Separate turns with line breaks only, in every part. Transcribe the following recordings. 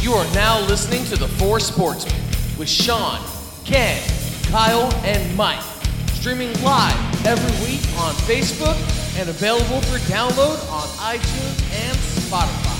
You are now listening to The Four Sportsmen with Sean, Ken, Kyle, and Mike. Streaming live every week on Facebook and available for download on iTunes and Spotify.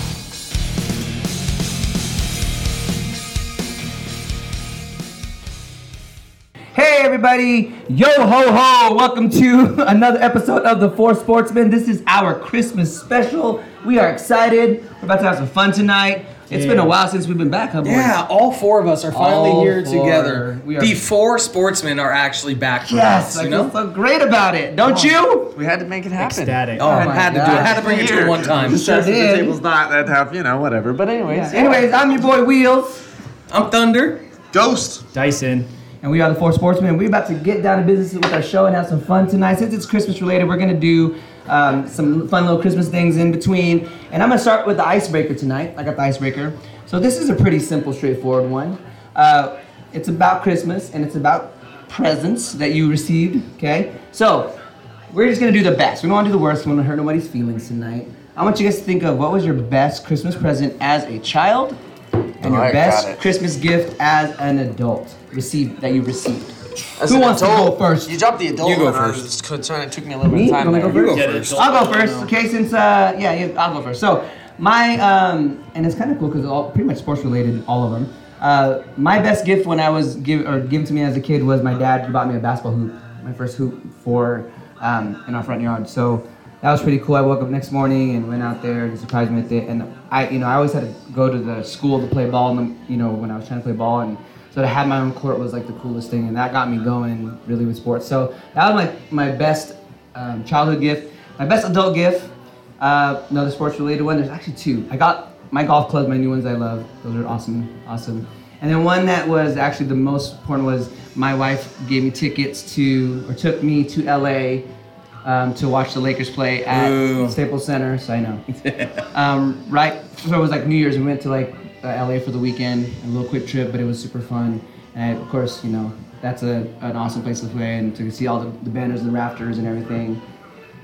Hey everybody, yo ho ho! Welcome to another episode of the Four Sportsmen. This is our Christmas special. We are excited. We're about to have some fun tonight. It's been a while since we've been back, huh? boys?
Yeah, all four of us are finally
All
here
four.
together.
We are-
the four sportsmen are actually back. For us,
Yes, I
you
feel
know,
so great about it. Don't you?
we had to make it happen.
Ecstatic.
Oh,
Oh
I
my
had to do it. I
God.
had to bring it to it one time.
Sure
That's-
did.
The table's not that half, you know, whatever. But anyways,
Anyways, I'm your boy Wheels,
I'm Thunder.
Ghost.
Dyson.
and we are the Four Sportsmen. We're about to get down to business with our show and have some fun tonight. Since it's Christmas related, we're gonna do um, some fun little Christmas things in between. And I'm gonna start with the icebreaker tonight. I got the icebreaker. So this is a pretty simple, straightforward one. Uh, it's about Christmas and it's about presents that you received. Okay, so we're just gonna do the best. We don't wanna do the worst. We don't wanna hurt nobody's feelings tonight. I want you guys to think of what was your best Christmas present as a child, and your
I got
best
it.
Christmas gift as an adult received that you received.
As
Who
an
wants to
adult,
go first?
You dropped the adult.
You go
one on.
first.
It's concerned. It took me a little
Me?
bit of
You
time.
want me to
there.
go
You
first?
go first.
I'll go first. Okay, since uh, yeah, yeah, I'll go first. So my um, and it's kind of cool because all pretty much sports related, all of them. Uh, my best gift when I was give or given to me as a kid was my dad bought me a basketball hoop, my first hoop for um, in our front yard. So that was pretty cool. I woke up next morning and went out there and he surprised me with it. And I, you know, I always had to go to the school to play ball. And you know, when I was trying to play ball and so to have my own court was like the coolest thing, and that got me going really with sports. So that was my my best um, childhood gift. My best adult gift, uh, another sports related one. There's actually two. I got my golf clubs, my new ones I love. Those are awesome, awesome. And then one that was actually the most important was my wife gave me tickets to, or took me to LA um, to watch the Lakers play at Staples Center. So I know. um, right, so it was like New Year's. We went to like uh, LA for the weekend, a little quick trip, but it was super fun. And of course, you know, that's a, an awesome place to play and to see all the, the banners and the rafters and everything.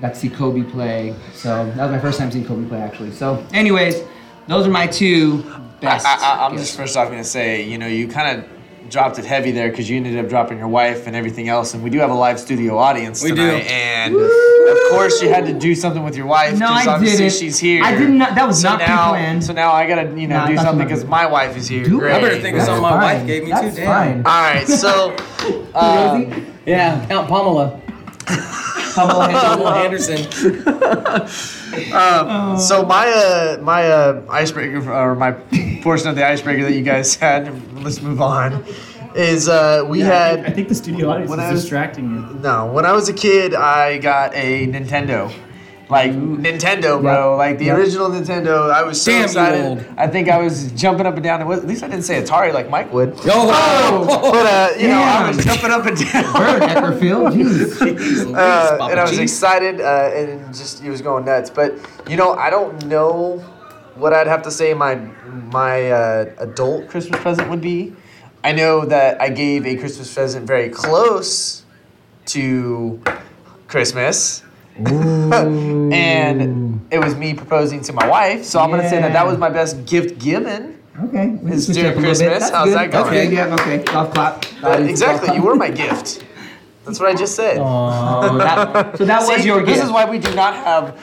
Got to see Kobe play. So that was my first time seeing Kobe play actually. So, anyways, those are my two best.
I, I, I'm
gifts.
just first off gonna say, you know, you kind of dropped it heavy there because you ended up dropping your wife and everything else, and we do have a live studio audience
We do.
tonight, and of course you had to do something with your wife.
No,
'cause
I
obviously
didn't.
She's here.
I did not- that was
so
not
now,
pre-planned.
So now I gotta, you know,
Nah, I
do
thought you
something
were-
because my wife is here.
Do it.
Great.
I better think of
That's
something my wife
fine.
gave me
That's
too. Damn.
fine.
All right, so uh,
Rosie?
Yeah, Count Pamela.
Pamela
Pamela
Henderson.
Anderson.
So my uh, my uh, icebreaker or my portion of the icebreaker that you guys had. Let's move on. Is uh, we
I think, I
had
think the studio audience
When
is
I was-
distracting you.
no. When I was a kid, I got a Nintendo. Like Nintendo, bro. Like the
Yep.
original Nintendo. I was so
Damn you
excited.
old.
I think I was jumping up and down. At least I didn't say Atari like Mike would.
Yo, oh,
But uh, you know, I
Damn.
was jumping up and down.
Bird, Neckerfield, jeez.
uh, and I was excited, uh, and just it was going nuts. But you know, I don't know what I'd have to say my my uh, adult Christmas present would be. I know that I gave a Christmas present very close to Christmas, and it was me proposing to my wife. So I'm gonna say that that was my best gift given.
Okay, we can
It's
switch
during
up a little bit.
Christmas.
That's
How's
good.
that
That's
going?
good. Yeah. Okay. Golf clap. That is
Exactly,
golf clap.
you
Oh,
were my gift. That's what I just said.
That- so that was
See,
your
this
gift.
is why we do not have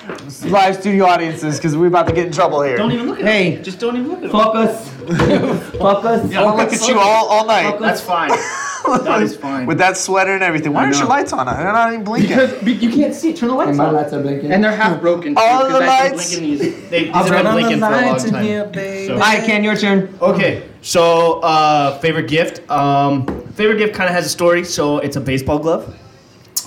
live studio audiences because we're about to get in trouble here.
Don't even look at
Hey.
it. Just don't even look at it.
Focus. Focus.
I'll look at you all, all night
Focus.
That's fine. that is fine.
with that sweater and everything. Why aren't your lights on? They're not even blinking.
because you can't see. Turn the lights
And my
on.
lights are blinking.
And they're half broken. too,
All the
'cause I think-
lights.
Blinking these. They, these
I'll
have
turn
been
on the
blinking for a long
lights in
time.
here, baby.
So-
All right, Ken, your turn.
Okay, so uh, favorite gift. Um, favorite gift kind of has a story. So it's a baseball glove,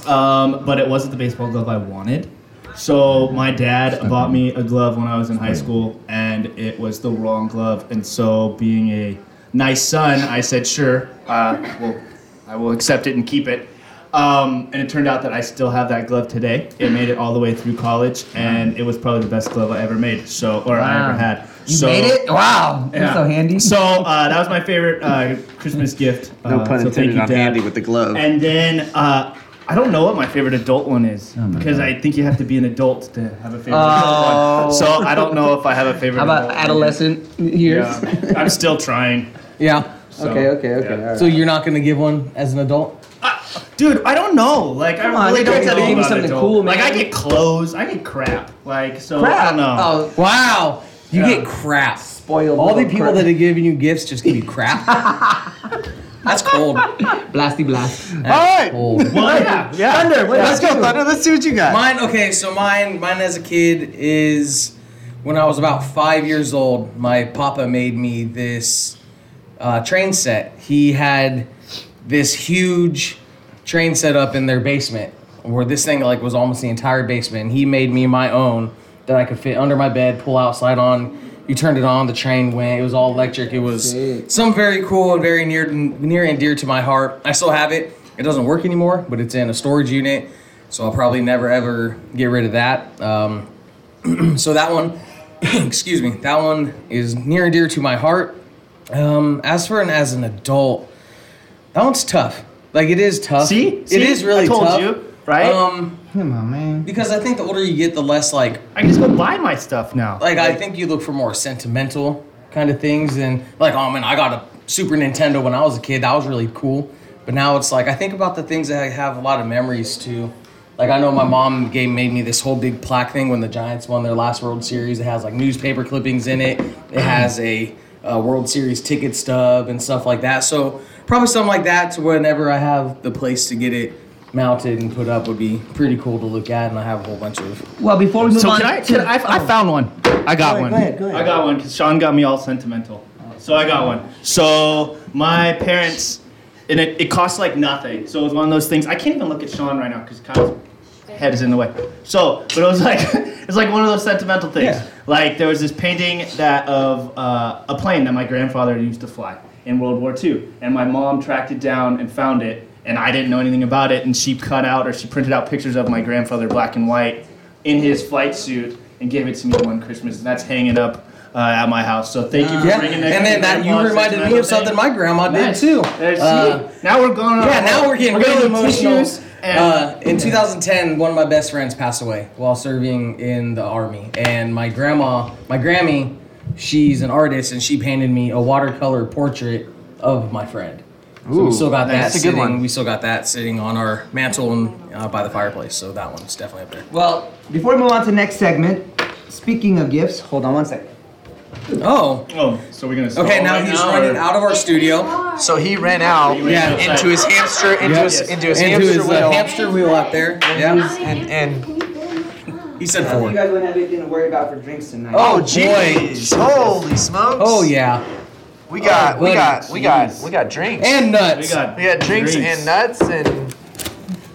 um, but it wasn't the baseball glove I wanted. So my dad bought me a glove when I was in high school, and it was the wrong glove. And so, being a nice son, I said, "Sure, uh, well, I will accept it and keep it." Um, and it turned out that I still have that glove today. It made it all the way through college, and it was probably the best glove I ever made. So, or I ever
Wow.
had.
You
so,
made it. Wow, that's
yeah.
so handy.
So uh, that was my favorite uh, Christmas gift. Uh, so thank you, Dad.
with the glove.
And then uh, I don't know what my favorite adult one is
Oh my
because
God.
I think you have to be an adult to have a favorite
Oh.
adult one. So I don't know if I have a favorite.
How about
adult one.
Uh, adolescent years?
Yeah. I'm still trying.
Yeah.
so,
Okay, okay, okay.
yeah.
All right.
So you're not gonna give one as an adult?
Dude, I don't know. Like,
Come
I
on,
really
you
don't
guys
know.
gotta give me
about
something
adult.
cool, man.
Like, I get clothes. I get crap. Like, so I don't know.
Oh,
Wow. You
Yeah.
get crap.
Spoiled
All the
little
people
crap.
that are giving you gifts just give you crap. That's cold.
blasty blast.
All right.
Cold.
well, yeah. yeah.
Thunder, what
Let's
about
go,
you?
Thunder. Let's see what you got.
Mine, okay, so mine, mine as a kid is when I was about five years old. My papa made me this uh, train set. He had this huge train set up in their basement, where this thing like was almost the entire basement. And he made me my own that I could fit under my bed, pull out, slide on. You turned it on, the train went. It was all electric. It was
Sick.
some very cool and very near near and dear to my heart. I still have it. It doesn't work anymore, but it's in a storage unit, so I'll probably never ever get rid of that. Um, so that one, excuse me, that one is near and dear to my heart. Um, as for an as an adult, that one's tough. Like it is tough.
See?
it
See?
is really
I told
tough.
you, right?
Um,
Come on, man.
because I think the older you get, the less like
I can just go buy my stuff now.
like I think you look for more sentimental kind of things and like oh man I got a Super Nintendo when I was a kid that was really cool but now it's like I think about the things that I have a lot of memories to like I know my mom gave made me this whole big plaque thing when the Giants won their last World Series it has like newspaper clippings in it it has a, uh World Series ticket stub and stuff like that so probably something like that to whenever I have the place to get it mounted and put up would be pretty cool to look at and I have a whole bunch of
Well, before we move
So
on,
can I?
to-
Can I, I found one. I got
Go ahead,
one.
go ahead, go ahead.
I got one because Sean got me all sentimental. So I got one. So my parents, and it, it costs like nothing. So it was one of those things. I can't even look at Sean right now because Kyle's head is in the way. So, but it was like it's like one of those sentimental things.
Yeah.
Like there was this painting that of uh, a plane that my grandfather used to fly in World War II, and my mom tracked it down and found it, and I didn't know anything about it, and she cut out or she printed out pictures of my grandfather black and white in his flight suit and gave it to me one Christmas, and that's hanging up. Uh, at my house, so thank you for
Yeah,
bringing
and
that.
then that you
grandfather
reminded me
sentimental
of something
thing.
my grandma did
Nice.
too.
There's-
Uh,
see? now we're going. on-
yeah, now we're getting really emotional.
tissues and-
Uh, in 2010, one of my best friends passed away while serving in the army, and my grandma, my Grammy, she's an artist, and she painted me a watercolor portrait of my friend. so we
Ooh,
still got that
that's a good
sitting.
one.
We still got that sitting on our mantle and uh, by the fireplace. So that one's definitely up there.
Well, before we move on to the next segment, speaking of gifts, hold on one second.
Oh,
Oh, so we're gonna. stall
okay. Now
right
he's
or-
running out of our studio
So he ran out
Yeah.
into his hamster, into
Yeah.
his,
Yes.
into his
into
hamster
his
wheel.
uh, hamster wheel out there. Yeah,
and-
he said four.
guys wouldn't have anything to worry about for drinks tonight.
oh,
boy.
jeez! Holy smokes!
Oh yeah,
We got, we
buddy,
got, we got,
jeez.
we got drinks.
and nuts.
We got.
we got drinks, and nuts and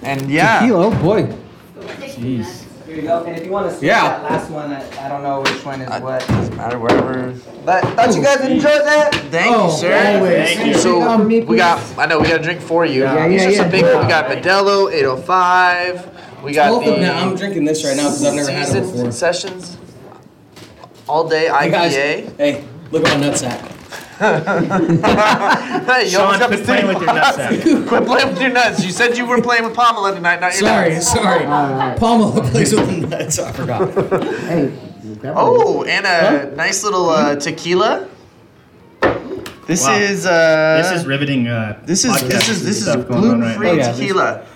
and yeah.
Kilo, boy.
Jeez.
Here you go. And if you want to see
Yeah.
that last one, I, I don't know which one is
Uh,
what.
Doesn't matter wherever.
But thought you guys enjoyed that.
Thank
Oh,
you, sir.
always. Thank you.
So
Drink on me,
we got. I know we got a drink for you.
Yeah,
These
yeah,
are some
yeah.
big. We got Modelo 805. We got
Both
the
of them. Now, I'm drinking this right now because I've never had it
seasoned
before.
sessions all day
Hey, guys,
IPA.
hey, look at my nutsack.
Hey, you almost
Sean,
got
quit
the
playing
same
with your nutsack.
Quit playing with your nuts. You said you were playing with Pamela tonight, not your
Sorry,
nuts.
sorry. Palma plays with the nuts. I forgot.
Hey.
Oh, and a nice little uh, tequila. This
Wow.
is uh,
This is riveting. Uh,
this is this
podcast
is this is
stuff going on right
gluten free
now. Oh, yeah, this-
tequila.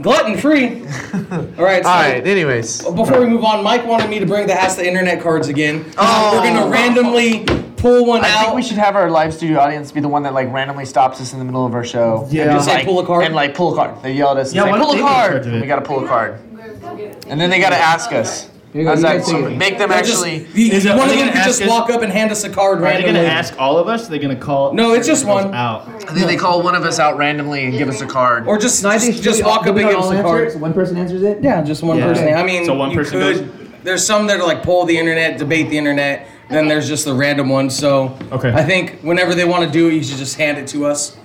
Glutton free. All right. So
All right. Anyways,
Before we move on, Mike wanted me to bring the Ask the Internet cards again.
Oh.
We're gonna randomly pull one
I
out.
think we should have our live studio audience be the one that like randomly stops us in the middle of our show.
Yeah.
And
Just
say, "Pull a card."
And like pull a card. They yell at us. And
Yeah,
say,
why don't
pull
they
a
be in
card.
charge of it?
We gotta pull a card. And then they gotta ask us.
you go,
How's
you
that?
guys take it.
Make them
They're just-
actually.
the-
Is it-
one
are
of
they
them
gonna
could just
ask us-
walk up and hand us a card
Are they
randomly.
gonna ask all of us? Are they gonna call?
No, it's just
everyone
one.
Out.
I think they call one of us out randomly and give us a card.
Or just just, just walk up and give us a card.
One person answers it.
Yeah, just one
Yeah.
person. I mean,
So one
you
person
could. There's some that are like poll the internet, debate the internet. Then there's just the random one. So
Okay.
I think whenever they want to do it, you should just hand it to us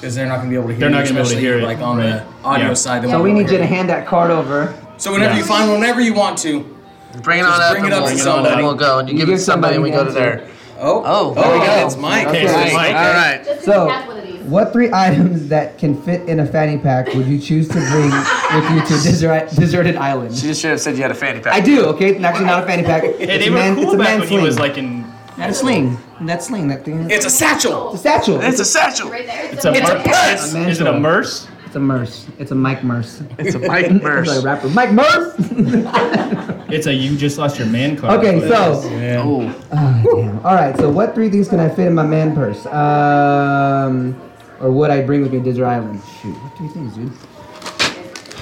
because they're not going to be able to hear.
They're
you,
not gonna be able to
especially,
hear it,
Like on
right.
the audio
Yeah.
side. they
So
won't
we
be
need
able
you
to
to
hear
hand that card over.
it. So whenever
Yeah.
you find, whenever you want to.
bring it on
Just
up
bring
and
it up
we'll,
to
and
somebody.
we'll go. And you, give it to somebody and we go to
an answer.
their.
Oh,
Oh.
there we go.
Oh.
It's Mike.
Okay,
Okay, so
Mike.
Mike.
uh,
All right.
Just so,
So,
you have one of these.
what three items that can fit in a fanny pack would you choose to bring with you to a desert, deserted
She
island?
just should have said you had a fanny pack.
I do, okay? It's Actually, not a fanny pack.
Hey,
It's
they
a
were
man, it's
cool
a
back
man
when
sling.
he was like in.
Not a sling. That sling, that thing.
It's a satchel.
a satchel.
It's a satchel.
right there.
It's a
right there.
merce.
man
Is it a
shoulder.
merce?
It's a merce. It's a Mike Merce.
It's a Mike
It's like a
Merce.
rapper. Mike Merce!
It's a you just lost your man card.
okay,
But-
so.
Ooh.
Ah, damn. All right. So, what three things can I fit in my man purse? Um, or would I bring with me to Desert Island? Shoot, what three things, dude?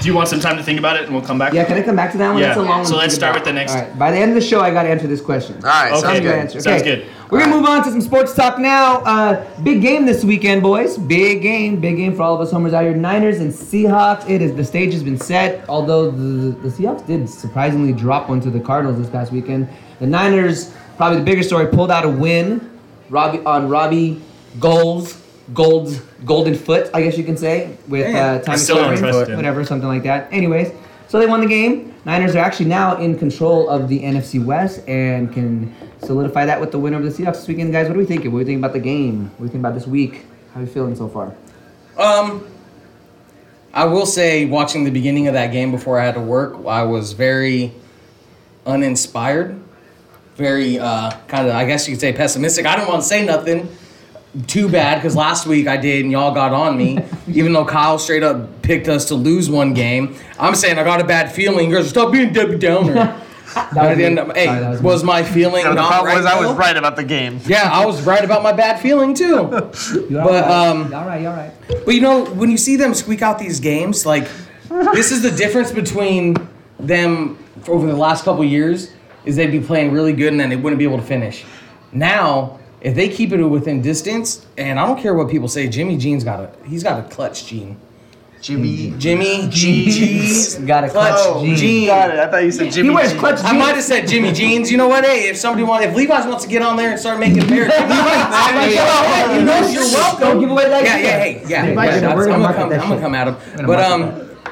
Do you want some time to think about it, and we'll come back?
Yeah, can I come back to that one?
Yeah.
That's a long one.
So
to
let's
think
start
about.
with the next-
All right. By the end of the show, I got to answer this question.
All right, sounds
Okay.
good.
Answer.
Sounds
Okay.
good.
We're gonna move on to some sports talk now. Uh, big game this weekend, boys. Big game, big game for all of us homers out here. Niners and Seahawks. It is the stage has been set. Although the, the Seahawks did surprisingly drop one to the Cardinals this past weekend. The Niners, probably the bigger story, pulled out a win. Robbie on Robbie Gold's Gold's Golden Foot, I guess you can say, with uh, time
still don't
expiring,
trust him.
whatever, something like that. Anyways, so they won the game. Niners are actually now in control of the NFC West and can solidify that with the win over the Seahawks this weekend, guys. What are we thinking? What are we thinking about the game? What are we thinking about this week? How are you feeling so far?
Um, I will say, watching the beginning of that game before I had to work, I was very uninspired, very uh, kind of, I guess you could say, pessimistic. I didn't want to say nothing too bad because last week I did, and y'all got on me. Even though Kyle straight up picked us to lose one game, I'm saying I got a bad feeling. You guys, stop being Debbie Downer.
That
But at
was
the
me.
end, hey,
Sorry, that was
was,
me.
my feeling
The
not
problem
right?
was I was
though?
right about the game.
Yeah, I was right about my bad feeling too.
You're
but,
alright.
um,
You're alright, you're alright.
But you know, when you see them squeak out these games, like this is the difference between them for over the last couple years is they'd be playing really good and then they wouldn't be able to finish. Now, if they keep it within distance, and I don't care what people say, Jimmy Gene's got a he's got a clutch gene.
Jimmy.
Jimmy
Jeans. Oh,
Gene's
Got a clutch
Gene.
gene.
Got it. I thought you said Jimmy.
He wears
Jeans.
clutch
I
jeans.
might have said Jimmy Jeans. You know what? Hey, if somebody wants, if Levi's wants to get on there and start making bears, you know you're welcome.
Don't give away that
Yeah,
idea.
yeah, hey, yeah.
Levi's
yeah
gonna-
that's-
we're
I'm
gonna
gonna
market
come,
that
I'm gonna
shit.
come at him. But um,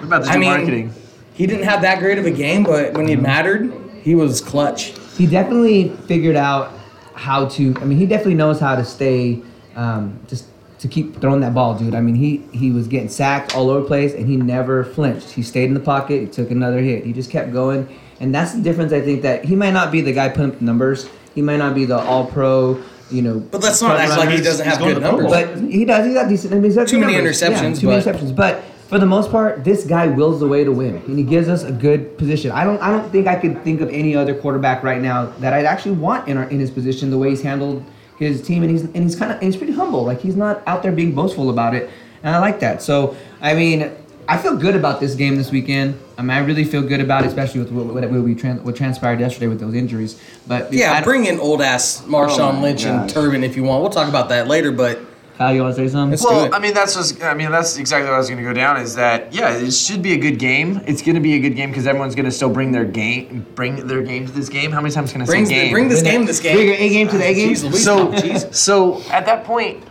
We're about to do
I mean,
marketing.
he didn't have that great of a game, but when it
Mm-hmm.
mattered, he was clutch.
he definitely figured out how to. I mean, he definitely knows how to stay, um, just to keep throwing that ball, dude. I mean, he he was getting sacked all over the place, and he never flinched. He stayed in the pocket. He took another hit. He just kept going, and that's the difference. I think that he might not be the guy putting up numbers. He might not be the All Pro, you know.
But let's not
But
act like he
he's-
doesn't
he's
have good
going to the Pro
numbers.
Bowl.
But he does. He got decent. I mean, he's got
Too
good
many
numbers.
interceptions,
Yeah, too many
but-
interceptions. But for the most part, this guy wills the way to win, and he gives us a good position. I don't. I don't think I could think of any other quarterback right now that I'd actually want in our in his position. The way he's handled his team, and he's and he's kind of he's pretty humble. Like he's not out there being boastful about it, and I like that. So I mean. I feel good about this game this weekend. I mean, I really feel good about it, especially with what, what, what, we trans, what transpired yesterday with those injuries. But I
yeah,
don't-
bring in old ass
Oh
Marshawn
my
Lynch and
gosh.
Turbin if you want. We'll talk about that later, but
Kyle, you want to say something?
It's-
Well,
good.
I mean that's just I mean that's exactly what I was going to go down is that yeah it should be a good game. It's going to be a good game because everyone's going to still bring their game bring their game to this game. How many times can I
bring
say game?
bring this game this
Bigger
game.
A game to the A game.
Jeez Louise.
So,
Jeez.
so at that point,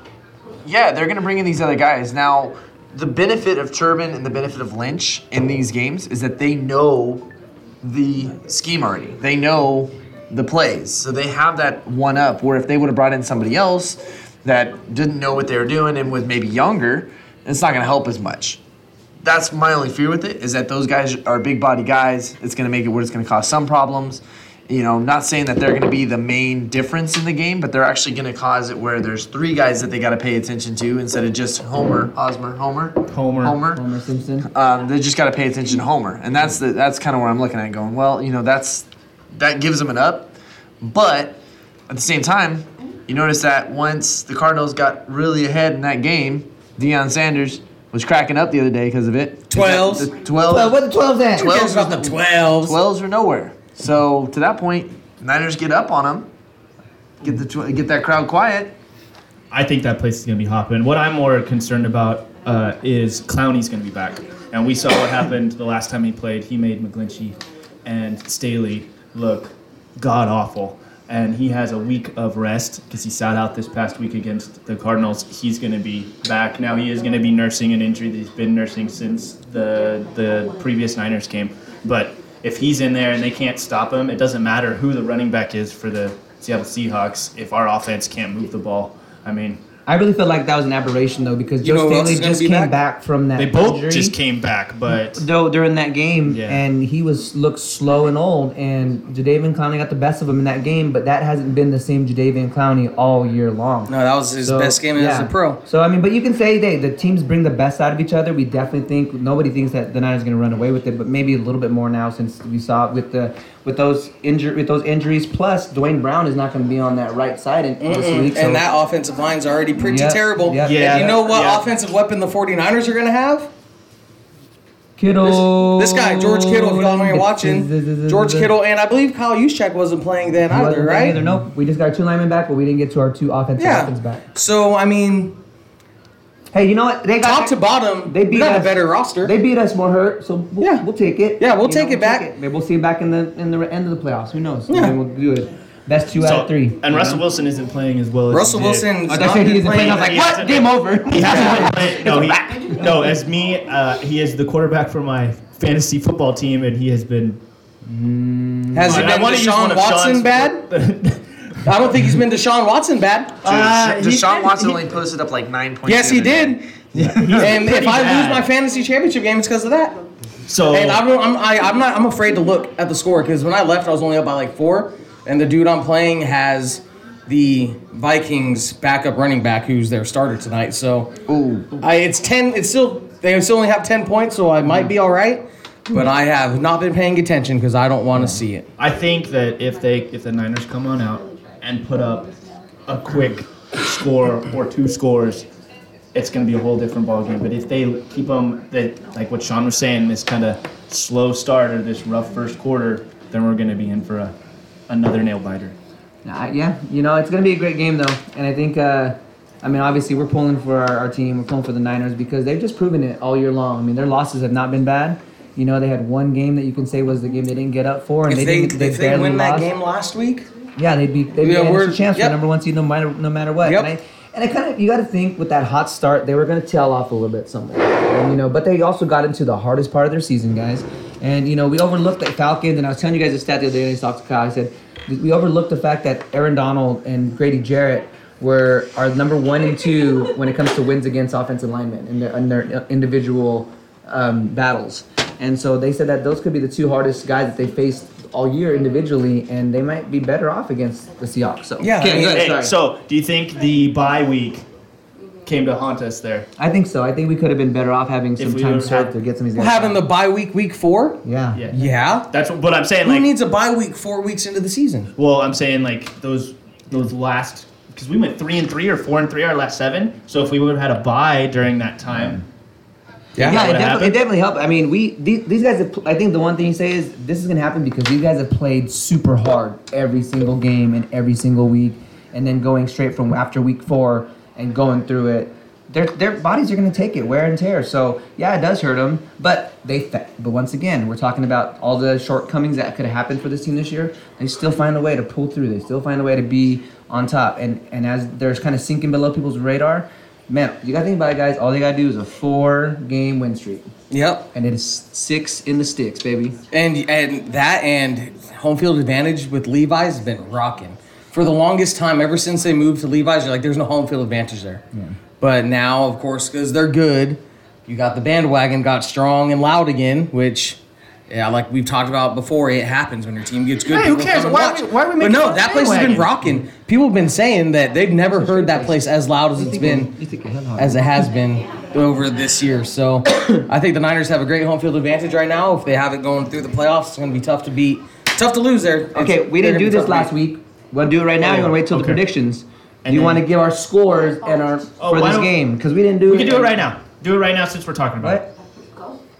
yeah, they're going to bring in these other guys. Now, the benefit of Turbin and the benefit of Lynch in these games is that they know the scheme already. They know the plays, so they have that one up. Where if they would have brought in somebody else that didn't know what they were doing and was maybe younger, it's not going to help as much. That's my only fear with it is that those guys are big body guys. It's going to make it where it's going to cause some problems. You know, not saying that they're going to be the main difference in the game, but they're actually going to cause it where there's three guys that they got to pay attention to instead of just Homer, Osmer, Homer,
Homer.
Homer,
Homer Simpson.
um, they just got to pay attention to Homer, and that's the that's kind of where I'm looking at, it going, well, you know, that's that gives them an up, but at the same time, you notice that once the Cardinals got really ahead in that game, Deion Sanders was cracking up the other day because of it.
Twelves.
The twelve,
Well, what the 12s at?
Twelve.
Cares about the twelves.
twelves are nowhere. So to that point, Niners get up on them, get the tw- get that crowd quiet.
I think that place is going to be hopping. What I'm more concerned about uh, is Clowney's going to be back, and we saw what happened the last time he played. He made McGlinchey and Staley look god awful, and he has a week of rest because he sat out this past week against the Cardinals. He's going to be back now. He is going to be nursing an injury that he's been nursing since the the previous Niners game, but. If he's in there and they can't stop him, it doesn't matter who the running back is for the Seattle Seahawks if our offense can't move the ball. I mean,
I really feel like that was an aberration though because
You
Joe
know who else
Staley
is gonna
just
be
came
back?
back? from that.
they both
injury.
just came back, but
though during that game,
Yeah.
and he was looked slow and old, and Jadavian Clowney got the best of him in that game, but that hasn't been the same Jadavian Clowney all year long.
No, that was his
So,
best game as
yeah.
a pro.
So I mean, but you can say they the teams bring the best out of each other. We definitely think nobody thinks that the Niners are going to run away with it, but maybe a little bit more now since we saw it with the with those injury with those injuries. Plus, Dwayne Brown is not going to be on that right side in this
Mm-mm.
week. so-
And that offensive line's already pretty
Yep,
terrible.
yep.
Yeah,
And you know what
yeah.
offensive weapon the 49ers are going to have?
Kittle,
This guy, George Kittle, if y'all aren't watching. George Kittle, and I believe Kyle Juszczyk wasn't playing then
He
either,
wasn't
right?
Either. Nope. We just got our two linemen back, but we didn't get to our two offensive weapons
Yeah.
back.
So, I mean,
Hey, you know what? They got
top to bottom,
They
they
beat
got
us.
a better roster.
They beat us more hurt, so we'll,
Yeah.
we'll take it.
Yeah, we'll take it back.
Maybe we'll see it back in the in the re- end of the playoffs. Who knows?
Yeah.
Maybe we'll do it. Best two
So-
out of three.
And Russell Wilson isn't playing as well as
Russell
he did.
Wilson
Like I said, he isn't playing. I was like,
He
what?
hasn't
Game over.
He hasn't been playing. No, he, no, as me, uh, he is the quarterback for my fantasy football team, and he has been.
Has he
I- I
been
wanna use one
Deshaun
of
Watson
Sean's-
bad? I don't think he's been Deshaun Watson bad.
Uh,
Dude,
he
Deshaun
did-
Watson
he-
only posted up like nine points.
Yes,
the
he
other day.
did. And if
pretty
I lose
bad.
my fantasy championship game, it's because of that.
So
Oh.
And I'm, I'm, I, I'm not. I'm afraid to look at the score because when I left, I was only up by like four, and the dude I'm playing has the Vikings backup running back, who's their starter tonight. So, I, it's ten. It's still they still only have ten points, so I might be all right. But I have not been paying attention because I don't want to see it.
I think that if they if the Niners come on out and put up a quick score or two scores, it's going to be a whole different ballgame. But if they keep them that like what Sean was saying, this kind of slow start or this rough first quarter, then we're going to be in for a, another nail biter.
Nah, Uh, yeah, you know, it's going to be a great game, though. And I think, uh, I mean, obviously, we're pulling for our, our team. We're pulling for the Niners because they've just proven it all year long. I mean, their losses have not been bad. You know, they had one game that you can say was the game they didn't get up for, and
If
they,
they,
didn't, they
if they
barely
win that
lost.
game last week,
Yeah, they'd be they'd
Yeah,
be an
we're-
extra chance
yep.
for number one seed no matter no matter what.
Yep.
And I and I kind of you got to think with that hot start they were going to tail off a little bit somewhere, and, you know. But they also got into the hardest part of their season, guys. And you know we overlooked the Falcons, and I was telling you guys this stat the other day. And I talked to Kyle. I said we overlooked the fact that Aaron Donald and Grady Jarrett were are number one and two when it comes to wins against offensive linemen in their, in their individual um, battles. And so they said that those could be the two hardest guys that they faced all year individually, and they might be better off against the Seahawks. So
Yeah, I
okay,
mean,
good,
Hey,
sorry.
so do you think the bye week came to haunt us there?
I think so. I think we could have been better off having some
we
time
would've
served
had-
to get some of these guys.
having the
back.
bye week week four,
yeah.
Yeah.
yeah.
That's what I'm saying.
Who
Like,
needs a bye week four weeks into the season?
Well, I'm saying like those those last because we went three and three or four and three our last seven. So if we would have had a bye during that time,
Yeah,
That
it, definitely,
would've
it
happened.
definitely helped. I mean, we these, these guys. Have, pl- I think the one thing you say is this is gonna happen because these guys have played super hard every single game and every single week, and then going straight from after week four and going through it. Their, their bodies are going to take it, wear and tear. So yeah, it does hurt them, but they. Fe- but once again, we're talking about all the shortcomings that could have happened for this team this year. They still find a way to pull through. They still find a way to be on top. And and as they're kind of sinking below people's radar, Man, you gotta think about it, guys. All they gotta do is a four-game win streak,
Yep.
and it is six in the sticks, baby.
And and that and home field advantage with Levi's has been rocking for the longest time. Ever since they moved to Levi's, you're like, there's no home field advantage there. But now, of course, because they're good, you got the bandwagon got strong and loud again, which. Yeah, like we've talked about before, it happens when your team gets good.
Hey, who
people
cares?
come and
Why
watch.
are we- why are we
But
making
no,
fun
that
of
place has been
bandwagon?
rocking. People have been saying that they've never heard that place as loud as it's been as it has been over this year. So I think the Niners have a great home field advantage right now. If they have it going through the playoffs, it's going to be tough to beat, tough to lose there. It's-
Okay, we
they're gonna be
didn't do this
tough to
last
beat.
week. We'll do it right now. You wanna wait till the
Okay.
predictions?
And
you
then-
want to give our scores and our
Oh,
for
why
this
don't-
game because we didn't do.
we can do it right now. Do it right now since we're talking about
Right?
it.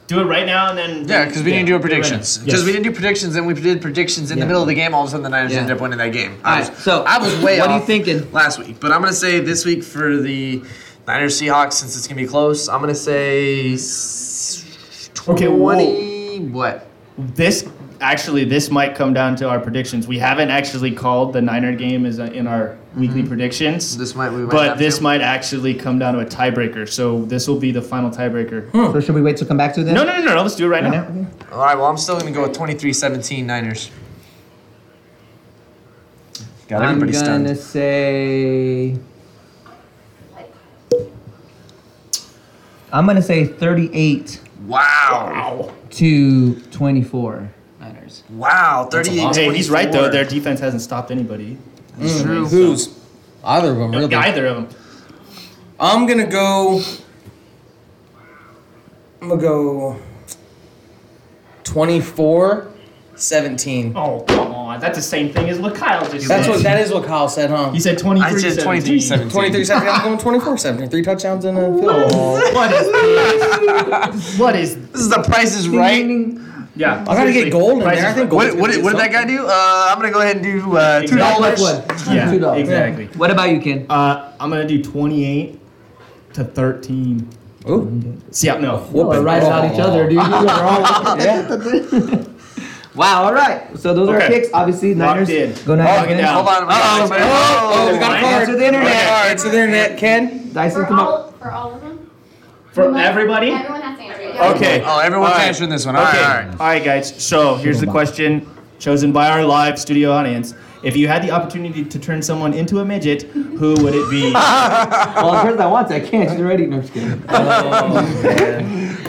Do it right now and then.
Yeah, because we didn't do
it
a
right
predictions.
now.
Because
Yes.
we didn't do predictions, and we did predictions in
Yeah.
the middle of the game. All of a sudden, the Niners
Yeah.
ended up winning that game.
All
I
right,
was,
so,
I was way
what are you
off
thinking?
last week, but I'm gonna say this week for the Niners Seahawks, since it's gonna be close, I'm gonna say s-
Okay, whoa.
twenty. what?
This actually, this might come down to our predictions. We haven't actually called the Niner game as a, in our weekly predictions.
This might we might
but
have
this
to.
might actually come down to a tiebreaker. So this will be the final tiebreaker.
So should we wait to come back to that?
Hmm. No, no, no, no, no. Let's do it right,
Hmm. Right
now.
now? Okay.
All right. Well, I'm still gonna go with 23-17 Niners. Got
I'm
everybody
gonna
stunned.
say. I'm gonna say 38
Wow.
to 24 Niners.
Wow. 38
Hey, he's right though.
24.
Their defense hasn't stopped anybody.
Who's? Either of them, really.
Either of them.
I'm gonna go. I'm gonna go. 24, 17.
Oh come on, that's the same thing as what Kyle just
That's
said.
what that is. What Kyle said, huh?
he said. Twenty-three.
I said 23
17.
23 17. I'm going 24 17. Three touchdowns in a field. goal.
Oh, what is this? what is?
This is the price is right.
Yeah.
I gotta get gold in
Price
there. I
is
think gold.
right.
What, what, did- what did that guy do? Uh, I'm gonna go ahead and do uh, two
Exactly.
dollars.
Yeah,
Two dollars.
exactly.
What about you, Ken?
Uh, I'm gonna do 28 to 13.
Ooh,
See, I- no.
Well, we're right about each other, dude. wow. All right. So those are our
Okay.
picks. Obviously,
Locked
Niners.
in.
Go Niners.
Lock it
man.
down.
Oh, Hold on. we got somebody.
oh, we got a
Mine
card.
answered the internet.
Okay, It's the internet. Ken,
Dyson,
For
come
all,
up.
for all of them?
For everybody?
Everyone has to answer. it. Yeah.
Okay.
Oh, everyone's
All right.
answering this one. All right,
okay.
all right.
guys. So here's the question chosen by our live studio audience. If you had the opportunity to turn someone into a midget, who would it be?
Well, the person that wants it, I can't. She's already. No, I'm just kidding.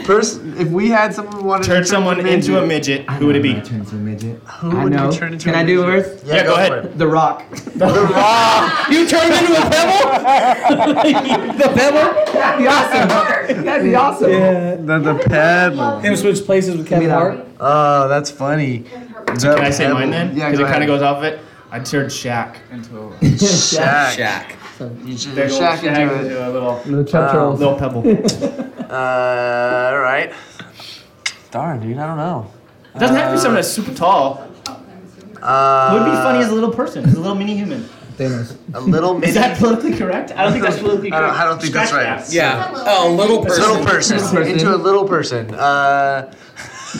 First, if we had someone who wanted
turn
to
someone into a midget, who would it be?
Turn into a midget.
Who
I
would you
know.
turn into
Can
a
I do
midget?
Earth?
Yeah,
Yeah, go
for
ahead.
it.
The Rock.
The Rock.
you turned into a pebble. the pebble.
That'd be awesome. That'd be awesome.
The, the pebble.
Him switch places with
me
Kevin
that.
Hart.
Oh, that's funny. The
Can I say mine then?
Yeah,
Because
go
it kind
ahead.
of goes off it. I'd turn Shaq into a
Shaq.
Shaq.
You should
big old
Shaq into it.
into a little,
Little Chuck
Um,
Wow.
Charles.
little pebble. It
Uh, all right. Darn, dude, I don't know.
doesn't have to be someone that's super tall.
Uh,
It would be funny as a little person, as a little mini human.
Thanos.
a little
Is
mini.
that politically correct? I don't think that's politically
I don't-
correct.
I don't think that's
Scratch
right.
that.
Yeah.
Hello.
Oh, little person.
little person.
Person.
into a little person. Uh,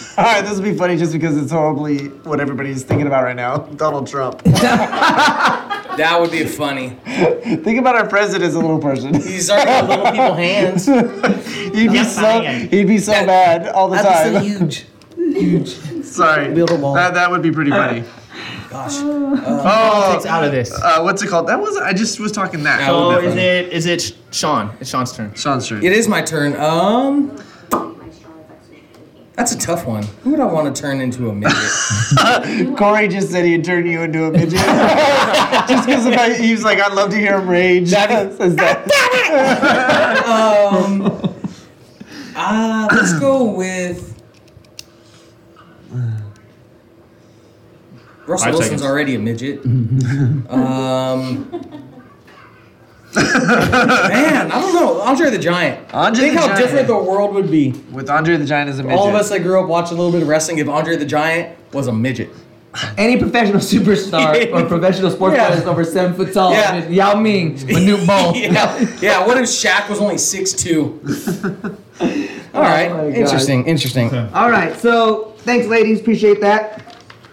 all right, this will be funny just because it's horribly what everybody's thinking about right now. Donald Trump.
That would be funny.
Think about our president as a little person.
He's already got little people hands.
He'd be so
fine.
he'd be so bad all the
That's
time.
huge.
Sorry,
Build a wall.
that that would be pretty funny.
Gosh.
Uh,
Uh,
It's
Oh,
out of this.
uh, what's it called? That was I just was talking that.
Yeah.
So
would be
is
funny.
it is it Sean? It's Sean's turn.
Sean's turn.
It is my turn. Um, that's a tough one. Who would I want to turn into a midget?
Corey just said he'd turn you into a midget. just because of how he was like, I'd love to hear him rage.
That-
Says that.
Um, uh, let's go with. Russell
Five
Wilson's
seconds.
already a midget. um, man, I don't know. Andre the Giant.
Andre
Think
the
how
Giant.
different the world would be.
With Andre the Giant as a midget.
All of us that grew up watching a little bit of wrestling, if Andre the Giant was a midget.
Any professional superstar or professional sports
Yeah.
player that's over seven foot tall.
Yeah.
is Yao Ming, Manute Bol.
yeah, yeah. What if Shaq was only 6'2"? All right,
Oh my God.
interesting, interesting.
All right. So thanks, ladies. Appreciate that.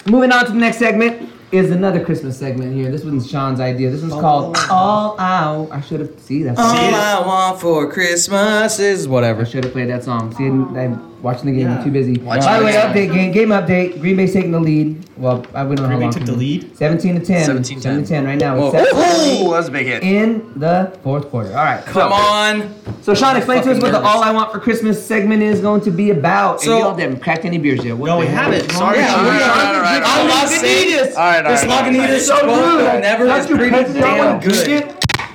Moving on to the next segment is another Christmas segment here. This one's Sean's idea. This one's called All Out. I should have see that's.
All I want for Christmas is
I
whatever.
should have played that song. See, I'm watching the game. I'm too busy.
Watch
By the
the
way,
game.
update game, game update. Green Bay's taking the lead. Well, I wouldn't know how
Green Bay
long.
took the lead?
17 to 10.
17
10. 10 right now.
Whoa.
With seven-
Oh, that was a big hit.
in the fourth quarter. All right.
Come
so,
on.
So Sean, explain to us
Fucking
what the
nervous.
All I Want for Christmas segment is going to be about.
So-
and y'all haven't cracked any beers yet. What
No,
the
we
hell?
haven't. Sorry,
Yeah,
All
Sean.
right, all right, all
I'm
right.
not saying
Lagunitas.
All right, all
This
right, all right.
Lagunitas
So
quote
rude.
that never
That's
is
your
pretty
president. I
damn
wanna drink
good.
it.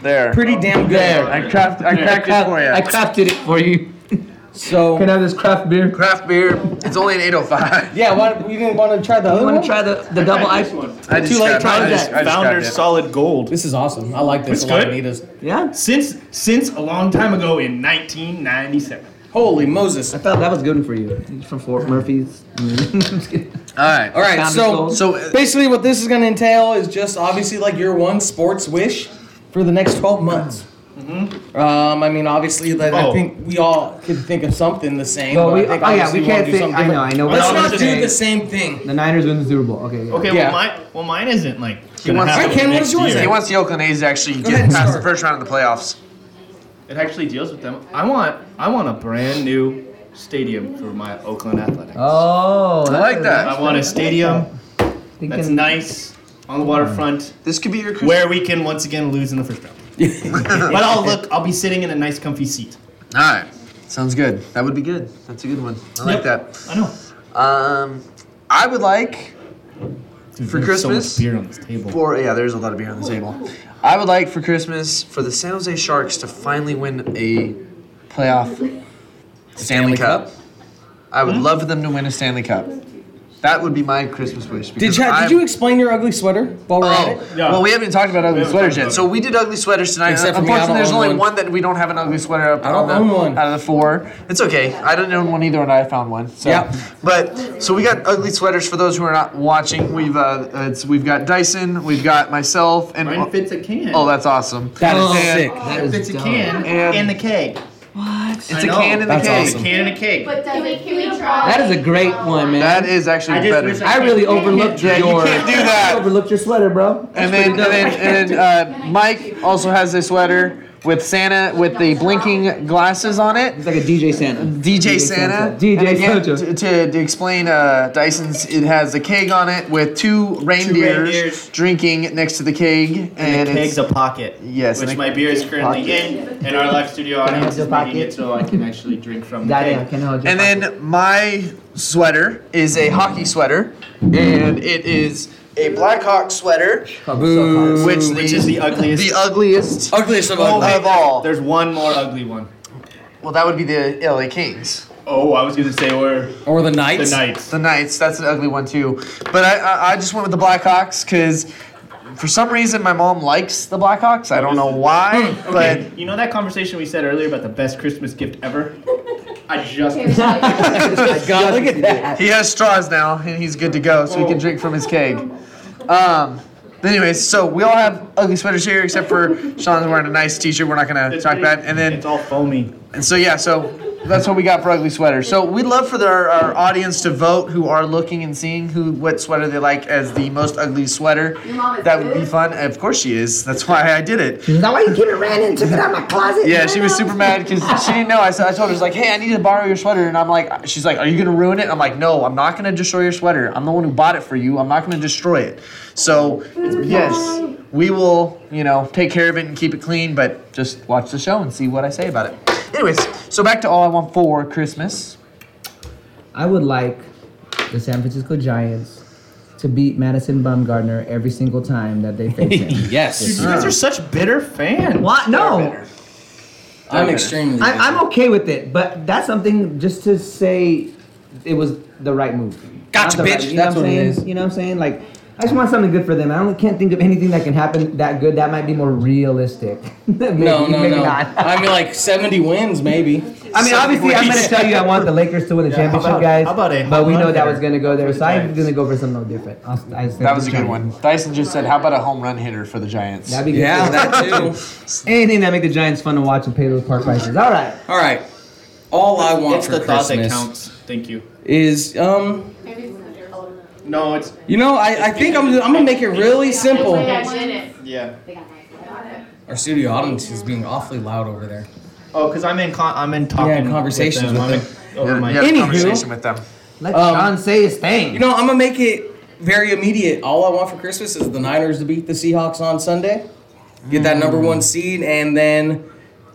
There.
Pretty damn
I
good.
craft. I cracked it for
I
you.
crafted it for you. Can
So
I have this craft beer?
Craft beer. It's only an 805.
yeah, what you didn't want to try the other
You
one?
want to try the, the double ice
one.
I just
Too late,
grabbed it.
try
I just-
that.
I just grabbed
Founders
it.
solid gold.
This is awesome. I like this.
It's good.
Lagunitas.
Yeah.
Since since a long time ago in 1997.
Holy Moses.
I thought that was good one for you. It's from Fort Murphy's. Just kidding.
All right.
All right,
Found
so
it,
So uh,
basically what this is going to entail is just obviously like your one sports wish for the next 12 months. Um, I mean, obviously, like, I
Oh.
think we all could think of something the same.
Well,
but
we-
I think
oh, yeah,
obviously
we
wanna
can't
do
think-
something
I know,
different.
I know what
Let's
I was
not
gonna
do
say.
the same thing.
the Niners win the Super Bowl. Okay. Yeah.
Okay,
Yeah.
well mine well mine isn't like gonna
wants-
happen
Alright,
Ken, what
next
is yours
year.
he wants the Oakland A's to actually
ahead
get
and
past the
start.
first round of the playoffs.
It actually deals with them. I want I want a brand new stadium for my Oakland Athletics.
Oh,
I like that.
I want a stadium that's nice. on the waterfront
This could be your
Mm.
Christmas.
where we can once again lose in the first round. but I'll look. I'll be sitting in a nice, comfy seat.
All right. Sounds good. That would be good. That's a good one. I like that.
I know.
Um, I would like
Dude,
For
there's
Christmas?
so much beer on this table.
for yeah, there's a lot of beer on the table. I would like for Christmas for the San Jose Sharks to finally win a playoff Stanley, Cup. I would
Hmm?
love for them to win a Stanley Cup. That would be my Christmas wish.
Did
because
you,
I'm-
did you explain your ugly sweater while we're at
Oh,
it?
Yeah.
well, we haven't even talked about
We
ugly
haven't
sweaters
talked
yet.
about
So
it.
we did ugly sweaters tonight.
Except for me, I
Unfortunately,
don't
there's
own
only
one.
that we don't have an ugly sweater up
I don't
on the-
own one.
out of the four. It's okay. I didn't own one either, and I found one. So.
Yep.
But so we got ugly sweaters for those who are not watching. We've uh, it's we've got Dyson, we've got myself, and
Mine fits a can.
oh, that's awesome.
That is
And-
sick.
That
fits
is
a
dumb.
can
And-
in the keg.
It's a can in the
That's
cake.
It's a
awesome.
can and a keg.
But does it, can we try?
That is a great one, man.
That is actually
I just
better.
wish
I really overlooked
Yeah, you
your.
can't do that.
I overlooked your sweater, bro.
and then and then and, uh, Mike also has a sweater with Santa with the blinking glasses on it.
It's like a DJ Santa.
DJ Santa. And
DJ
again,
Santa.
t- To, to explain uh, Dyson's, it has a keg on it with two reindeers,
reindeers.
drinking next to the keg, and,
And the keg's
it's,
a pocket.
Yes, and
Which
a-
my beer is currently in, and our live studio audience
the
is making
pocket?
it so I can actually drink from the
That I
keg.
can hold your
and
pocket.
then my sweater is a hockey sweater, and it is a Blackhawk sweater,
Oh, it's so hot.
which, the,
Which is the ugliest.
the ugliest
Ugliest of
Oh,
ugly.
of all.
There's one more ugly one.
well, that would be the LA Kings.
Oh, I was gonna say we're
Or the
the
Knights.
knights.
The Knights, that's an ugly one too. But I, I, I just went with the Blackhawks because for some reason my mom likes the Blackhawks. I don't know why, but.
Hmm. Okay, you know that conversation we said earlier about the best Christmas gift ever? I just
God, look at that.
He has straws now, and he's good to go, so he can drink from his keg. Um, anyways, so we all have ugly sweaters here, except for Sean's wearing a nice T-shirt. We're not gonna talk about, it. and then
it's all foamy.
and so yeah, so that's what we got for ugly sweaters. So we'd love for the, our audience to vote who are looking and seeing who what sweater they like as the most ugly sweater.
mom is
That would be
good?
fun. Of course she is. That's why I did it.
Is that why you came and ran and took it out of my closet?
Yeah, she was super mad because she didn't know. I, said, I told her, I was like, hey, I need to borrow your sweater. And I'm like, she's like, are you going to ruin it? I'm like, no, I'm not going to destroy your sweater. I'm the one who bought it for you. I'm not going to destroy it. So, yes, we will, you know, take care of it and keep it clean, but just watch the show and see what I say about it. Anyways, so back to all I want for Christmas.
I would like the San Francisco Giants to beat Madison Bumgarner every single time that they face him.
You
yes.
guys are such bitter fans.
What? No,
I'm extremely.
I, I'm okay with it, but that's something just to say it was the right move.
Gotcha,
Not the
bitch.
you know
That's
I'm
what it
saying?
is.
You know what I'm saying? Like, I just want something good for them. I only can't think of anything that can happen that good that might be more realistic. maybe,
no, no,
maybe
no.
Not.
I mean, like 70 wins, maybe.
I mean, obviously, I'm going to tell you I want the Lakers to win the
how
championship,
about-
guys.
how about a
but
home
we know
run
that
there
was going to go there,
for the
so I'm
Giants?
going to go for something different. I'll, I said
That was a
the
good
Giants.
one. Dyson just said, how about a home run hitter for the Giants?
That'd be good.
Yeah, that too.
Anything that make the Giants fun to watch and pay those park prices. All right.
All right. All I want
It's
for
the thought that
Christmas
counts. Thank you.
is um.
No, it's
You know, I, I think I'm I'm gonna make it really simple.
yeah.
Our studio audience is being awfully loud over there.
Oh, because I'm in con- I'm in talking
Yeah, conversations
with them.
with
I'm in- over my-
yeah, yeah,
Anywho.
conversation with them.
Let
Um,
Sean say his thing.
You know, I'm gonna make it very immediate. All I want for Christmas is the Niners to beat the Seahawks on Sunday, get that number one seed, and then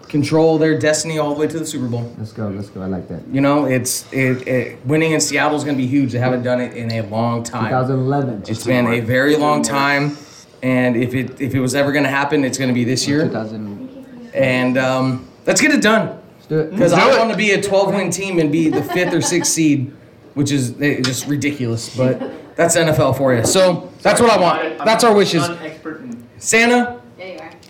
control their destiny all the way to the Super Bowl.
let's go. Let's go. I like that.
You know, it's it, it winning in Seattle is gonna be huge. They haven't done it in a long time.
2011.
It's been a very long time, and if it if it was ever gonna happen, it's gonna be this year.
2000.
And um, let's get it done.
Let's do it.
Because
Do
I
it.
want to be a 12 win team and be the fifth or sixth seed, which is eh, just ridiculous. But that's NFL for you. So that's what I want. That's our wishes.
I'm not an expert in-
Santa,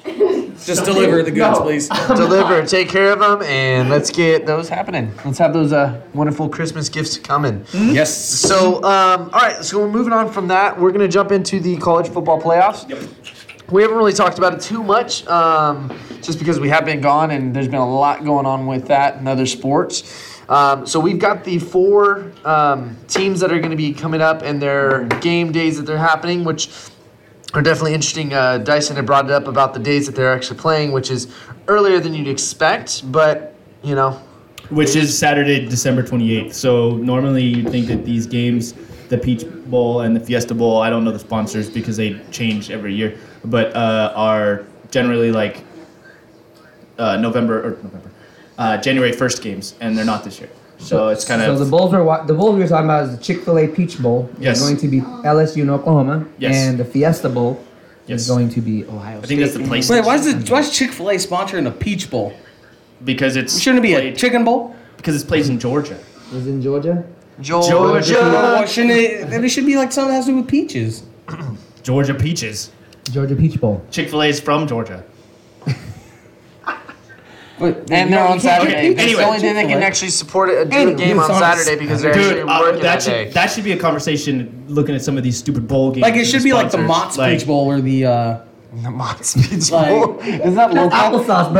just
Something-
deliver the goods,
No.
please.
deliver, take care of them, and let's get those happening. Let's have those uh, wonderful Christmas gifts coming.
Yes.
So, um, all right, so we're moving on from that. We're going to jump into the college football playoffs. We haven't really talked about it too much um, just because we have been gone and there's been a lot going on with that and other sports. Um, so we've got the four um, teams that are going to be coming up and their game days that they're happening, which are definitely interesting. Uh, Dyson had brought it up about the days that they're actually playing, which is earlier than you'd expect, but you know,
which is Saturday, December 28th. So normally you'd think that these games the Peach Bowl and the Fiesta Bowl. I don't know the sponsors because they change every year, but uh, are generally like uh, November or November, uh, January first games, and they're not this year. So it's kind
So
of
the bowls we're wa- the bowls we were talking about is the Chick Fil A Peach Bowl. which is
Yes.
going to be LSU in Oklahoma.
Yes.
And the Fiesta Bowl
Yes.
is going to be Ohio
I
State.
think that's the place
Wait, why is it? Why is Chick Fil A sponsoring a peach bowl?
because it's
Shouldn't it be a
played-
chicken bowl?
because it's plays in Georgia.
Was it in Georgia.
Georgia.
Or shouldn't it? then It should be like something that has to do with peaches.
Georgia peaches.
Georgia Peach Bowl.
Chick Fil A is from Georgia.
and
they're on Saturday.
Anyway.
It's the only day they can actually support it, do a
Anyway.
game on
Dude, sorry.
Saturday because they're actually
Dude, uh,
working
that
that
should
day.
that should be a conversation. Looking at some of these stupid bowl games.
Like it
and
should be like the
sponsors.
Mott's
Like,
Peach Bowl or the uh,
The Mott's Peach Bowl.
like is that local?
Applesauce,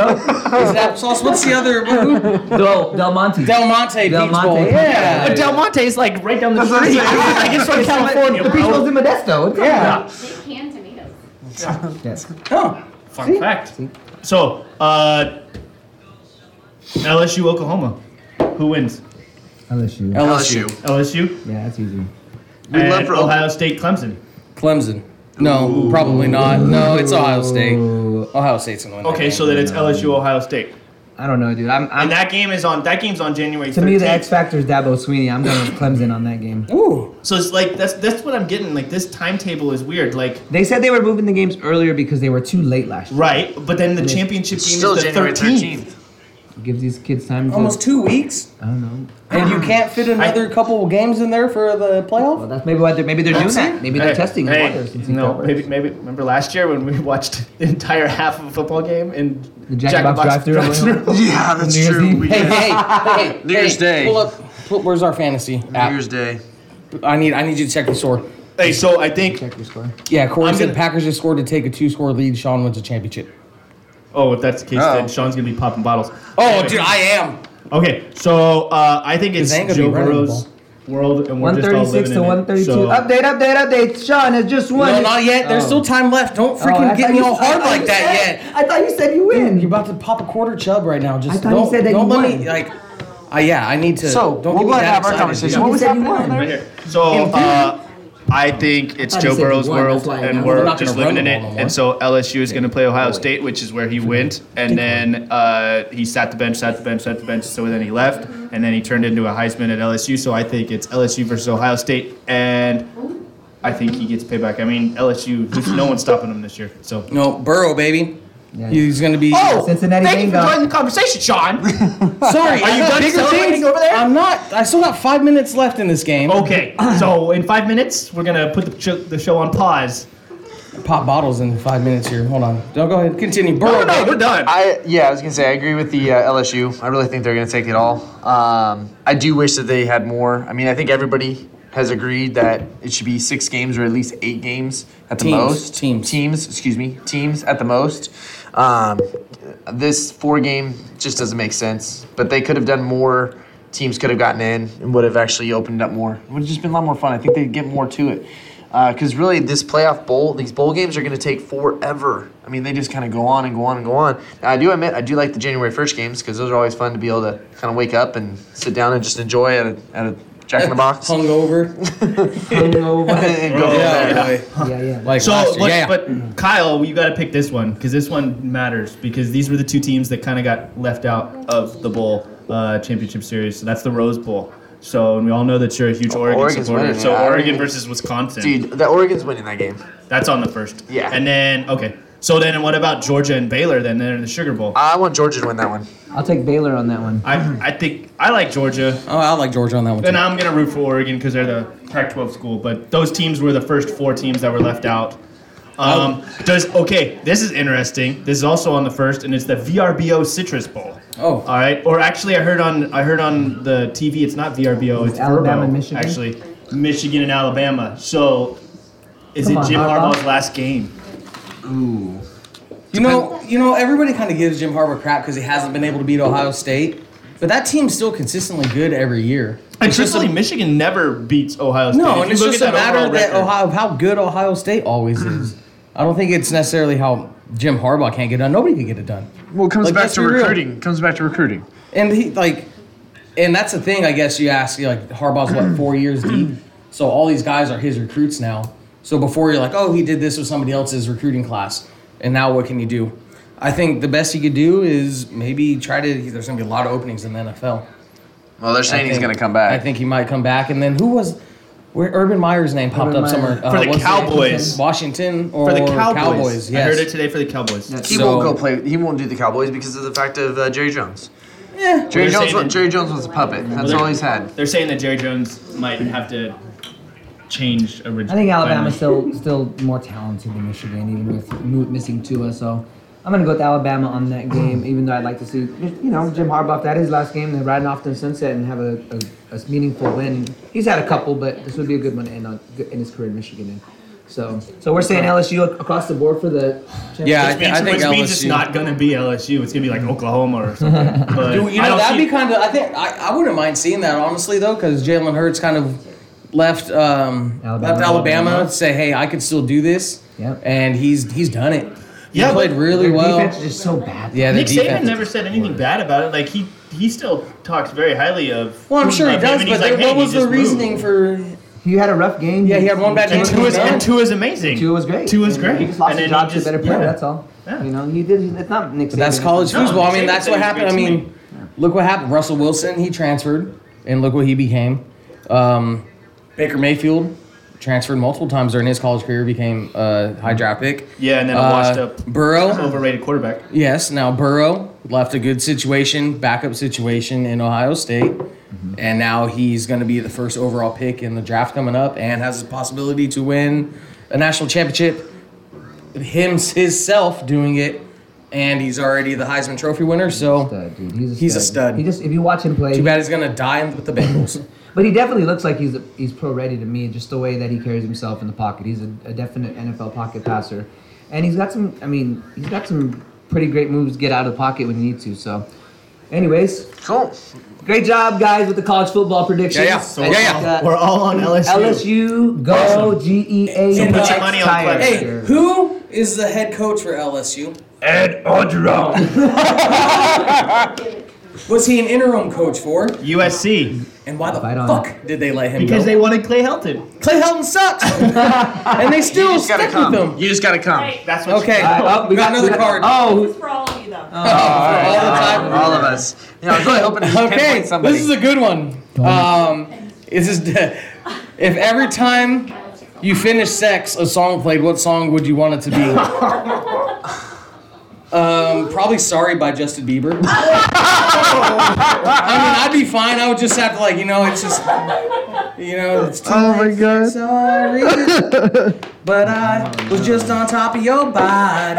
bro.
is that sauce? What's the other? what- who-
Del Del Monte.
Del Monte
Del
Peach
Monte.
Bowl.
Yeah.
Yeah.
But Del Monte is like right down the
That's what I'm
street.
saying.
like it's from California,
Peach Bowl's
bro.
in Modesto.
Yeah.
They can tomatoes.
Yes.
Oh.
Fun fact. So, uh, LSU, Oklahoma. Who wins?
LSU.
LSU.
LSU
yeah, that's easy.
We'd love
and
for
Ohio State, Clemson.
Clemson. No, probably not. No, it's Ohio State. Ohio State's gonna win. that
Okay,
game.
so then it's LSU, Ohio State,
I don't know, dude. I'm. I'm
and that game is on. That game's on January. 13th.
to me, the X factor is Dabo Sweeney. I'm going with Clemson on that game.
Ooh.
So it's like that's that's what I'm getting. Like this timetable is weird. Like
They said they were moving the games earlier because they were too late last year.
right, but then the championship game
Still
is the
January
13th.
13th.
Gives these kids time to.
Almost two weeks,
I don't know.
and you can't fit another couple games in there for the playoff.
Well, that's maybe why they're maybe they're doing
That's
that.
it.
Maybe they're
Hey,
testing the
hey,
waters. and see if
No,
that works.
maybe maybe remember last year when we watched the entire half of a football game in
The Jack in the Box drive-thru or whatever?
drive-thru?
Yeah, that's
New Year's
true.
Eve?
We-
Hey, hey, hey,
New Year's
hey,
Day.
Pull up. Pull, where's our fantasy
New
app?
Year's Day.
I need. I need you to check the score.
Hey, so I think.
Check your score.
Yeah, Corey
I'm
said
gonna-
Packers just scored to take a two-score lead. Sean wins a championship.
Oh, if that's the case,
Oh.
then Sean's gonna be popping bottles.
Oh,
Anyway.
dude, I am.
Okay, so uh, I think it's
They ain't gonna
Joe
be running the
Burrow's world, and we're just all
136
living
to
in
132.
It. So,
Update, update, update. Sean has just won.
No, not yet. There's
Oh.
still time left. Don't
Oh, I
freaking get
thought
me
you-
all
I
hard
thought
like
you
that
said-
yet.
I thought you said you
You're
win.
about to pop a quarter chub right now. Just
I thought you
don't,
said that
don't
you
let
won.
me like. Uh, yeah, I need to.
So,
don't
we'll
get me
let
that
have our
excited.
conversation.
You
What was
said you
happening
won.
on there?
right here. So uh, I think it's
I
Joe
said
Burrow's
one, that's
world,
why I
and
know.
we're
They're not
just
gonna run
living in
the
it.
ball no more.
And so LSU is going to play Ohio State, which is where he went. And then uh, he sat the bench, sat the bench, sat the bench. So then he left, and then he turned into a Heisman at LSU. So I think it's LSU versus Ohio State, and I think he gets payback. I mean, LSU, there's no one stopping him this year. So.
No, Burrow, baby.
Yeah.
He's gonna be.
Cincinnati
Oh, thank you for
Bengals.
joining the conversation, Sean.
Oh, sorry.
Are
I
you
got
done
bigger
celebrating
things.
over there?
I'm not. I still got five minutes left in this game.
Okay, so in five minutes, we're gonna put the, ch- the show on pause.
Pop bottles in five minutes here. Hold on. Don't go ahead. Continue. Burrow.
No, no, we're done.
I yeah, I was gonna say I agree with the uh, LSU. I really think they're gonna take it all. Um, I do wish that they had more. I mean, I think everybody has agreed that it should be six games or at least eight games at the
Teams,
most.
teams.
teams. Excuse me, teams at the most. Um, this four game just doesn't make sense. But they could have done more. Teams could have gotten in and would have actually opened up more. It would have just been a lot more fun. I think they'd get more to it. Because really, this playoff bowl, these bowl games are going to take forever. I mean, they just kind of go on and go on and go on. Now, I do admit, I do like the January 1st games because those are always fun to be able to kind of wake up and sit down and just enjoy at a, at a Jack in the Box. and
Hungover.
Hungover.
go from there.
yeah, yeah.
Like
So,
last year.
but,
yeah.
but Kyle, you got to pick this one because this one matters because these were the two teams that kind of got left out of the bowl uh, championship series. So that's the Rose Bowl. So, and we all know that you're a huge Oregon
Oregon's
supporter.
winning,
so
yeah.
Oregon versus Wisconsin.
Dude, the Oregon's winning that game.
That's on the first.
Yeah.
And then okay. So then, what about Georgia and Baylor? Then they're in the Sugar Bowl.
I want Georgia to win that one.
I'll take Baylor on that one.
I I think I like Georgia.
oh, I like Georgia on that one.
And
Too.
I'm gonna root for Oregon because they're the Pac-12 school. But those teams were the first four teams that were left out.
Oh.
Um, does okay? This is interesting. This is also on the first, and it's the VRBO Citrus Bowl.
Oh.
all right. Or actually, I heard on I heard on the TV. It's not VRBO. It's,
Alabama
Verbo,
and Michigan?
Actually, Michigan and Alabama. So, is
Come
it
on,
Jim
Harbaugh.
Harbaugh's last game?
You know, you know, everybody kind of gives Jim Harbaugh crap because he hasn't been able to beat Ohio State, but that team's still consistently good every year.
And truthfully, Michigan never beats Ohio State. If
No, and
you
it's
look
just
at
a
that
matter
overall
that
record-
Ohio, how good Ohio State always is. I don't think it's necessarily how Jim Harbaugh can't get it done. Nobody can get it done.
Well, it comes
Like,
back
let's
to
be real.
recruiting. Comes back to recruiting.
And he like, and that's the thing. I guess you ask, you like Harbaugh's what four years deep. So all these guys are his recruits now. So before you're like, oh, he did this with somebody else's recruiting class, and now what can you do? I think the best he could do is maybe try to. There's gonna be a lot of openings in the NFL.
Well, they're
I
saying he's
think-
going to come back.
I think he might come back. And then who was where Urban Meyer's name popped up
Urban Meyer.
somewhere uh,
For the
what's his name?
Cowboys.
Washington or
For the Cowboys.
yes.
I heard it today for the Cowboys.
Yes.
he
so-
won't go play. He won't do the Cowboys because of the fact of uh, Jerry Jones. Yeah, Jerry
Well, they're
Jones.
saying-
wa- Jerry Jones was a puppet. That's all he's had.
They're saying that Jerry Jones might have to change originally.
I think Alabama's still still more talented than Michigan, even with mo- missing Tua. So I'm gonna go with Alabama on that game, even though I'd like to see you know Jim Harbaugh. That is last game. They're riding off to the sunset and have a, a, a meaningful win. He's had a couple, but this would be a good one to end on in his career in Michigan. In. So so we're saying LSU ac- across the board for the championship.
Yeah, I,
Which means,
I think
which
LSU.
means it's not gonna be LSU. It's gonna be like Oklahoma or something. But
Dude, you know
I don't
that'd
see-
be kind of. I think I, I wouldn't mind seeing that honestly though, because Jalen Hurts kind of left um,
Alabama.
left Alabama
Alabama.
to say, hey, I could still do this.
Yep.
And he's he's done it. He
Yeah,
played
but
really
Their
well.
defense is just so bad.
yeah, the
Nick Saban
defense.
never said anything bad about it. Like he he still talks very highly of.
well, I'm sure he
of him,
does,
and
but
he's
there-
like, "Hey,
what
he
was the
just
reasoning
moved."
for?
He had a rough game.
Yeah, he had one bad
And
game.
two is
done.
and two is amazing.
Tua was great.
Tua is great.
He just lost
And
his
then he
job to a
just-
better player.
yeah.
That's all.
Yeah.
You know, he did. It's not Nick Saban.
But that's college
No,
football. I mean,
Saban
that's
said
what
he's a
happened.
good
I mean,
teammate.
look what happened. Russell Wilson, he transferred, and look what he became. Um, Baker Mayfield transferred multiple times during his college career, became a high draft pick.
Yeah, and then
Uh,
a washed up,
Burrow.
overrated quarterback.
Yes, now Burrow left a good situation, backup situation in Ohio State, and now he's going to be the first overall pick in the draft coming up, and has the possibility to win a national championship. Him himself doing it, and he's already the Heisman Trophy winner. So
stud, dude.
He's
He's a stud.
a stud.
He just if you watch him play,
too bad he's going to die with the Bengals.
but he definitely looks like he's he's pro ready to me. Just the way that he carries himself in the pocket, he's a, a definite NFL pocket passer, and he's got some. I mean, he's got some pretty great moves to get out of the pocket when you need to. So, anyways,
Cool.
great job guys with the college football predictions.
Yeah, yeah.
I
Yeah,
think,
yeah.
uh,
We're all on LSU.
LSU go G E A.
So put your
money on Clemson.
hey, who is the head coach for LSU?
Ed Orgeron.
Was he an interim coach for?
USC
And why the
Fight on.
fuck did they let him
because
go?
they wanted Clay Helton.
Clay Helton sucks, and they still
You just gotta
stick
come.
with him.
You just gotta come.
Right.
That's what.
Okay.
She,
All right, oh,
We got another card.
Oh,
for all of you though.
All, right.
All the time.
all of us. You know, I was really hoping he
Okay,
pinpoint somebody.
this is a good one. Um, this is if every time you finish sex, a song played. What song would you want it to be? Um, probably "Sorry" by Justin Bieber. I mean, I'd be fine. I would just have to like, you know, it's just, you know, it's too
oh my god.
sorry, but I was just on top of your body. I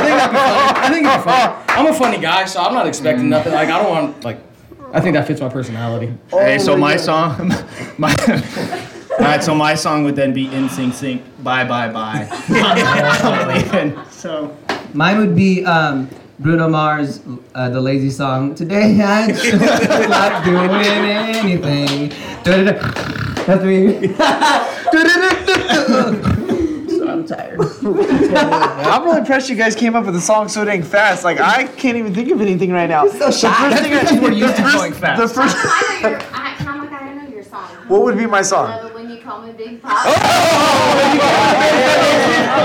think that'd be funny. I think it'd be funny. I'm a funny guy, so I'm not expecting
Mm.
nothing. Like I don't want like. I think that fits my personality.
hey, so my song, my. All right, so my song would then be "In Sync Sync." Bye bye bye. so
Mine would be um, Bruno Mars, uh, the lazy song. Today I just not doing anything. Du-du-du. That's me. Du-du-du-du-du. So I'm tired.
I'm really impressed you guys came up with a song so dang fast. Like I can't even think of anything right now.
So shy.
First thing I-
we're used to going
the
fast.
first.
I know your, I, how am I gonna know your song?
What would be my song?
Uh, when you call me Big Pop.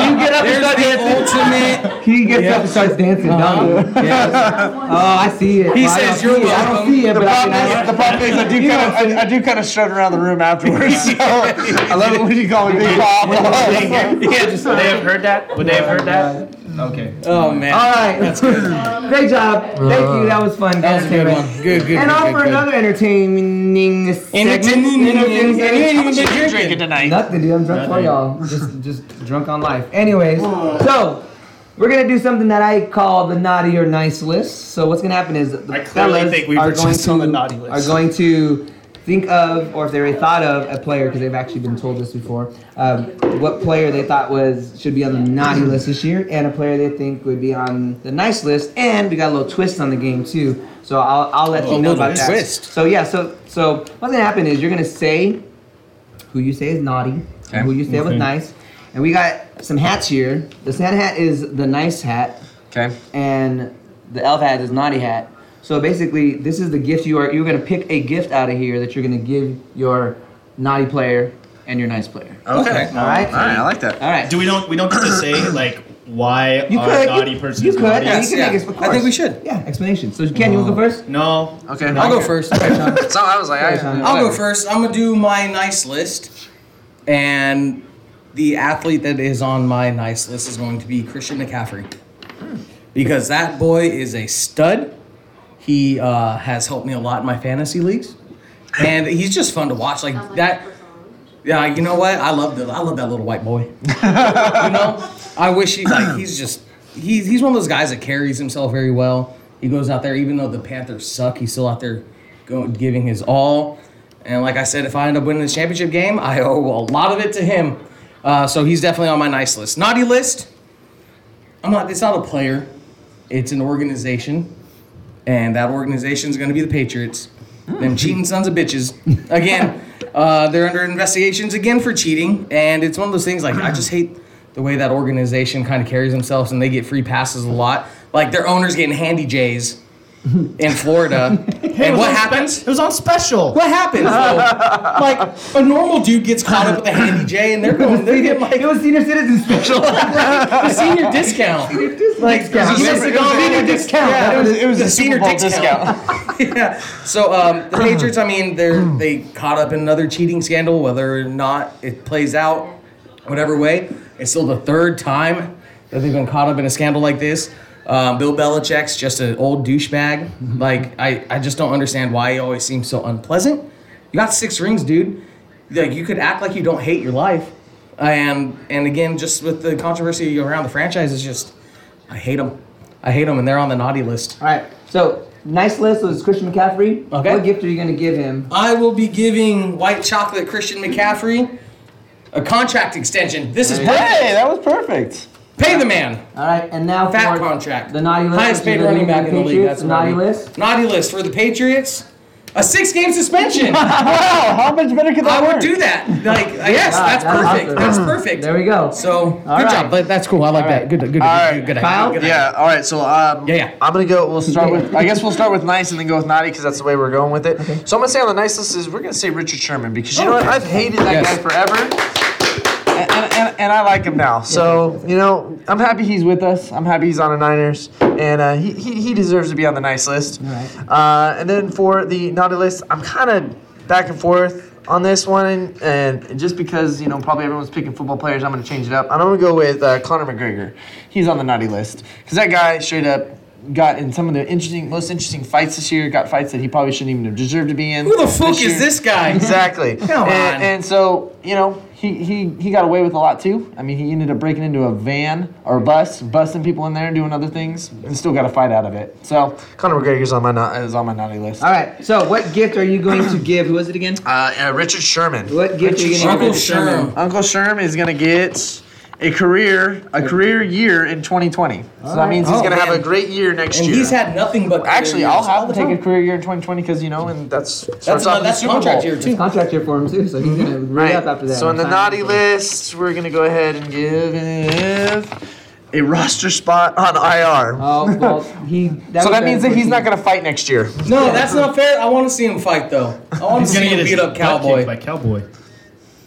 You get up and
There's
start
the
dancing.
ultimate.
He gets up and starts dancing, don't he? Yes. Oh, I see it.
Uh-huh. He
Well, I
says
don't
you're
see it. I don't
welcome.
see it,
The
but I
problem,
can
is, the problem is, I do kind of, I, I do kind of strut around the room afterwards. So I love it when you call me Big Pop.
Yeah, just- would they have heard that? Would they have heard that? Okay.
Oh man.
All right. Great job. Thank you. That was fun.
That was a good one. Good, good. good,
And on
good,
for
good.
another entertaining segment.
Entertaining.
Entertaining.
And you ain't even been
Drinking
drinking.
tonight.
Nothing, dude. I'm drunk for
Nothing.
y'all. Just, just drunk on life. Anyways, so we're gonna do something that I call the naughty or nice list. So what's gonna happen is the
I clearly
fellas
think we
are
were
going
just
to
on the naughty list.
are going to think of, or if they already thought of a player, because they've actually been told this before, um, what player they thought was should be on the naughty list this year, and a player they think would be on the nice list. And we got a little twist on the game too. So I'll, I'll
Oh,
let you know
little
about that.
twist.
So yeah, so so what's gonna happen is you're gonna say who you say is naughty, and who you say was
Okay.
nice. And we got some hats here. The Santa hat is the nice hat,
Okay.
and the elf hat is naughty hat. So basically, this is the gift you are. You're gonna pick a gift out of here that you're gonna give your naughty player, and your nice player.
Okay.
All right.
All right. I like that.
All right.
Do we don't we don't get to say like why
you
our
could,
naughty
you,
person
you
is
could.
naughty? Oh.
yeah,
Yes,
you
yeah.
can make it, of
I think we
course.
should.
Yeah, explanation. So Ken, you want to go first?
No.
Okay.
I'll go first.
So I was like,
Sorry, Sean.
I,
I'll go
whatever.
first. I'm gonna do my nice list, and the athlete that is on my nice list is going to be Christian McCaffrey,
Hmm.
because that boy is a stud. He uh, has helped me a lot in my fantasy leagues, and he's just fun to watch. Like that. Yeah, you know what? I love the I love that little white boy. you know, I wish he like he's just he's he's one of those guys that carries himself very well. He goes out there even though the Panthers suck, he's still out there going, giving his all. And like I said, if I end up winning the championship game, I owe a lot of it to him. Uh, so he's definitely on my nice list. Naughty list. I'm not. It's not a player. It's an organization, and that organization is going to be the Patriots. Them cheating sons of bitches. Again, uh, they're under investigations again for cheating, and it's one of those things. Like I just hate the way that organization kind of carries themselves, and they get free passes a lot. Like their owners getting handy J's in Florida, and what happens?
It was on special.
What happens? Though? like a normal dude gets caught up with a handy J, and they're going, they're getting like
It was senior citizen special.
the senior discount. Like
discount.
he must
It was a
have gone-
senior
yeah,
discount.
yeah,
It was- it was
the
a
senior
Super Bowl
yeah. So um, the Patriots, I mean, they're they caught up in another cheating scandal. Whether or not it plays out, whatever way, it's still the third time that they've been caught up in a scandal like this. Um, Bill Belichick's just an old
Mm-hmm.
douchebag. Like I, I just don't understand why he always seems so unpleasant. You got six rings, dude. Like you could act like you don't hate your life. And and again, just with the controversy around the franchise, it's just I hate them. I hate them, and they're on the naughty list.
All right. So nice list was Christian McCaffrey.
Okay.
What gift are you gonna give him?
I will be giving white chocolate Christian McCaffrey a contract extension. This is
Hey, that was perfect.
pay the man.
All right. And now
Fat
for
contract.
The naughty list.
Highest
which is
paid running back in the league.
Patriots,
That's
naughty
what I mean.
list.
Naughty list for the Patriots. A six game suspension. I
Wow, how much better could that
would
work?
do that. Like yes,
Wow,
that's,
that's
perfect.
awesome.
That's perfect.
There we go.
So
All
good
right.
job. But that's cool. I like
All
that.
right.
good. Good. Good.
All right.
Good. good,
Kyle?
good, good.
Yeah. All right. So um,
Yeah, yeah.
I'm gonna go. We'll start with. I guess we'll start with nice and then go with naughty because that's the way we're going with it. So I'm gonna say on the nice list is we're gonna say Richard Sherman because you know what I've hated that
Oh. Yes.
guy forever. And, and, and, and I like him now. So, you know, I'm happy he's with us. I'm happy he's on the Niners. And uh, he, he, he deserves to be on the nice list.
Alright.
Uh, and then for the naughty list, I'm kind of back and forth on this one. And just because, you know, probably everyone's picking football players, I'm going to change it up. I'm going to go with uh, Conor McGregor. He's on the naughty list. Because that guy straight up got in some of the interesting, most interesting fights this year, got fights that he probably shouldn't even have deserved to be in.
Who the fuck is
year.
this guy?
Exactly.
Come
and,
on.
and so, you know, he, he, he got away with a lot too. I mean, he ended up breaking into a van or a bus, busting people in there and doing other things, and still got a fight out of it. So Conor McGregor's on my na- is on my naughty list.
All right. So what gift are you going to give? Who was it again?
Uh, uh, Richard Sherman.
What gift are you gonna
Uncle
give? Richard Sherman?
Sherm.
Uncle Sherman is gonna get a career a career year in 2020. So that means he's
Oh,
gonna have
man.
a great year next
And
year.
he's had nothing but
Actually,
career
I'll
years all
have
the
to take
time.
a career year in 2020 because you know, and that's
That's
starts off
not,
with
that's
Super
contract
Bowl.
year too.
Contract here for him too, so he's
Mm-hmm.
gonna re
Right.
up after that.
So on the
Sign
naughty
him.
list, we're gonna go ahead and give a roster spot on IR.
Oh well, he. That
so
was
that means that he's
unfortunate.
not gonna fight next year.
No, that's not fair. I want to see him fight though. I want to
He's
see
gonna get
him
his
beat up
butt kicked
Cowboy.
by cowboy.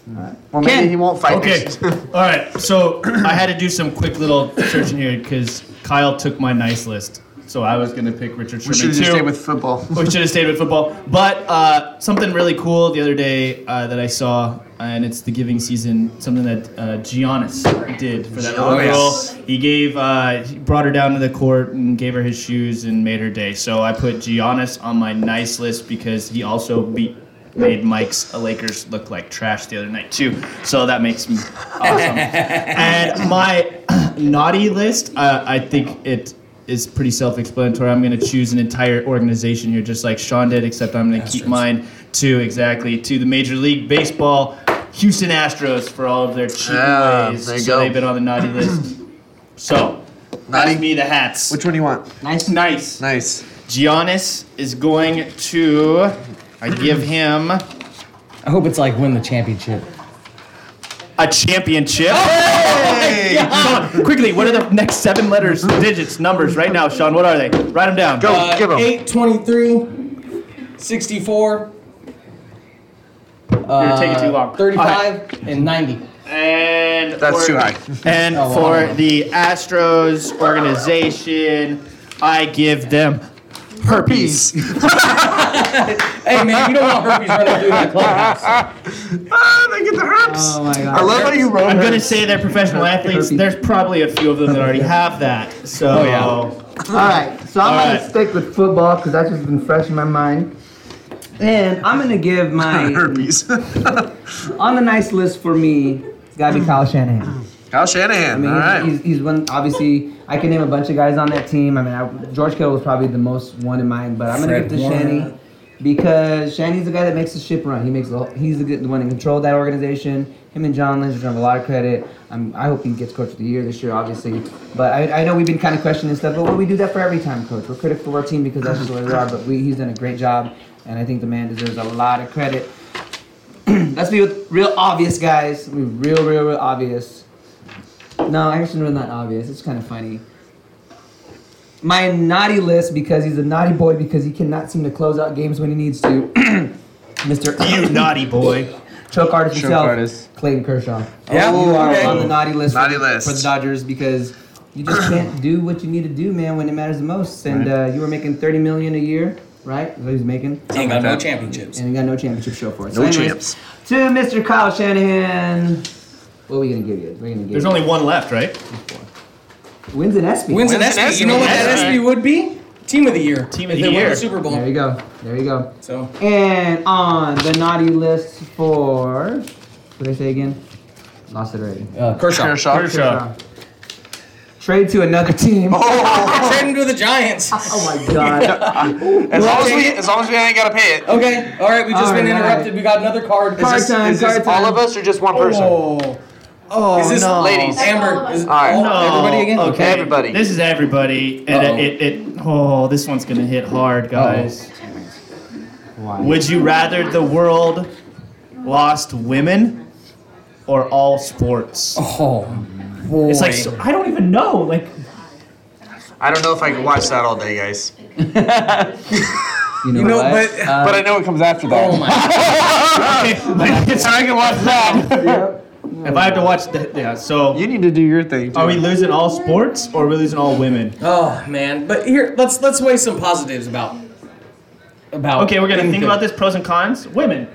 Well, maybe
Ken.
he won't fight.
Okay.
Next year.
All right. So I had to do some quick little searching here because Kyle took my nice list. So I was gonna pick Richard Sherman
we should
too.
just stay with football.
we should have stayed with football. But uh, something really cool the other day uh, that I saw, and it's the giving season. Something that uh, Giannis did for that little
Giannis.
girl. He gave, uh, he brought her down to the court and gave her his shoes and made her day. So I put Giannis on my nice list because he also beat. Made Mike's Lakers look like trash the other night too, so that makes me awesome. And my naughty list, uh, I think it is pretty self-explanatory. I'm going to choose an entire organization here, just like Sean did, except I'm going to keep mine to exactly to the Major League Baseball, Houston Astros for all of their cheap
Ah,
ways.
there you
so
go.
they've been on the naughty list. So,
Naughty.
naughty be the hats.
Which one do you want?
Nice.
nice.
Nice.
Giannis is going to. I give him a
I hope it's like win the championship. Oh!
championship. Sean, quickly, what are the next seven letters, digits, numbers right now, Sean? What are they? Write them down.
Go.
Uh,
give him.
8, 23, 64, Uh,
taking too long.
35 and 90.
And
That's
for-
too high.
And
Oh,
for
wow.
the Astros organization, I give them herpes.
Hey, man, you don't want herpes running through that clubhouse.
ah, they get the herpes.
Oh my god.
I love how you wrote
I'm gonna
herpes.
say they're professional athletes.
Herpes.
There's probably a few of them that already have that. So
Oh, yeah.
All right, so I'm
All
gonna
right.
stick with football because that's just been fresh in my mind. And I'm gonna give my
herpes.
on the nice list for me. It's gotta be Kyle Shanahan.
Kyle
I
Shanahan.
mean,
All
he's,
right.
he's, he's one. Obviously, I can name a bunch of guys on that team. I mean, I, George Kittle was probably the most one in mind, but I'm gonna
Fred
give it to
Warner.
Shanny because Shanny's the guy that makes the ship run. He makes the whole- he's the, good- the one in control of that organization. Him and John Lynch deserve a lot of credit. I'm, I hope he gets coach of the year this year, obviously. But I, I know we've been kind of questioning stuff, but we do that for every time, coach. We're critical of our team because that's just what we are. But we, he's done a great job, and I think the man deserves a lot of credit. Let's be with real obvious guys. We real, real, real obvious. No, actually, really not obvious. It's kind of funny. My naughty list because he's a naughty boy because he cannot seem to close out games when he needs to. Mr.
You naughty boy.
choke artist
Choke
himself,
artist.
Clayton Kershaw.
Yeah.
you are
Okay.
on the naughty list.
Naughty
for,
list.
for the Dodgers because you just can't do what you need to do, man, when it matters the most. And uh, you were making thirty million a year, right? Is what he was making
He ain't got no championships.
and we got no championship show for it.
No
anyways,
champs.
To Mr. Kyle Shanahan, what are we gonna give you? We're gonna give
There's
you
only one left, right?
wins an ESPY.
Wins an
Wins an
ESPY. You know what
ESPY.
that ESPY would be? Team of the year.
Team of
If they
the
won
year.
the Super Bowl.
There you go. There you go.
So
And on the naughty list for what did I say again? Lost it already.
uh, Kershaw.
Kershaw.
Kershaw.
Trade to another team. Oh,
Trading to the Giants.
my god.
As long as we, as long as we ain't gotta pay it.
Okay. All right. We've just
All
been
right.
interrupted. We got another card.
Card
Is this-
time.
Is this
Card time.
all of us or just one person?
Oh.
Oh
Is this
ladies?
Amber? Is
All right.
all-
No.
Everybody again?
Okay.
Everybody.
This is everybody, and
Uh-oh.
it, it, it. Oh, this one's gonna hit hard, guys.
Why?
Would you rather the world lost women or all sports?
Oh. Boy.
It's like so, I don't even know. Like
I don't know if I can watch that all day, guys.
You know,
you know,
what?
but
Uh,
But I know what comes after that.
oh my.
it's Oh, I can watch that. If I have to watch the yeah, so
You need to do your thing.
are we losing all sports or are we losing all women?
Oh man. But here, let's let's weigh some positives about. About.
Okay, we're gonna think
anything.
about this pros and cons. Women.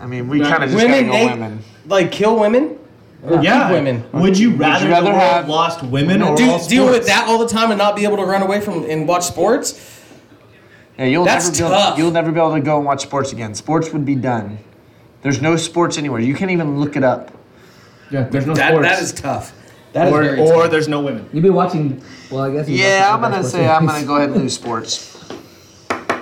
I mean, we kind of just
Women,
gotta go
they-
women.
Like kill women. Or
Yeah.
keep Women.
Would you rather,
rather
the world
have-
lost women or all
Do,
sports?
deal with that all the time and not be able to run away from and watch sports.
Yeah, you'll
That's
never be
tough.
Able, you'll never be able to go and watch sports again. Sports would be done. There's no sports anywhere. You can't even look it up.
Yeah, there's no
That,
sports.
that is tough. That is
or,
very
or
tough.
there's no women.
you've been watching. Well, I guess. you've
Yeah,
watched
I'm gonna
basketball
say I'm
games.
gonna go ahead and lose sports.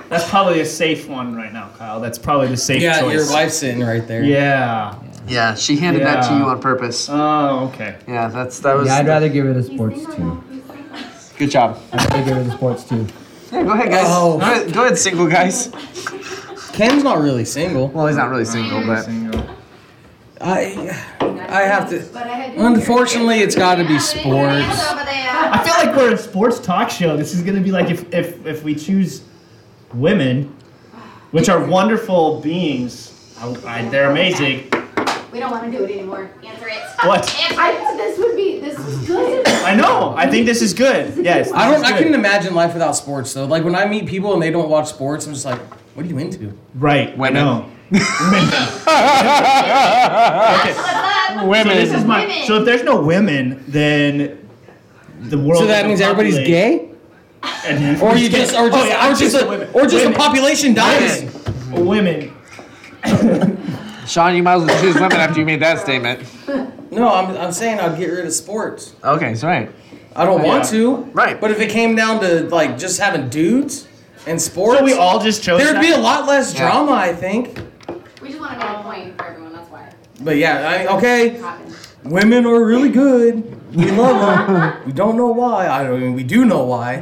That's probably a safe one right now, Kyle. That's probably the safe
yeah,
choice.
your wife's sitting right there.
Yeah.
Yeah, she handed that to
Yeah.
you on purpose.
Oh, okay.
Yeah, that's that was.
Yeah, I'd rather give it a
He's
sports
single
too.
now. He's single.
Good job.
I'd rather give it a sports too.
Yeah, go ahead, guys.
Oh.
Go, ahead, go ahead, single guys.
Ken's not really single.
Well, he's not really single, but
I I have
But
to.
I had to-
Unfortunately, it's got to be
Hands
sports.
over there.
I feel like we're a sports talk show. This is gonna be like if if if we choose women, which are wonderful beings. I, I, they're amazing.
We don't want to do it anymore. Answer it.
What?
Answer. I thought this would be. This is good.
I know. I think this is good. Yes.
I
this
don't.
is
I
good.
couldn't imagine life without sports though. Like when I meet people and they don't watch sports, I'm just like, what are you into?
Right. I
Women.
know.
Women.
So this is my.
Women.
So if there's no women, then the world.
So that means everybody's gay,
And then
or you just, or just,
oh, yeah,
or just,
women.
a, or just a
Women.
population dying.
Women.
Sean, you might as well choose women after you made that statement.
No, I'm, I'm saying I'd get rid of sports.
Okay, that's right.
I don't want
Yeah.
to.
Right.
But if it came down to like just having dudes and sports,
So we all just chose.
there'd
that?
be a lot less
Yeah.
drama, I think.
We just want to make a point for everyone. That's why.
But yeah, I mean, okay,
Happened.
women are really good. We love them. we don't know why. I mean, we do know why.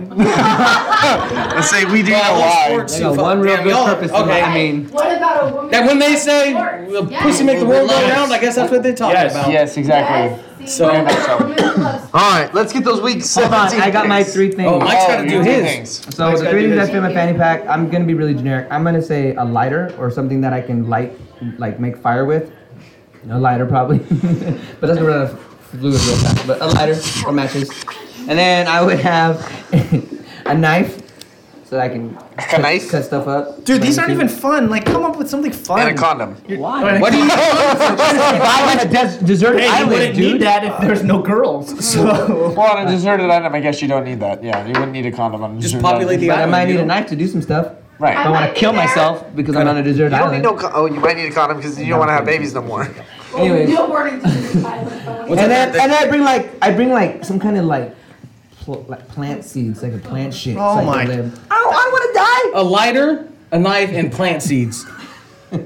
Let's say we do
But I
know
love
why.
sports
They
too.
got
Fuck,
one real
damn,
good
y'all-
purpose. in
Okay.
life. I mean,
What about a woman?
that when they
who
say
likes sports?
"The
Yes.
pussy make the world go round, I guess that's what they're talking
Yes.
about.
Yes, exactly.
Yes. See,
So-
Move close.
All right, let's get those weeks.
Hold on, I got my three things.
Oh, Mike's gotta
Oh,
do
you do
his.
things.
So the three things that fit in my fanny pack, I'm gonna be really generic. I'm gonna say a lighter or something that I can light, like make fire with. A lighter probably, but doesn't run out of fluid real fast. But a lighter or matches, and then I would have a knife so that I can cut,
knife?
cut stuff up.
Dude, these aren't
Barbecue.
even fun. Like, come up with something fun.
And a condom.
Why?
What do you?
if I had a des- deserted
Hey, you
island,
wouldn't
dude.
need that if there's no girls. So
Well, on a deserted item, I guess you don't need that. Yeah, you wouldn't need a condom on a
Just
deserted
populate
island.
the
But I
island.
might
you
need a
know?
knife to do some stuff.
Right.
I don't want
might
to
be
kill
there.
myself because I'm on a deserted
You don't need
island.
no. Con- oh, you might need a condom because you don't want to have babies no more.
Anyways.
No warning to this pilot. but we-
and then and then I bring like I bring like some kind of like pl- like plant seeds, like a plant shit.
Oh
so I can
my-
live. I don't, I don't want to die.
a lighter, a knife, and plant seeds.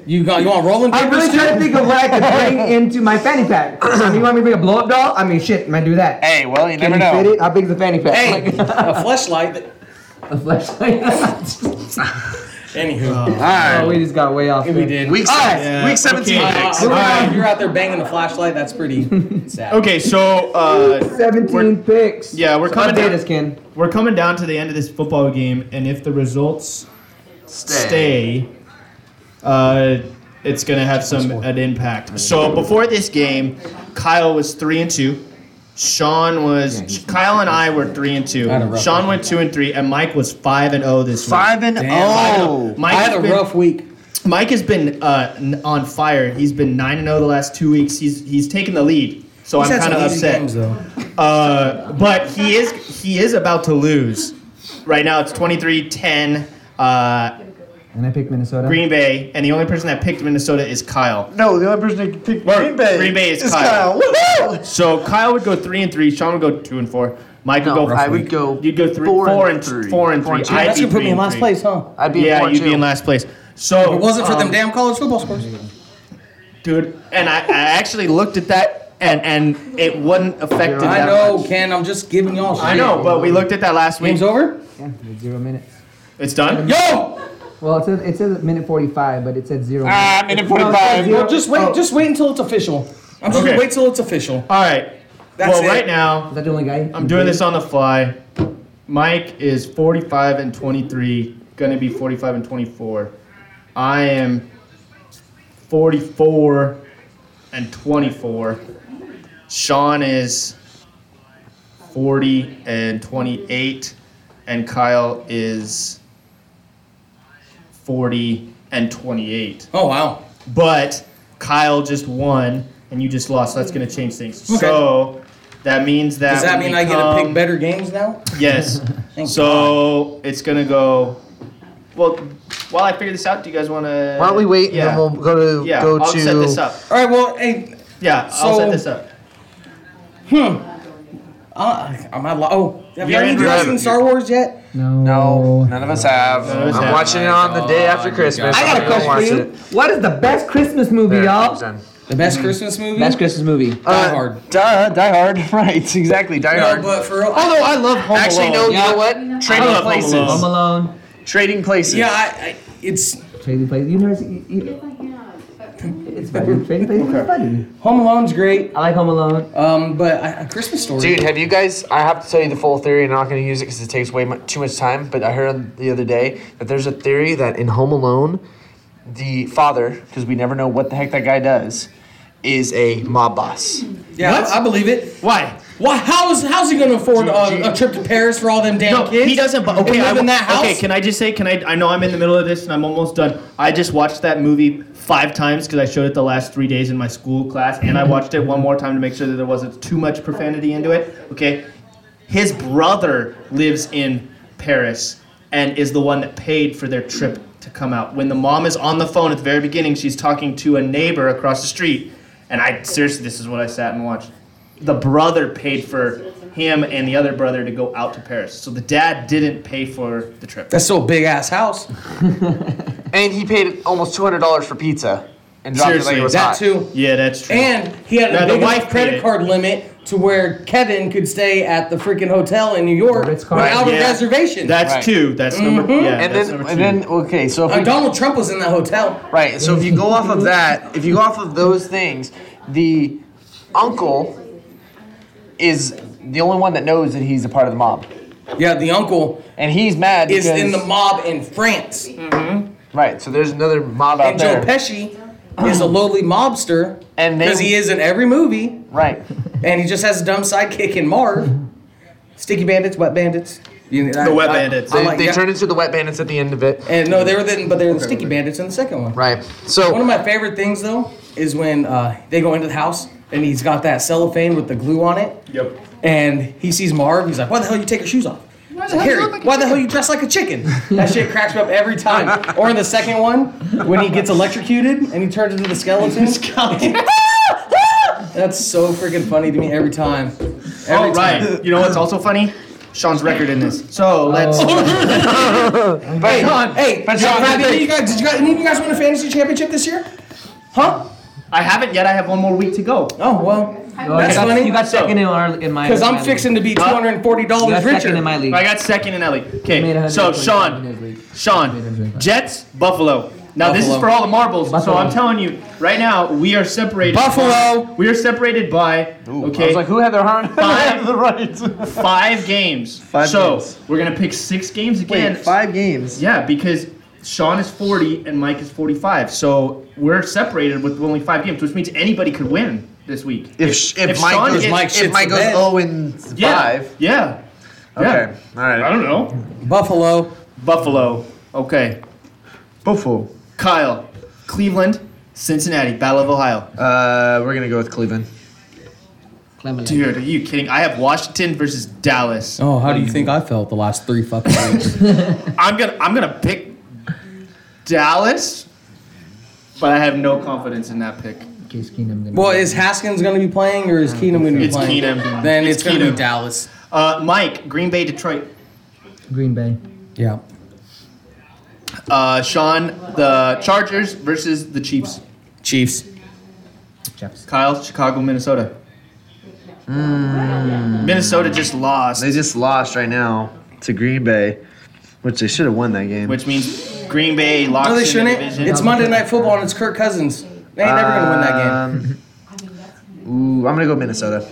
You got you want rolling
I'm
papers?
really trying to think of what I could bring into my fanny pack. I mean, you want me to bring a blow up doll? I mean, shit, might do that.
Hey, well, you
Can
never
you
know.
fit it? How big's the fanny pack?
hey,
Like,
a flashlight.
a flashlight.
Anywho, Uh,
All right.
oh, we just got way off.
we
there.
did.
Week
All right.
seven, week seventeen.
Uh,
okay.
picks.
uh,
Alright.
You're out there banging the flashlight. That's pretty sad.
okay, so uh,
17
We're-
picks.
yeah, we're coming
Update
down-
us, Ken.
we're coming down to the end of this football game, and if the results stay, uh, it's gonna have some an impact. So before this game, Kyle was three and two. Sean was Kyle and I were three and two.
I had a rough
Sean went two and three, and Mike was five and zero this week.
Five and oh.
Mike
I
has
had a
been-
rough week.
Mike has been uh, n- on fire. He's been nine and zero the last two weeks. He's he's taken the lead, so
He's
I'm
had
kind of
some easy
upset.
games, though.
Uh, but he is he is about to lose. Right now it's 23-10 uh,
And I picked Minnesota.
Green Bay, and the only person that picked Minnesota is Kyle.
No, the only person that picked
Well,
Green Bay.
Green Bay is Kyle.
Kyle. Woohoo!
So Kyle would go three and three. Sean would go two and four. Mike would
No,
go.
I would go
You'd go three,
four
four
and
and
three.
four and
Four
three.
and two.
I'd
That's
be
gonna put
three
me in
and
last
three.
place, huh?
I'd be
Yeah,
four
you'd be
two.
in last place. So
If it wasn't for
um,
them damn college football scores.
dude. And I, I actually looked at that, and and it wouldn't affect it.
I
that
know,
much.
Ken. I'm just giving y'all shit.
I know, but we looked at that last week.
Game's over?
Yeah, with zero minutes.
It's done.
Yo!
Well, it says it says minute 45, but it said zero.
Ah,
minutes.
minute
No, it said
45.
zero-
Well, just wait.
Oh.
Just wait until it's official. I'm just
Okay.
wait till it's official.
All right.
That's
well,
it.
right now,
Is that the only guy?
I'm doing this on the fly. Mike is 45 and 23, gonna be 45 and 24. I am 44 and 24. Sean is 40 and 28, and Kyle is 40 and 28.
Oh wow.
But Kyle just won, and you just lost. So that's gonna change things.
Okay.
So that means that
Does that
when
mean
we
I get to
come-
pick better games now?
Yes.
Thank
so it's gonna go. Well, while I figure this out, do you guys want to?
Why don't we wait and then we'll go to
yeah,
go
I'll
to
set this up.
All right. Well, hey.
Yeah, I'll set
So-
this up.
Uh, I'm not. Li- oh, have
You're
y'all
in
you guys
driving.
seen Star Wars yet?
No.
No, none of us have. Oh,
None of us
I'm
have.
watching it on the day after Christmas.
I got a
I'm gonna
question for you.
watch it.
What is the best Christmas movie,
There,
y'all?
I'm done.
The best Christmas movie.
Best Christmas movie.
Die
Uh,
Hard.
Duh, Die Hard. Right, exactly. Die
No,
Hard.
but for real.
Although oh, I love Home Actually, no.
Alone.
You know what?
I
Trading
love Home
Places.
Alone.
Home Alone.
Trading Places.
yeah, I, I, it's
Trading Places. You never see. You, you,
It's like, yeah, but-
it's funny. Trading Places is funny.
Home Alone's great.
I like Home Alone.
Um, but I, a Christmas Story.
Dude, have you guys? I have to tell you the full theory. I'm not going to use it because it takes way mu- too much time. But I heard the other day that there's a theory that in Home Alone, the father, because we never know what the heck that guy does, is a mob boss.
yeah, I, I believe it.
Why?
Why? How is how's he gonna afford uh, a trip to Paris for all them damn
No,
kids?
he doesn't. But okay,
And
I,
live in that house.
okay. Can I just say? Can I? I know I'm in the middle of this and I'm almost done. I just watched that movie five times because I showed it the last three days in my school class, and I watched it one more time to make sure that there wasn't too much profanity into it. Okay, his brother lives in Paris and is the one that paid for their trip to come out. When the mom is on the phone at the very beginning, she's talking to a neighbor across the street, and I seriously, this is what I sat and watched. The brother paid for him and the other brother to go out to Paris, so the dad didn't pay for the trip.
That's still a big ass house.
And he paid almost two hundred dollars for pizza and dropped it like
Seriously,
it was
That
hot.
too.
yeah, that's true.
And he had
No,
a
the
big
wife
enough
paid
credit
it.
card limit to where Kevin could stay at the freaking hotel in New York
Ritz Carlton.
without
Yeah.
a reservation.
that's
Right. Mm-hmm.
two. That's number. Yeah,
And
that's
then,
number
and
two.
then, okay. So if
Uh,
we
Donald Trump was in that hotel.
Right. So if you go off of that, if you go off of those things, the uncle is the only one that knows that he's a part of the mob,
Yeah, the uncle
and he's mad
is
because,
in the mob in France.
right. So there's another mob out
and
there,
Joe Pesci is a lowly mobster
And they-
because he is in every movie,
right?
and he just has a dumb sidekick in Marv. Sticky bandits, wet bandits. You know, I-
The Wet
I-
Bandits.
I
They,
like
they
that.
turn into the wet bandits at the end of it,
And no, they were then, but they were the sticky bandits in the second one.
right? So
One of my favorite things though is when uh, they go into the house and he's got that cellophane with the glue on it.
Yep.
And he sees Marv. He's like, "Why the hell you take your shoes off?" Why the, Harry, why the hell you dress like a chicken? That shit cracks me up every time. Or in the second one, when he gets electrocuted and he turns into the skeleton. That's so freaking funny to me every time. Every
All right. You know what's also funny? Sean's record in this. So let's.
Oh.
Hey, hey, did, did you guys, did you guys, any of you guys win a fantasy championship this year? Huh?
I haven't yet. I have one more week to go.
Oh well,
Oh,
that's
you got,
funny.
You got second in, our, in my.
Because
my
I'm
league.
fixing to be two hundred and forty
You got
dollars richer.
second in my league.
I got second in that league.
Made
Okay.
120
So
in his
Sean,
league.
Sean, Jets, Buffalo. Now this is
Buffalo.
for all the marbles.
Buffalo.
So I'm telling you, right now we are separated.
Buffalo.
We are separated by
I
okay
was like, who had their heart?
Five.
the right.
five games.
Five
so
games.
we're gonna pick six games again.
games.
Yeah, because Sean is 40 and Mike is 45. So we're separated with only five games, which means anybody could win this week.
If sh- if,
If
Mike
Sean
goes,
gets-
Mike
if
shits
Mike
the
goes
bed.
zero and
yeah,
five,
Yeah.
okay, all
Yeah. I
right.
don't know.
Buffalo.
Buffalo. Okay.
Buffalo.
Kyle. Cleveland. Cincinnati. Battle of Ohio.
Uh, we're gonna go with Cleveland.
Clement.
Dude, are you kidding? I have Washington versus Dallas.
Oh, how do you think I felt the last three fucking weeks?
I'm gonna I'm gonna pick Dallas, but I have no confidence in that pick.
Case Keenum.
well, is Haskins going to be playing or is Keenum going to be
It's
playing?
Keenum.
Then
It's
it's, going to
Keenum.
be Dallas.
Uh, Mike, Green Bay, Detroit.
Green Bay.
Yeah.
Uh, Sean, the Chargers versus the Chiefs.
Chiefs.
Kyle, Chicago, Minnesota. Minnesota just lost,
They just lost right now to Green Bay, which they should have won that game.
which means Green Bay locked
No, they
in the
shouldn't.
division.
It's Monday Night Football and it's Kirk Cousins. They ain't never going to win that game.
Um, Ooh, I'm gonna go Minnesota.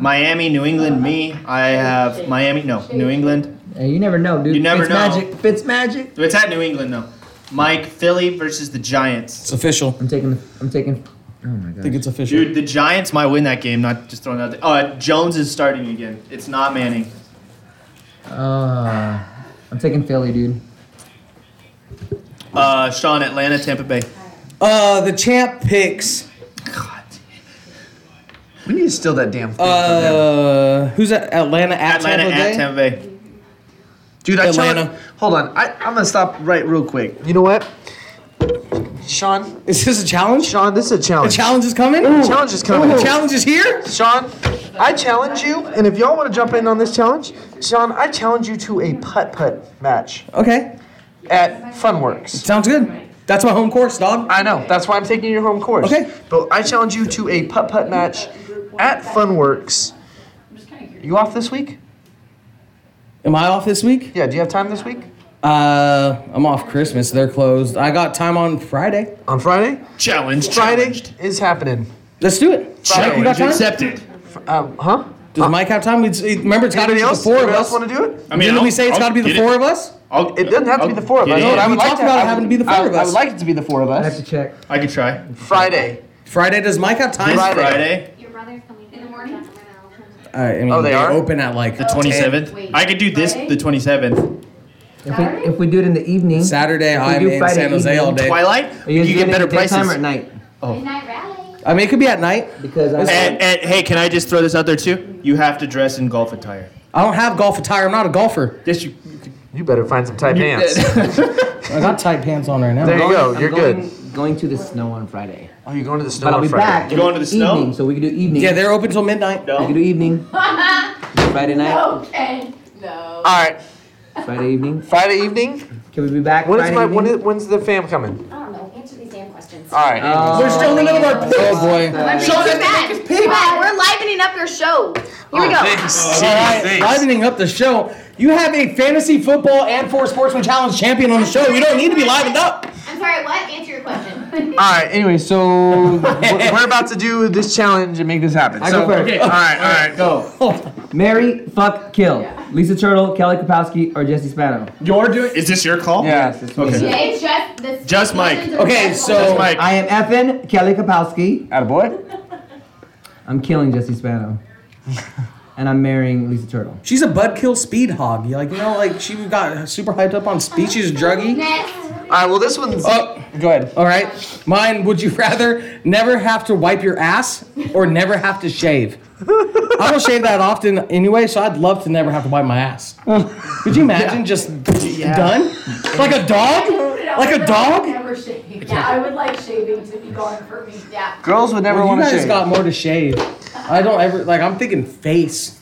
Miami, New England, me. I have Miami. No, New England.
Hey, you never know, dude.
You never
Fitz
know.
Magic. Fitz Magic.
It's at New England though. Mike, Philly versus the Giants.
It's official.
I'm taking. I'm taking.
I think it's official.
Dude, the Giants might win that game. Not just throwing out. The, uh, Jones is starting again. It's not Manning.
Uh, I'm taking Philly, dude.
Uh, Sean, Atlanta, Tampa Bay.
Uh, the champ picks.
God.
We need to steal that damn thing from them.
Uh, who's at Atlanta at
Atlanta
Tampa Bay?
at Tampa Bay.
Dude, I
Atlanta.
Sean, hold on. I, I'm gonna stop right real quick. You know what? Sean,
Is this a challenge?
Sean, this is a
The
challenge.
challenge is coming.
Challenge is coming.
The challenge is here.
Sean, I challenge you, and if y'all want to jump in on this challenge, Sean, I challenge you to a putt putt match
Okay,
at Funworks.
sounds good. That's my home course, dog.
I know. That's why I'm taking your home course.
Okay.
But I challenge you to a putt putt match at Funworks. You off this week?
Am I off this week?
Yeah. Do you have time this week?
Uh, I'm off Christmas. They're closed. I got time on Friday.
On Friday?
Challenge.
Friday
challenged.
is happening.
Let's do it. Mike, you got
Challenge
time?
accepted.
Um, huh?
Does Mike have time? It's, it- remember, it's got to be
Anybody
the
else?
four of
Anybody
us.
else want to do it?
I
Didn't
I'll-
we say it's
I'll
got to be the
get
four
it.
of us?
I'll-
It doesn't have to be
I'll
the four of
get it
us. but
in.
I
We
would like
talked about it
I would-
having to be the
I-
four of
I
us.
would like it to be the four of
I have to
us.
check.
I could try.
Friday.
Friday. Does Mike have time?
This
Friday.
Friday,
Your brother's coming in the morning.
Uh, I mean,
Oh, they are?
open at like
The
27th.
Wait,
I could do this
Friday?
the 27th.
If we, if we do it in the evening,
Saturday.
if we
I'm
do
in
Friday
San Jose all
evening-
day.
Twilight,
Are you,
you,
doing
get
it
better
at daytime
prices.
Or at night?
Midnight rally.
I mean, it could be at night.
Because I,
And, and hey, can I just throw this out there too? You have to dress in golf attire.
I don't have golf attire. I'm not a golfer.
Yes, you.
You better find some tight pants.
I got tight pants on right now.
There you go.
I'm
You're
going,
good.
Going to the snow on Friday,
Oh, you're going to the snow
but I'll
on
be
Friday.
back.
You
in
going to the snow?
Evening, so we can do evening.
Yeah, they're open till midnight.
We can do evening. Friday night.
Okay. No.
All right.
Friday evening.
Friday evening.
Can we be back?
When is
Friday
my
evening?
when is, when's the fam coming?
I don't know. Answer these damn questions.
All right.
We're still in the middle of our picks. Oh boy. All
Wow, we're livening up your show.
Oh,
Here we
oh,
go.
right, livening up the show. You have a fantasy football and four sportsman challenge champion on the show. You don't need to be livened up.
I'm sorry, what? Answer your question.
All right. Anyway, so we're we're about to do this challenge and make this happen.
I go
so,
first.
All right. All right. Go.
Marry, fuck, kill. Lisa Turtle, Kelly Kapowski, or Jesse Spano.
You're doing. Is this your call?
Yes, it's me.
Okay.
Yeah, it's just the
Just Mike.
Okay, so-
Mike.
I am effing Kelly Kapowski.
Out of boy.
I'm killing Jesse Spano. and I'm marrying Lisa Turtle.
She's a bud kill speed hog. You like you know like she got super hyped up on speed. She's a druggie.
Next.
All right. Well, this one's.
Oh,
go ahead.
all right. Mine. Would you rather never have to wipe your ass or never have to shave? I don't shave that often anyway, so I'd love to never have to wipe my ass. Could you imagine just done like a dog? Like a dog?
Never shave. Yeah, I would like shaving to be gone for me. Yeah.
Girls would never
Well, you
want to
guys
shave.
got more to shave. I don't ever like. I'm thinking face.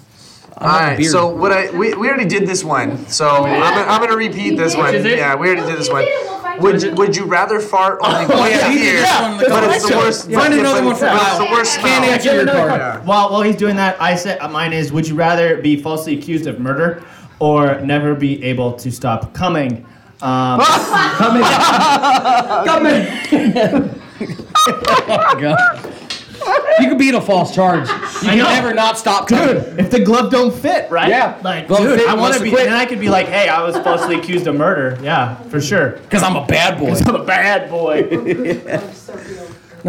I'm
All
not a
right.
beard.
So what I we, we already did this one. So I'm, gonna- I'm gonna repeat this one.
Is it?
Yeah, we already did this one.
You did it, we'll find
Would
out.
you, would you rather fart only
Oh,
once
yeah,
a
he did
year?
that one in the
But it's the
comments.
worst.
Yeah. Find
but
another
it's-
one for
but it's
Kyle.
the worst
Can't
smell.
answer your card.
Yeah.
While while he's doing that, I said uh, mine is: Would you rather be falsely accused of murder or never be able to stop coming? Um,
Oh God. You could beat a false charge. You
I
can
know.
never not stop.
dude, if the glove don't fit, right?
Yeah.
Like,
Glove
dude,
fit,
I want
must
to be.
quit.
Then I could be like, hey, I was falsely accused of murder. Yeah, for sure.
Because I'm a bad boy.
I'm a bad boy.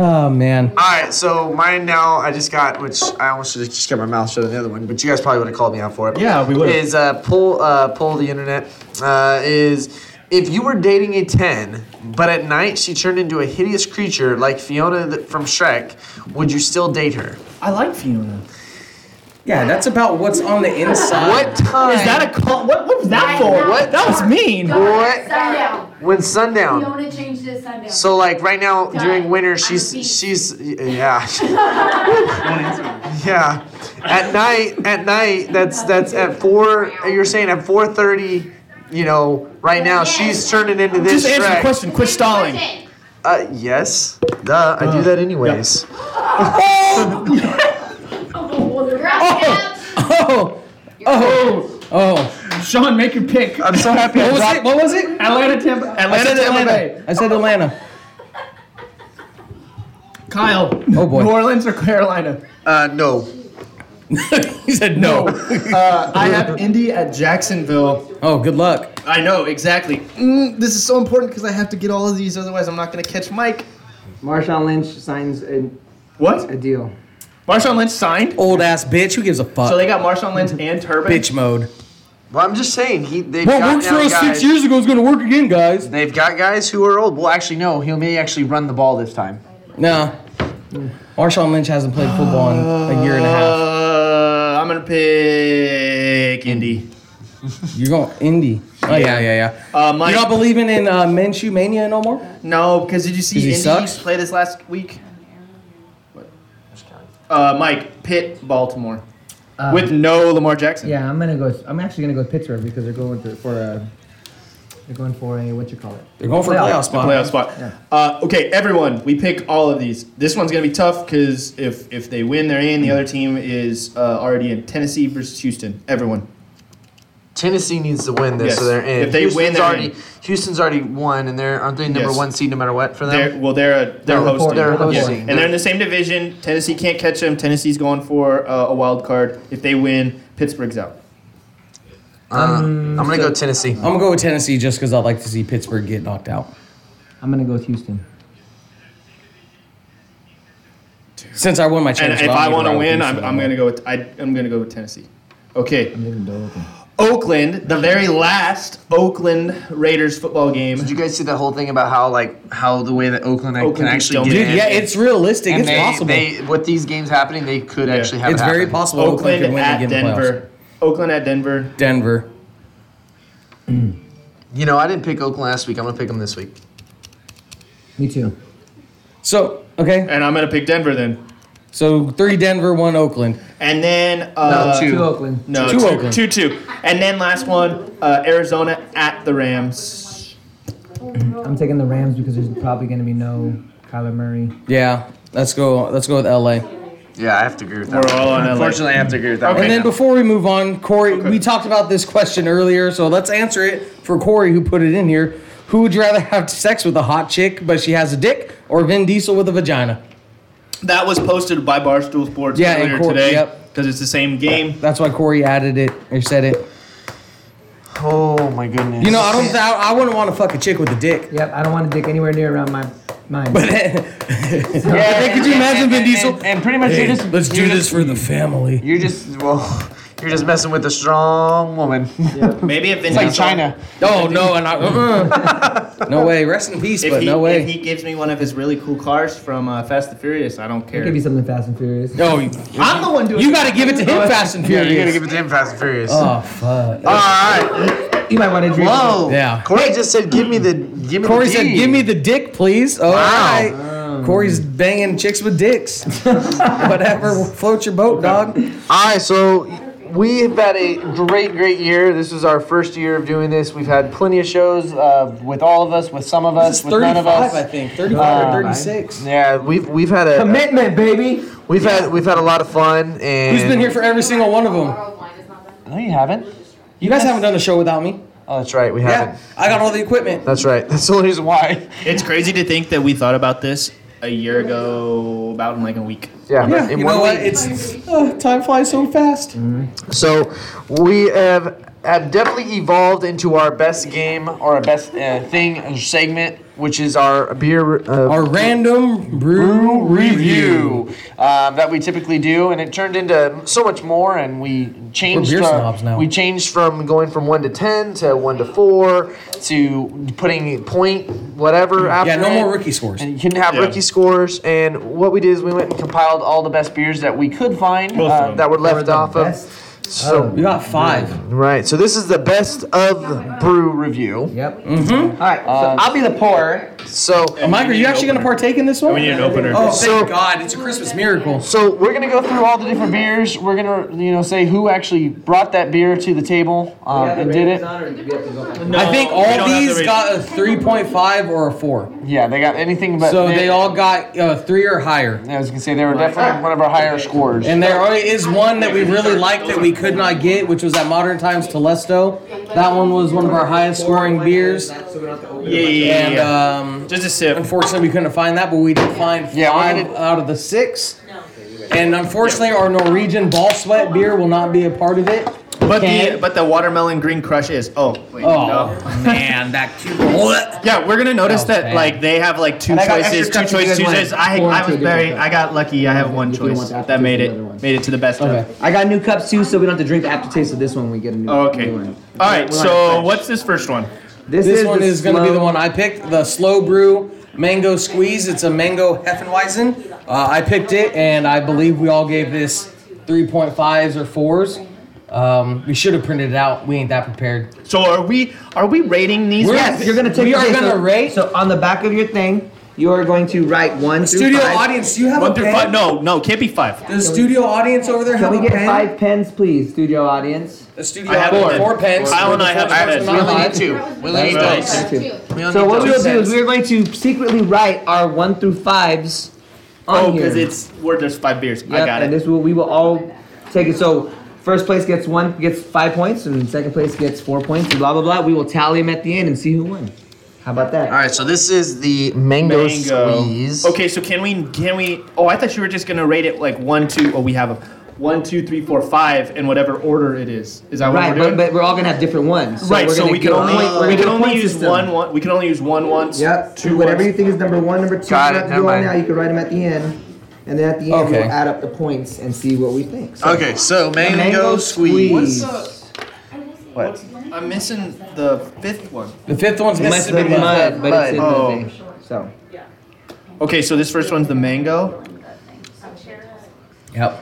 Oh, man.
All right, so mine now. I just got, which I almost should have just kept my mouth shut on the other one, but you guys probably would have called me out for it.
Yeah, we would've.
Is uh, pull uh, pull the internet uh, is if you were dating a ten, but at night she turned into a hideous creature like Fiona th- from Shrek, would you still date her?
I like Fiona.
Yeah, that's about what's on the inside.
What time?
Is that a call? What, what was that for?
What?
That was mean.
What?
Sundown.
when sundown?
Fiona changed it to sundown.
So like right now during winter,
I'm
she's
a beast.
she's yeah. yeah. At night, at night, that's that's at four. You're saying at four thirty. You know, right now she's turning into this.
Just answer the
Shrek.
question. Quit stalling.
Question.
Uh, yes. Duh. I do that anyways.
Oh, You're up, Jeff.
Oh,
Oh,
oh.
Sean, make your pick.
I'm so happy. I
What was
dropped-
it? What was it?
Atlanta, Tampa,
I
Atlanta,
said
Tampa Bay.
Atlanta. I said Atlanta.
Kyle.
Oh, boy.
New Orleans or Carolina?
Uh, no.
he said no.
Uh, I have Indy at Jacksonville.
Oh, good luck.
I know exactly. Mm, this is so important because I have to get all of these, otherwise I'm not gonna catch Mike.
Marshawn Lynch signs a,
What?
a deal.
Marshawn Lynch signed.
Old ass bitch. Who gives a fuck?
So they got Marshawn Lynch and Turban.
Oh. bitch mode.
Well, I'm just saying he. They've
What
got
worked
now
for us
guys,
six years ago is going to work again, guys.
They've got guys who are old. Well, actually, no. He may actually run the ball this time.
No. Marshawn Lynch hasn't played football in a year and a half.
Uh, I'm gonna pick Indy.
You're going Indy. Oh, yeah, yeah, yeah.
Uh, Mike.
You're not believing in uh, Minshew Mania no more?
no, because did you see
Because he
Indy
sucks?
play this last week? Uh, Mike, Pitt, Baltimore,
Uh,
with no Lamar Jackson.
yeah, I'm gonna go. I'm actually gonna go Pittsburgh because they're going to, for a. They're going for a what you call it?
They're going for a
Playoff.
playoff spot.
Playoff spot. Uh, okay, everyone, we pick all of these. This one's gonna be tough because if if they win, they're in. The other team is uh, already in Tennessee versus Houston. Everyone.
Tennessee needs to win this,
Yes.
so they're in.
If they
Houston's
win, they're
already
in.
Houston's already won, and they're aren't they number
Yes.
one seed no matter what for them?
They're, well, they're a, they're
They're
hosting.
hosting. They're
Yeah.
hosting.
and they're in the same division. Tennessee can't catch them. Tennessee's going for uh, a wild card. If they win, Pittsburgh's out.
Uh, I'm gonna go Tennessee.
I'm gonna go with Tennessee just because I'd like to see Pittsburgh get knocked out.
I'm gonna go with Houston.
Since I won my
And
championship,
if I want to
to
win, I'm, I'm gonna go with I, I'm gonna go with Tennessee. Okay. Oakland, the very last Oakland Raiders football game.
Did you guys see that whole thing about how like how the way that Oakland,
Oakland
can
could still
actually get
win.
Dude,
in?
yeah, it's realistic.
and
it's
they,
possible.
They, with these games happening, they could actually have.
it's
it
very
happen.
possible Oakland,
Oakland,
could win
at
again.
Denver. Oakland at Denver.
Denver.
You know, I didn't pick Oakland last week. I'm gonna pick them this week.
Me too.
So okay,
And I'm gonna pick Denver then.
so three Denver, one Oakland.
And then uh,
two.
to Oakland.
No,
Two
two,
Oakland.
two, two. And then last one, uh, Arizona at the Rams.
I'm taking the Rams because there's probably gonna be no Kyler Murray.
Yeah, let's go. Let's go with LA.
Yeah, I have to agree with that.
We're all on LA.
Unfortunately, I have to agree with that.
Okay.
one.
And then
now.
before we move on, Corey, we talked about this question earlier, so let's answer it for Corey who put it in here. Who would you rather have sex with a hot chick, but she has a dick, or Vin Diesel with a vagina?
That was posted by Barstool Sports
Yeah, and
earlier
Cor-
today.
yep.
Because it's the same game.
That's why Corey added it or said it.
Oh my goodness.
You know, I don't. th- I, I wouldn't want to fuck a chick with a dick.
Yep, I don't want to dick anywhere near around my mind.
But yeah, could you imagine Vin Diesel?
And, and pretty much
Hey,
you're just
let's do
you're
this
just-
for the family.
You're just well, you're just messing with a strong woman.
Maybe if Vin
It's like
Diesel-
China.
Oh no, and I. uh-uh. no way. Rest in peace,
If
but
he,
no
if
way.
he gives me one of his really cool cars from uh, Fast and Furious, I don't care.
Give you something Fast and Furious.
No, you-
I'm the one doing
you
it.
got to give it to him, Fast and
Yeah,
Furious.
you gotta give it to him fast and furious.
Oh fuck.
All right.
You might want to drink.
Whoa.
Yeah.
Corey just said, "Give me the give me."
Corey
the
said,
D."
"Give me the dick, please." All right. Corey's banging chicks with dicks. Whatever, float your boat, dog.
All right, so we've had a great, great year. This is our first year of doing this. We've had plenty of shows uh, with all of us, with some of us,
It's
with none of us.
I think. 35
Uh,
or 36.
Yeah, we've we've had a
Commitment, baby.
we've had we've had a lot of fun. And
Who's been here for every single one of them?
Borrowed wine is not that.
No, you haven't.
You guys haven't done a show without me.
Oh, that's right, we
Yeah,
haven't.
I got all the equipment.
That's right. That's the only reason why.
It's crazy to think that we thought about this a year ago, about in like a week.
Yeah,
Yeah,
in
you
one
know what?
week. Mm.
It's uh, time flies so fast.
So we have, have definitely evolved into our best game or our best uh, thing or segment, which is our beer uh,
Our random brew
brew
review.
review um, that we typically do, and it turned into so much more. And we changed.
We're beer
our-
snobs now.
We changed from going from one to ten to one to four to putting point whatever after.
Yeah, no more
it.
rookie scores.
And you couldn't have
Yeah.
rookie scores. And what we did is we went and compiled all the best beers that we could find
Both of
uh,
them.
that were left
the
off of.
best
So
We got five.
right, so this is the best of brew review.
Yep. Mm-hmm. right. So I'll be the pourer.
So
Mike, are you actually going to partake in this one?
We need an opener.
Oh, thank
So-
God. It's a Christmas miracle.
So we're gonna go through all the different beers. We're gonna, you know, say who actually brought that beer to the table um, and did it.
No,
I think
we don't
all
have the
these
rate.
got a 3.5 or a 4.
Yeah, they got anything but.
So they all got uh, 3 or higher.
I was gonna say they were definitely one of our higher scores.
And there only is one that we really liked that we could not get, which was at Modern Times Telesto. That one was one of our highest scoring beers.
Yeah, yeah, yeah.
And
yeah.
um,
Just a sip.
unfortunately, we couldn't find that, but we did find
Yeah, we're
five
gonna-
out of the six. And unfortunately, our Norwegian ball sweat beer will not be a part of it.
But the
Can't-
but the watermelon green crush is. Oh, wait,
Oh,
no.
man, that cute. What?
Yeah, we're gonna
Oh,
notice
That was
that,
bad.
like they have like two
And I got extra
choices, two
cups if you guys
choices, two
want
choices. I
more
I
to
was
do
very
that.
I got lucky. I have one
If you don't
choice
want the
that made
aftertaste, the other
it
one.
made it to the best.
Okay.
Of.
I got new cups too, so we don't have to drink the aftertaste of this one. when We get a new.
Oh, okay.
new one.
All right. So what's this first one?
This,
This one
the
is going to be
slow-
the one I picked the Slow Brew Mango Squeeze. It's a mango Heffenweizen. Uh, I picked it, and I believe we all gave this 3.5s or 4s. Um, we should have printed it out. We ain't that prepared.
So are we are we rating these?
We're-
ones?
Yes, you're gonna take.
We are
okay,
gonna
so,
rate-
So on the back of your thing, you are going to write one through
Studio
five.
audience, do you have
one
a
through
pen?
five. No, no, can't be five.
Does the studio audience over there
Can
have
we
a
get
pen?
five pens, please, studio audience?
The studio
I have
audience-
one.
four pens.
Kyle and I have
Four
one.
pens, not
We only
five.
We only need
Nice.
those.
Thank you.
We only
So
need
what
those.
we'll do is we're going to secretly write our one through fives on
Oh,
here.
because it's where there's five beers. I
Yep,
got
and
it.
this will we will all take it. So first place gets one gets five points, and second place gets four points, and blah blah blah. We will tally them at the end and see who won. How about that?
All right, so this is the mango, squeeze.
Okay, so can we can we? Oh, I thought you were just gonna rate it like one, two. Oh, we have a one, two, three, four, five in whatever order it is. Is that what
Right,
we're
but,
doing?
but we're all gonna have different ones.
right.
we're
So
gonna
we can
go
only
point- we're
we
gonna
can
go
only
point
use
system.
one one. We can only use one once.
Yep.
Two
whatever you
ones.
think is number one, number two.
Got
you don't have
it,
to
never
do
mind.
Now you can write them at the end, and then at the end
Okay.
we'll add up the points and see what we think. So,
Okay, so
a
mango,
squeeze.
squeeze.
What? I'm missing the fifth one.
The fifth one's
It must have
Mississippi
been
Mud.
mud, but it's in
Oh.
the thing. So
Okay, so this first one's the mango.
Yep.
God,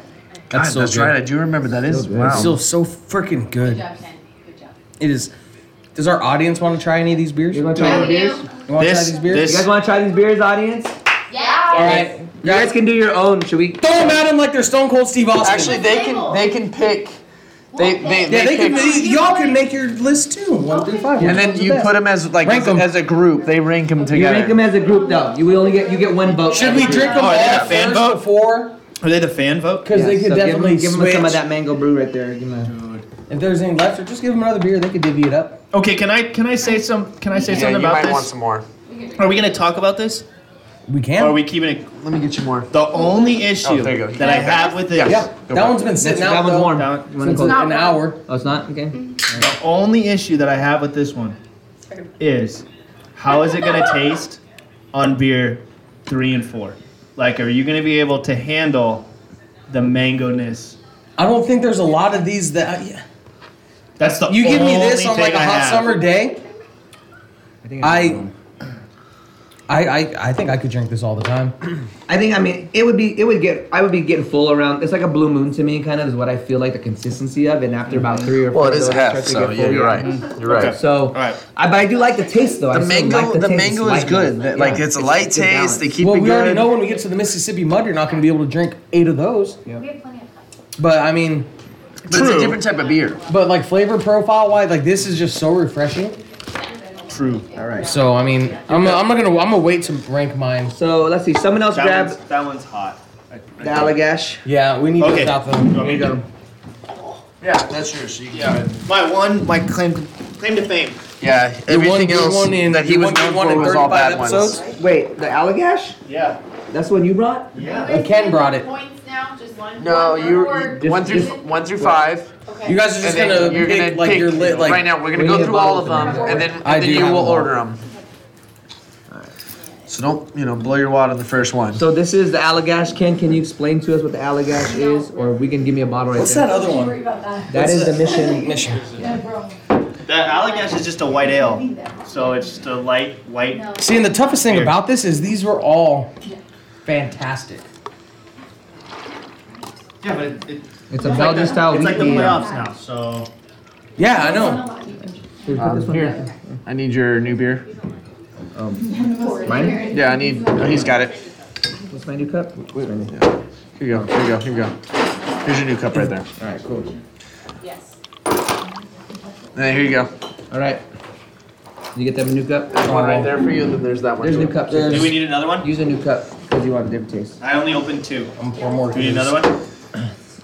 That's so
that's
good.
right. I do remember that is
good.
wow.
It's still so freaking good.
Job, Ken. Good job.
It is. Does our audience want to try any of these beers?
you
You
want to try
How
any
do you?
beers?
want to try
This-
these beers?
You
this-
guys want to try these beers, audience?
Yeah.
All right.
You guys can do your own. Should we?
Throw them at them like they're Stone Cold Steve Austin.
Actually, they can they can pick. They they,
yeah, they
pick,
can. y'all can make your list too. One through five.
and then you put them as like
Rank
as,
'em.
as a group. They rank them
You
together.
rank them as a group, though. You will only get you get one vote.
Should we drink them
Oh,
all
I did a
at
fan
first
vote?
before
Are they the fan vote?
Because they
Yeah,
could
so give 'em-
definitely
give 'em
switch.
some of that mango brew right there. Give 'em a-
If there's any left, or just give them another beer. They could divvy it up.
Okay, can I can I say some can I say
Yeah, you
something about
might
this?
want some more.
Are we gonna talk about this?
We can.
Or are Oh, we keeping it?
Let me get you more.
The only issue
Oh, there you go.
that I have with this,
Yeah, that one's been
That's-
sitting out
that one's
though,
warm.
Down-
You wanna
since
call it-
an
warm.
hour.
Oh, it's not? Okay.
the only issue that I have with this one is how is it gonna taste on beer three and four? Like, are you gonna be able to handle the mango ness?
I don't think there's a lot of these that yeah.
That's the
you give me
only
this on like
thing
a
I
hot
have.
summer day.
think
I, I, I, I think I could drink this all the time.
I think I mean it would be it would get I would be getting full around it's like a blue moon to me kind of is what I feel like the consistency of and after about three or four
Well, it
of
is
those, it
half,
starts to
so
get
yeah,
full,
you're right. You're right.
So
right.
I but I do like the taste though. I
The
still
mango,
like
the,
taste. It's
mango is
light
good.
enough.
That-
Yeah.
Like it's a light
good
taste.
balance.
They keep
well,
it
we already
good.
know when we get to the Mississippi Mud, you're not going to be able to drink eight of those.
We have plenty of time.
But I mean,
but it's a different type of beer.
but like flavor profile wise, like this is just so refreshing.
True.
All right.
So I mean, I'm, I'm not gonna I'm gonna wait to rank mine.
So let's see. Someone else
That
grab
one's, that one's hot.
the Allagash.
Yeah, we need to
Okay.
stop
You
them.
want me to-
Yeah, that's yours. So you can yeah.
My one, my claim, claim to fame.
Yeah,
You won-
everything
you
else
won in-
that he
you
was
won- you
known
won
for
in
was all
35
bad
episodes?
ones.
Wait, the Allagash?
Yeah.
That's the one you brought?
Yeah.
And Ken brought it.
Points now, just one.
No,
one
you
word.
one through
Okay.
one through five.
You guys are
And
just
then
gonna
you're
pick
gonna
like
pick
your lit like.
right now. We're gonna
We
go
need a
through all of
bottle
them,
opener.
and then and
I
then
do
you
have
will
a
order them. So don't you know blow your wad on the first one.
So this is the Allagash. Ken, can you explain to us what the Allagash is? Or we can give me a bottle right
What's
there.
that other
Don't worry
one?
about that.
That is the mission.
Mission.
Yeah, bro.
The Allagash is just a white
I
ale,
need that.
so it's just a light white.
No.
See, and the toughest thing
Here.
about this is these were all fantastic.
Yeah, but it, it,
It's a Belgian style
it's like the
wheat beer.
playoffs now. So
Yeah, I
No,
know.
no, you can-
Um, Here, put this one back.
I need your new beer. Um,
Mine?
Yeah, I need. oh, he's got it.
What's my new cup?
Here you go. Here you go. Here you go. Here's your new cup right there.
All right, cool.
Yes.
And then here you go.
All right. You get that new cup?
There's one right there for you, and then there's that one.
There's new cups.
do we need another one?
Use a new cup because you want a different taste.
I only opened two.
I'm for more.
Do we need another one?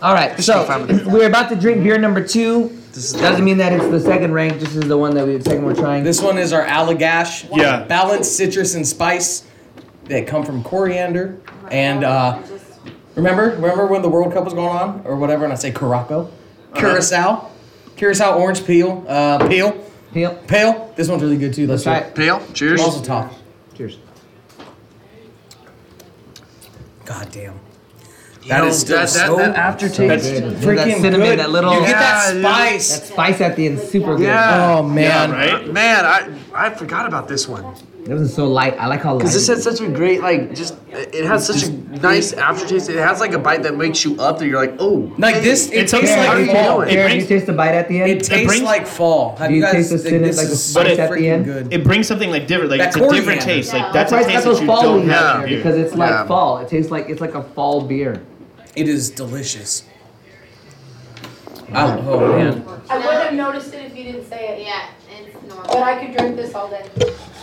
All right, so
take five minutes.
we're about to drink beer number two.
This is-
Doesn't mean that it's the second rank. This is the one that we the second we're trying.
This one is our Allagash.
Yeah.
Balanced citrus and spice. They come from coriander. And uh, remember, remember when the World Cup was going on or whatever, and I say Caraco, Curacao, Curacao orange peel, uh, peel,
Heel.
pale. This one's really good too. Let's
Try
try
it.
Pale. Cheers.
Also top.
Cheers.
God damn.
You
That
know,
is still
that, that,
so-
that aftertaste.
Good. There's that
Freaking
cinnamon,
good.
that little
You get that
Yeah,
that
spice.
spice at the end, super
Yeah.
Oh man.
Right?
Man, I I forgot about this one
good. That wasn't so light. I like how light.
because this
it
has such a great like just it has such a nice aftertaste. It has like a bite that makes you up that you're like oh
Like this, it
It's okay.
tastes
How do
like
you
fall.
doing?
is. Aaron,
brings-
you taste the bite at the end.
It tastes
brings-
like fall. Have
Do
you
you taste
guys?
the
think
cinnamon,
this
like the
is
spice
so
at the
freaking
end?
Good.
It brings something like different. Like
That
it's a different
coriander.
taste. Like
that's
that's
why
a
it's got
taste that
those
you
fall
don't
leaves
have
in
have
there
beer.
because it's like
Yeah.
fall. It tastes like it's like a fall beer.
It is delicious. I, oh man,
I would have noticed it if you didn't say it,
Yeah, it's normal.
but I could drink this all day.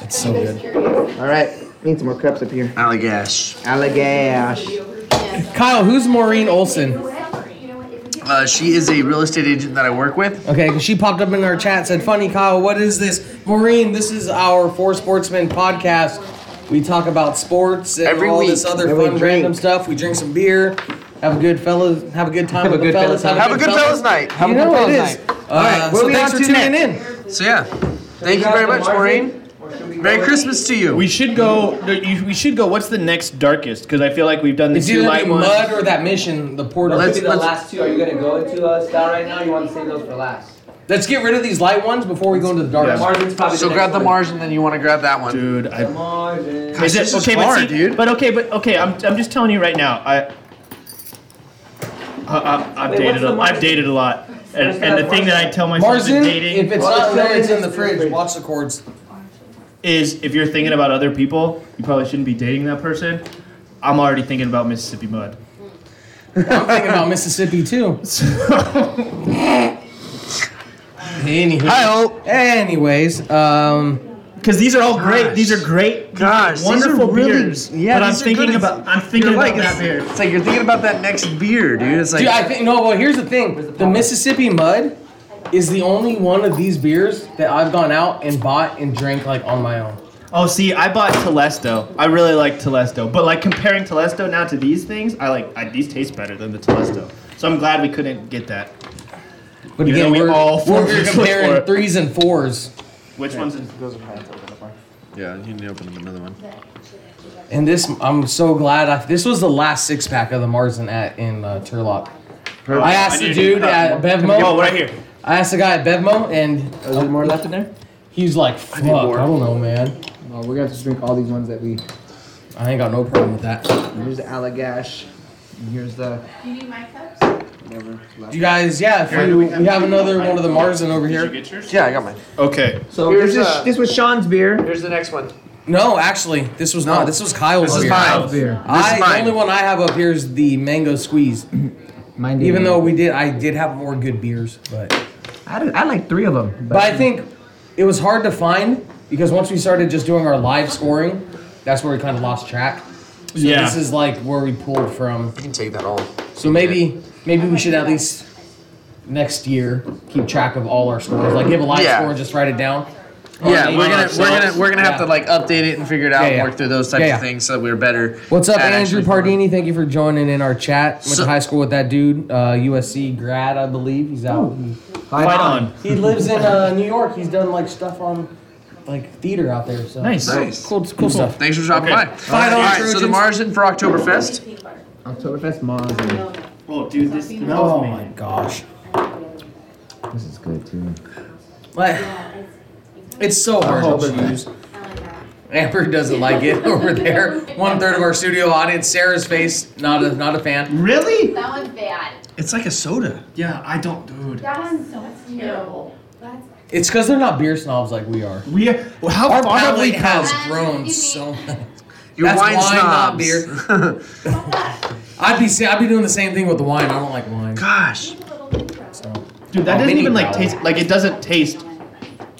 it's so good.
Curious.
All right, need some more cups up here.
Allagash.
Allagash.
Kyle, who's Maureen Olson?
Uh, she is a real estate agent that I work with.
Okay, 'cause she popped up in our chat said, "Funny Kyle, what is this?" Maureen, this is our Four Sportsmen podcast. We talk about sports and
Every
all
week.
this other
And we
fun
drink.
random stuff. We drink some beer, have a good fellas, have a good time
Have a
with the
good
fellas,
fellas'
Have a good fellas night.
Have
you
a good
know it
fellas'
is.
night.
All right,
what are
so
we
thanks for
on to
tuning
next?
in.
So yeah, thank you very much, Maureen. Merry Christmas to you.
We should go. no, you- We should go. What's the next darkest? Because I feel like we've done the
It's
two
either
light
the
ones.
mud or that mission, the portal.
Let's-
Let's,
the last two. Are you gonna go into uh, style right now? Or you want to save those for last?
get rid of these light ones before we go into the dark.
Yeah.
Marvin's probably
So
the
grab
next
the
one.
Mars and then you want to grab that one.
Dude, I,
Marvin.
Gosh,
is
this
it
is
okay?
hard,
but see,
dude.
But okay, but okay. I'm, I'm just telling you right now. I, I, I I've
Wait, what's
dated.
the
A,
Mars-
I've dated a lot, and, and the thing that I tell myself
Marzen,
in dating
if it's
Well,
not
it's
there,
in
it's in
the
the fridge.
fridge.
Watch the cords.
is if you're thinking about other people, you probably shouldn't be dating that person. I'm already thinking about Mississippi mud.
I'm thinking about Mississippi too. Anywho.
Hi,
Anyways, um,
because these are all great. These are great,
Gosh, these are
wonderful
really-
beers.
yeah,
but I'm
these are
thinking
good.
about I'm thinking
You're
about
like,
that
it's,
beer.
it's like you're thinking about that next beer, dude. It's like
Dude, I think no. Well, here's the thing: the, Mississippi Mud is the only one of these beers that I've gone out and bought and drank like on my own.
Oh, see, I bought Telesto. I really like Telesto, but like comparing Telesto now to these things, I like I, these taste better than the Telesto. So I'm glad we couldn't get that.
But
Even
again,
though we
we're
all
we're
four of us went for
comparing
it.
threes and fours,
Which one's?
yeah, you need to open another one.
and this I'm so glad. I, this was the last six pack of the Mars and at in uh, Turlock. I asked the dude at Bevmo.
Oh, right here.
I asked the guy at Bevmo, and
Is there more left in there?
he was like, "Fuck, I, don't know, man.
No, we're gonna have to drink all these ones that we.
I ain't got no problem with that."
Here's the Allagash. And here's the
You need my cups?
whatever.
You guys, yeah, if you, we have another one of the Marzen over here.
Yeah, I got mine.
Okay.
So
Here's,
this is
uh,
this was Sean's beer.
Here's the next one.
No, actually, this was not. This was Kyle's.
This is
beer.
mine.
beer.
This
I
is Mm-hmm.
the
mine.
only one I have up here is the mango squeeze.
Mine didn't.
Even though we did, I did have more good beers, but
I, did, I like three of them.
but I think it was hard to find because once we started just doing our live scoring, that's where we kind of lost track. So
Yeah.
this is like where we pulled from.
You can take that all.
So maybe maybe we should at least next year keep track of all our scores. Like give a live
Yeah.
score and just write it down.
Yeah,
On
we're gonna
ourselves.
we're gonna we're gonna have to
Yeah.
like update it and figure it out
Yeah,
and
yeah.
work through those types
Yeah, yeah.
of things so that we're better.
What's up,
at
Andrew
actually doing
Pardini? Thank you for joining in our chat. Went
So-
to high school with that dude, uh, USC grad, I believe. He's out.
Fight
on.
Oh, He lives in uh, New York. He's done like stuff on like theater out there. So
Nice.
it.
Nice.
Nice.
cool, cool stuff.
Thanks for dropping
Okay.
by. All right, so the Margin for Oktoberfest.
Tea butter.
Oktoberfest Mars.
Oh, dude, this smells
Oh my
amazing.
gosh,
This is good too.
like it's so hard to choose. Amber doesn't like it over there. One third of our studio audience. Sarah's face, not a not a fan.
Really?
That one's bad.
It's like a soda.
Yeah, I don't, dude.
That one's so terrible. That's
It's because they're not beer snobs like we are.
We are, well, how
Our
far have we
palate
come?
has grown so much.
Your
That's
wine,
wine, not
snobs.
I'd be sa- I'd be doing the same thing with the wine. I don't like wine.
Gosh.
Dude,
Oh,
that doesn't
mini
even like
growler.
taste like it doesn't taste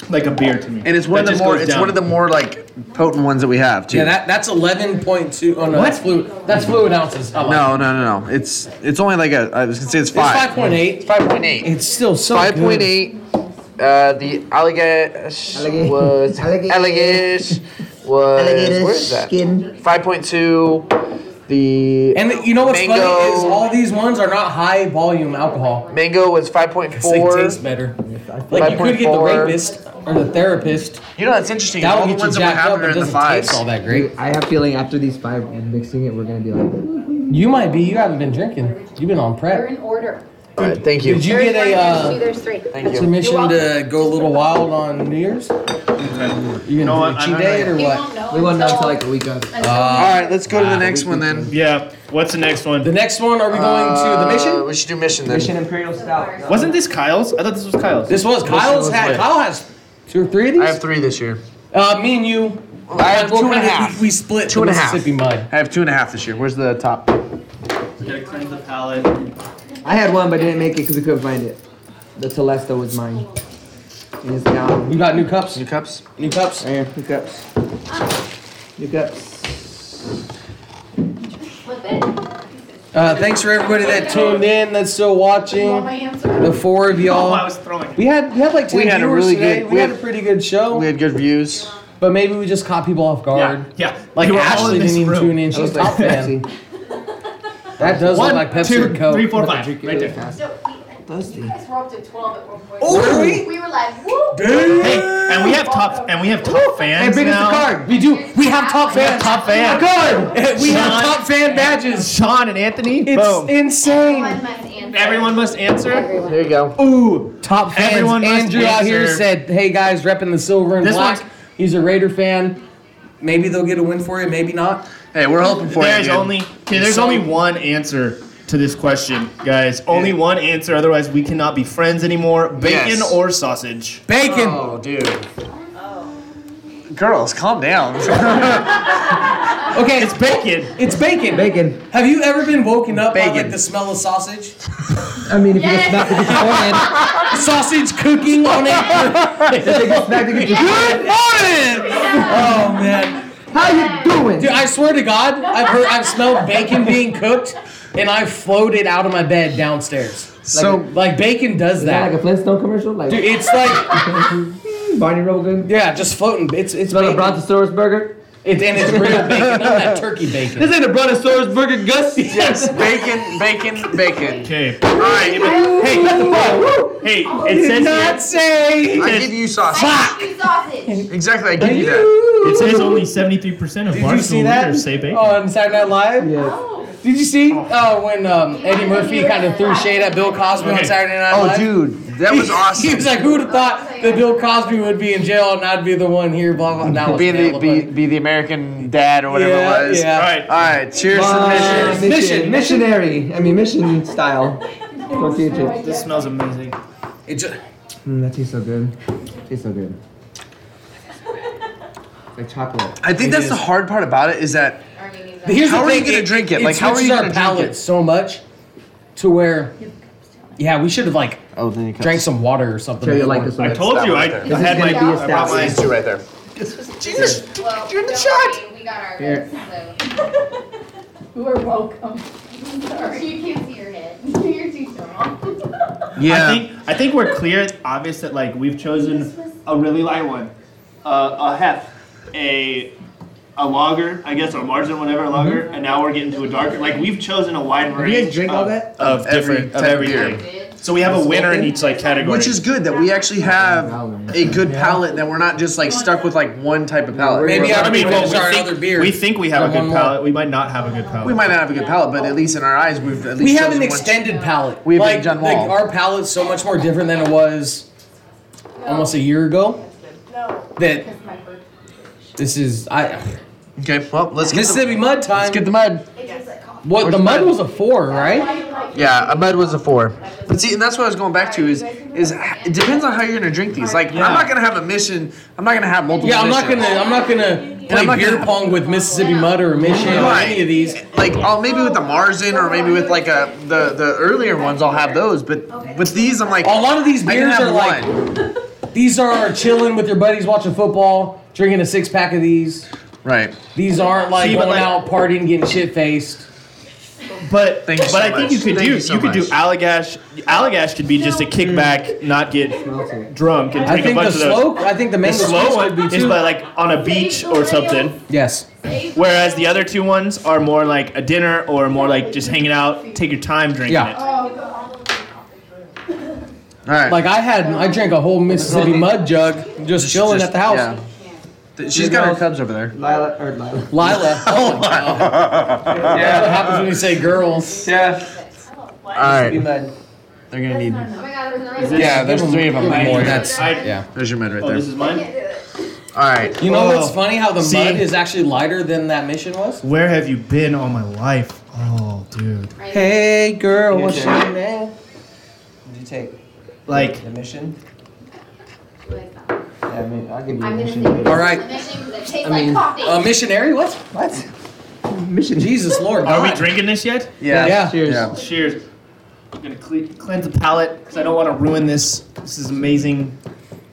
like a beer to me.
And it's
That
one of
just
the more
goes
it's
down.
one of the more like potent ones that we have too.
Yeah, that that's eleven point two. Oh no,
What?
that's fluid. That's fluid ounces. I like it.
no, no, no, no. It's it's only like a I was gonna say it's
it's
five.
five point eight. Five point eight. It's still so
Five
good.
point eight. Uh, the Allagash
Alligator.
was
Alligator.
Allagash was where is that?
skin.
Five point two. The
And you know what's
mango,
funny is all these ones are not high volume alcohol.
mango was five point
It's like
four.
tastes better. Like you could get the
5.4.
rapist or the therapist.
You know that's interesting.
That'll
all the
get you
ones that we
jacked
have
up.
are
It
in the
doesn't taste
fives.
all that great.
I have a feeling after these five and mixing it, we're gonna be like.
You might be. You haven't been drinking. You've been on
They're
prep.
in order.
All right, thank you.
Did you get a uh,
There's three.
Thank you.
permission to uh, go a little wild on New Year's? You
know
gonna
what?
do a
I'm
cheat
not
day
gonna-
or
you
what?
won't know
We won't know until
until-
like a week of.
until-
all right, let's go to
Ah,
the next one then.
Yeah. What's the next one?
The next one, are we going to the
Uh,
mission?
we should do mission then.
Mission Imperial Stout.
Wasn't this Kyle's? I thought this was Kyle's.
This was Kyle's
was
had.
lit.
Kyle has two or three of these.
I have three this year.
Uh, me and you. uh,
I have
we're
two and a
kinda-
half.
We, we split
Two
the
and a half.
Mississippi mud.
I have two and a half this year. Where's the top?
Gotta cleanse the palate.
Oh,
I had one, but didn't make it because we couldn't find it. The Telesto was mine. It is now.
You got new cups.
New cups.
New cups.
There, new cups. New cups.
Flip it.
Uh, thanks for everybody that tuned in, that's still
You want
watching.
my answer?
The four of
Oh, I
y'all.
was throwing.
We had we had like ten
We had a
viewers
really
today.
good-
we,
we
had,
had-
a pretty good show,
We had good views.
but maybe we just caught people off guard.
Yeah. Yeah.
Like
You were all in
Ashley
this
didn't even
room.
tune in.
That
She's
was
a top
like
fan.
fancy.
That does
One,
look like Pepsi
two,
and Coke.
three, four, five. Right
Really
there.
fast.
So, we-
Thirsty.
you guys were up to 12 at one point.
were we?
We were like, woo!
Hey, and we have top and we have top fans
Hey, bring us
now.
the card.
We do. We have top
We have
fans.
top fans.
Good. We have
Sean.
top fan badges.
Sean and Anthony.
It's
Boom.
insane.
One must answer.
Everyone must answer.
Everyone.
There you go.
Ooh.
Top fans.
Everyone must
Andrew out here
answer.
said, "Hey guys, repping the silver and
This
black."
one's-
He's a Raider fan. Maybe they'll get a win for you. Maybe not.
Hey, we're hoping for
There's
you. dude.
only okay, there's only one answer to this question, guys. Only one answer, otherwise we cannot be friends anymore. Bacon
Yes.
or sausage.
Bacon.
Oh.
Oh, dude. Girls, calm down.
Okay,
It's bacon.
It's bacon.
bacon.
Have you ever been woken up by
Bacon.
like the smell of sausage?
I mean, if
Yes.
you get smacked against your forehead,
sausage cooking on it.
if you get smacked against your
Good
forehead,
morning. Oh man,
how you doing?
dude! I swear to God, I've heard, I've smelled bacon being cooked, and I floated out of my bed downstairs.
So
Like bacon does
Is that
that.
like a
Dude,
Flintstone commercial? Like
it's like
Barney Rogan?
yeah, just floating. It's it's
Smell a
bacon.
Brontosaurus burger?
It, and it's real bacon, not that turkey bacon.
ain't a Brontosaurus burger, Gus. Yes.
bacon, bacon, bacon.
Okay. All right.
hey, that's the fuck.
Hey, it says here,
say.
I give you sausage.
I hate sausage.
Exactly, I give you that.
it says only 73% of
Did you see
Barstool
that? Oh,
readers say bacon.
On Saturday Night Live.
Yes.
Oh,
Did you see? Oh, when um, Eddie Murphy kind of threw shade at Bill Cosby on
Okay.
Saturday Night Live.
Oh, dude, that was awesome.
he was like, "Who would have thought that Bill Cosby would be in jail and I'd be the one here?" Blah blah. Now
be the be, be the American dad or whatever
yeah,
it was.
yeah.
All right.
All right, cheers to
Uh,
the mission.
mission, missionary. I mean, mission style. Tortilla chips.
This smells amazing.
It just,
Mm, that tastes so good. Tastes so good. Like chocolate.
I think that's the hard part about it is that
here's
How
the
are
thing,
you gonna
it-
drink it?
It
Like, how are
switches
you
our
gonna drink
palate
it?
so much to where, yeah, we should have like
oh, then you
drank some water or something.
Sure, you like this one.
I told you. I, I had my.
gonna be a
I brought
thousand.
my
These two right there.
Jesus, you're the shot. We got our
Here.
you are welcome.
So you can't see your head.
You're too strong.
I
Yeah.
think I think we're clear. It's obvious that like we've chosen a really light one, uh, a hef, a a lager, I guess, or margin, whatever, a lager, and now we're getting to a darker. Like we've chosen a wide
you
variety.
guys drink
of,
all that?
of different of
type of beer.
everything. So we have a winner in each like category.
Which is good that we actually have a good palate that we're not just like stuck with like one type of palate.
Maybe
We're-
I
I mean, well, we
Finish our other
think,
beer.
we think we have a
Or one
good
more.
palate. We might not have a good palate.
we might not have a good palate, but at least in our eyes, we've at least
we have
chosen
an
one-
extended palate.
We have
like
been done
the-
well.
our palate's so much more different than it was almost a year ago.
No.
That
It's my birthday.
this is I
Okay, well, let's get the,
Mississippi mud time.
let's get the mud.
It tastes like coffee.
what the
Where's
mud
mud?
was a four, right?
I like
Yeah, a mud was a four. But see, and that's what I was going back to is is it depends on how you're gonna drink these. Like, I'm not gonna have a mission. I'm not gonna have multiple.
Yeah, I'm not
missions.
gonna I'm not gonna play
I'm not
beer
gonna-
pong with Mississippi Mud or Mission or
Right.
any of these.
Like I'll maybe with the Marzen or maybe with like a the the earlier ones I'll have those, but with these I'm like
A lot of these
I can
beers
have
are like
one.
these are chilling with your buddies watching football, drinking a six pack of these.
Right.
These aren't like
See, but
going
like-
out partying, getting shit faced.
But
Thank you
but
so
I think you
much.
could
Thank
do
you
you,
so
could do
much.
Allagash. Allagash could be just a kickback, not get
it.
drunk and
I
drink a
think the
bunch of those.
slow I think the
The
mango
slow
slow would
one
be
is
too.
by like on a beach or something,
yes.
whereas the other two ones are more like a dinner or more like just hanging out, take your time drinking
Yeah.
it.
All right.
Like I had I drank a whole Mississippi mud jug just chilling at the house.
yeah. Th- She's got her cubs over there.
Lila or Lila.
Lila. Oh my god. That's what happens when you say girls.
Yeah.
All
Oh
right.
mud.
They're gonna need.
Oh my god, there's the right
Yeah, there's three of them.
Give 'em more. That's
I-
yeah.
There's your mud right
Oh, this
there.
is mine.
All right.
You know
Oh.
what's funny? How the
See?
mud is actually lighter than that mission was.
Where have you been all my life? Oh, dude.
Hey girl,
Yeah,
what's your
sure.
name?
Did you take
Like
the mission?
I'm
Yeah, I mean, I'll give you
gonna say this
All right.
is the mission 'cause um, it tastes
I
like
mean,
coffee.
a missionary? What?
What? Mission.
Jesus Lord.
are we
God.
drinking this yet?
Yeah.
Yeah.
Cheers.
Yeah.
Cheers. I'm gonna cle- cleanse the palate because I don't want to ruin this. This is amazing.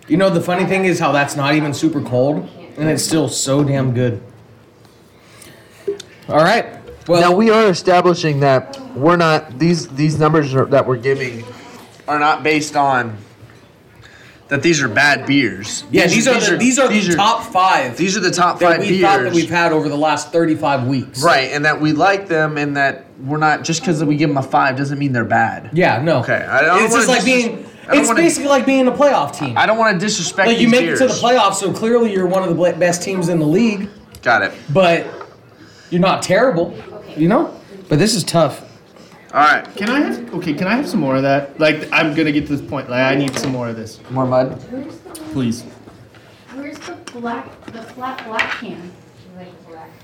You know the funny thing is how that's not even super cold, and it's still so damn good. All right.
Now
Well,
we are establishing that we're not these these numbers are, that we're giving are not based on that these are bad beers.
yeah, these are the, these are the top five
These are the top
that
five
we
beers.
thought that we've had over the last thirty-five weeks.
Right, and that we like them, and that we're not just because we give them a five doesn't mean they're bad.
Yeah, no.
Okay, I don't
it's just
wanna
like
dis-
being.
I don't
It's
wanna-
basically like being a playoff team.
I don't want to disrespect.
Like you
these
make
beers.
it to the playoffs, so clearly you're one of the bla- best teams in the league,
Got it.
but you're not terrible, you know. But this is tough.
All right.
Can I have okay? Can I have some more of that? Like I'm gonna get to this point. Like I need some more of this,
More mud.
Where's the,
please.
Where's the black, the flat black can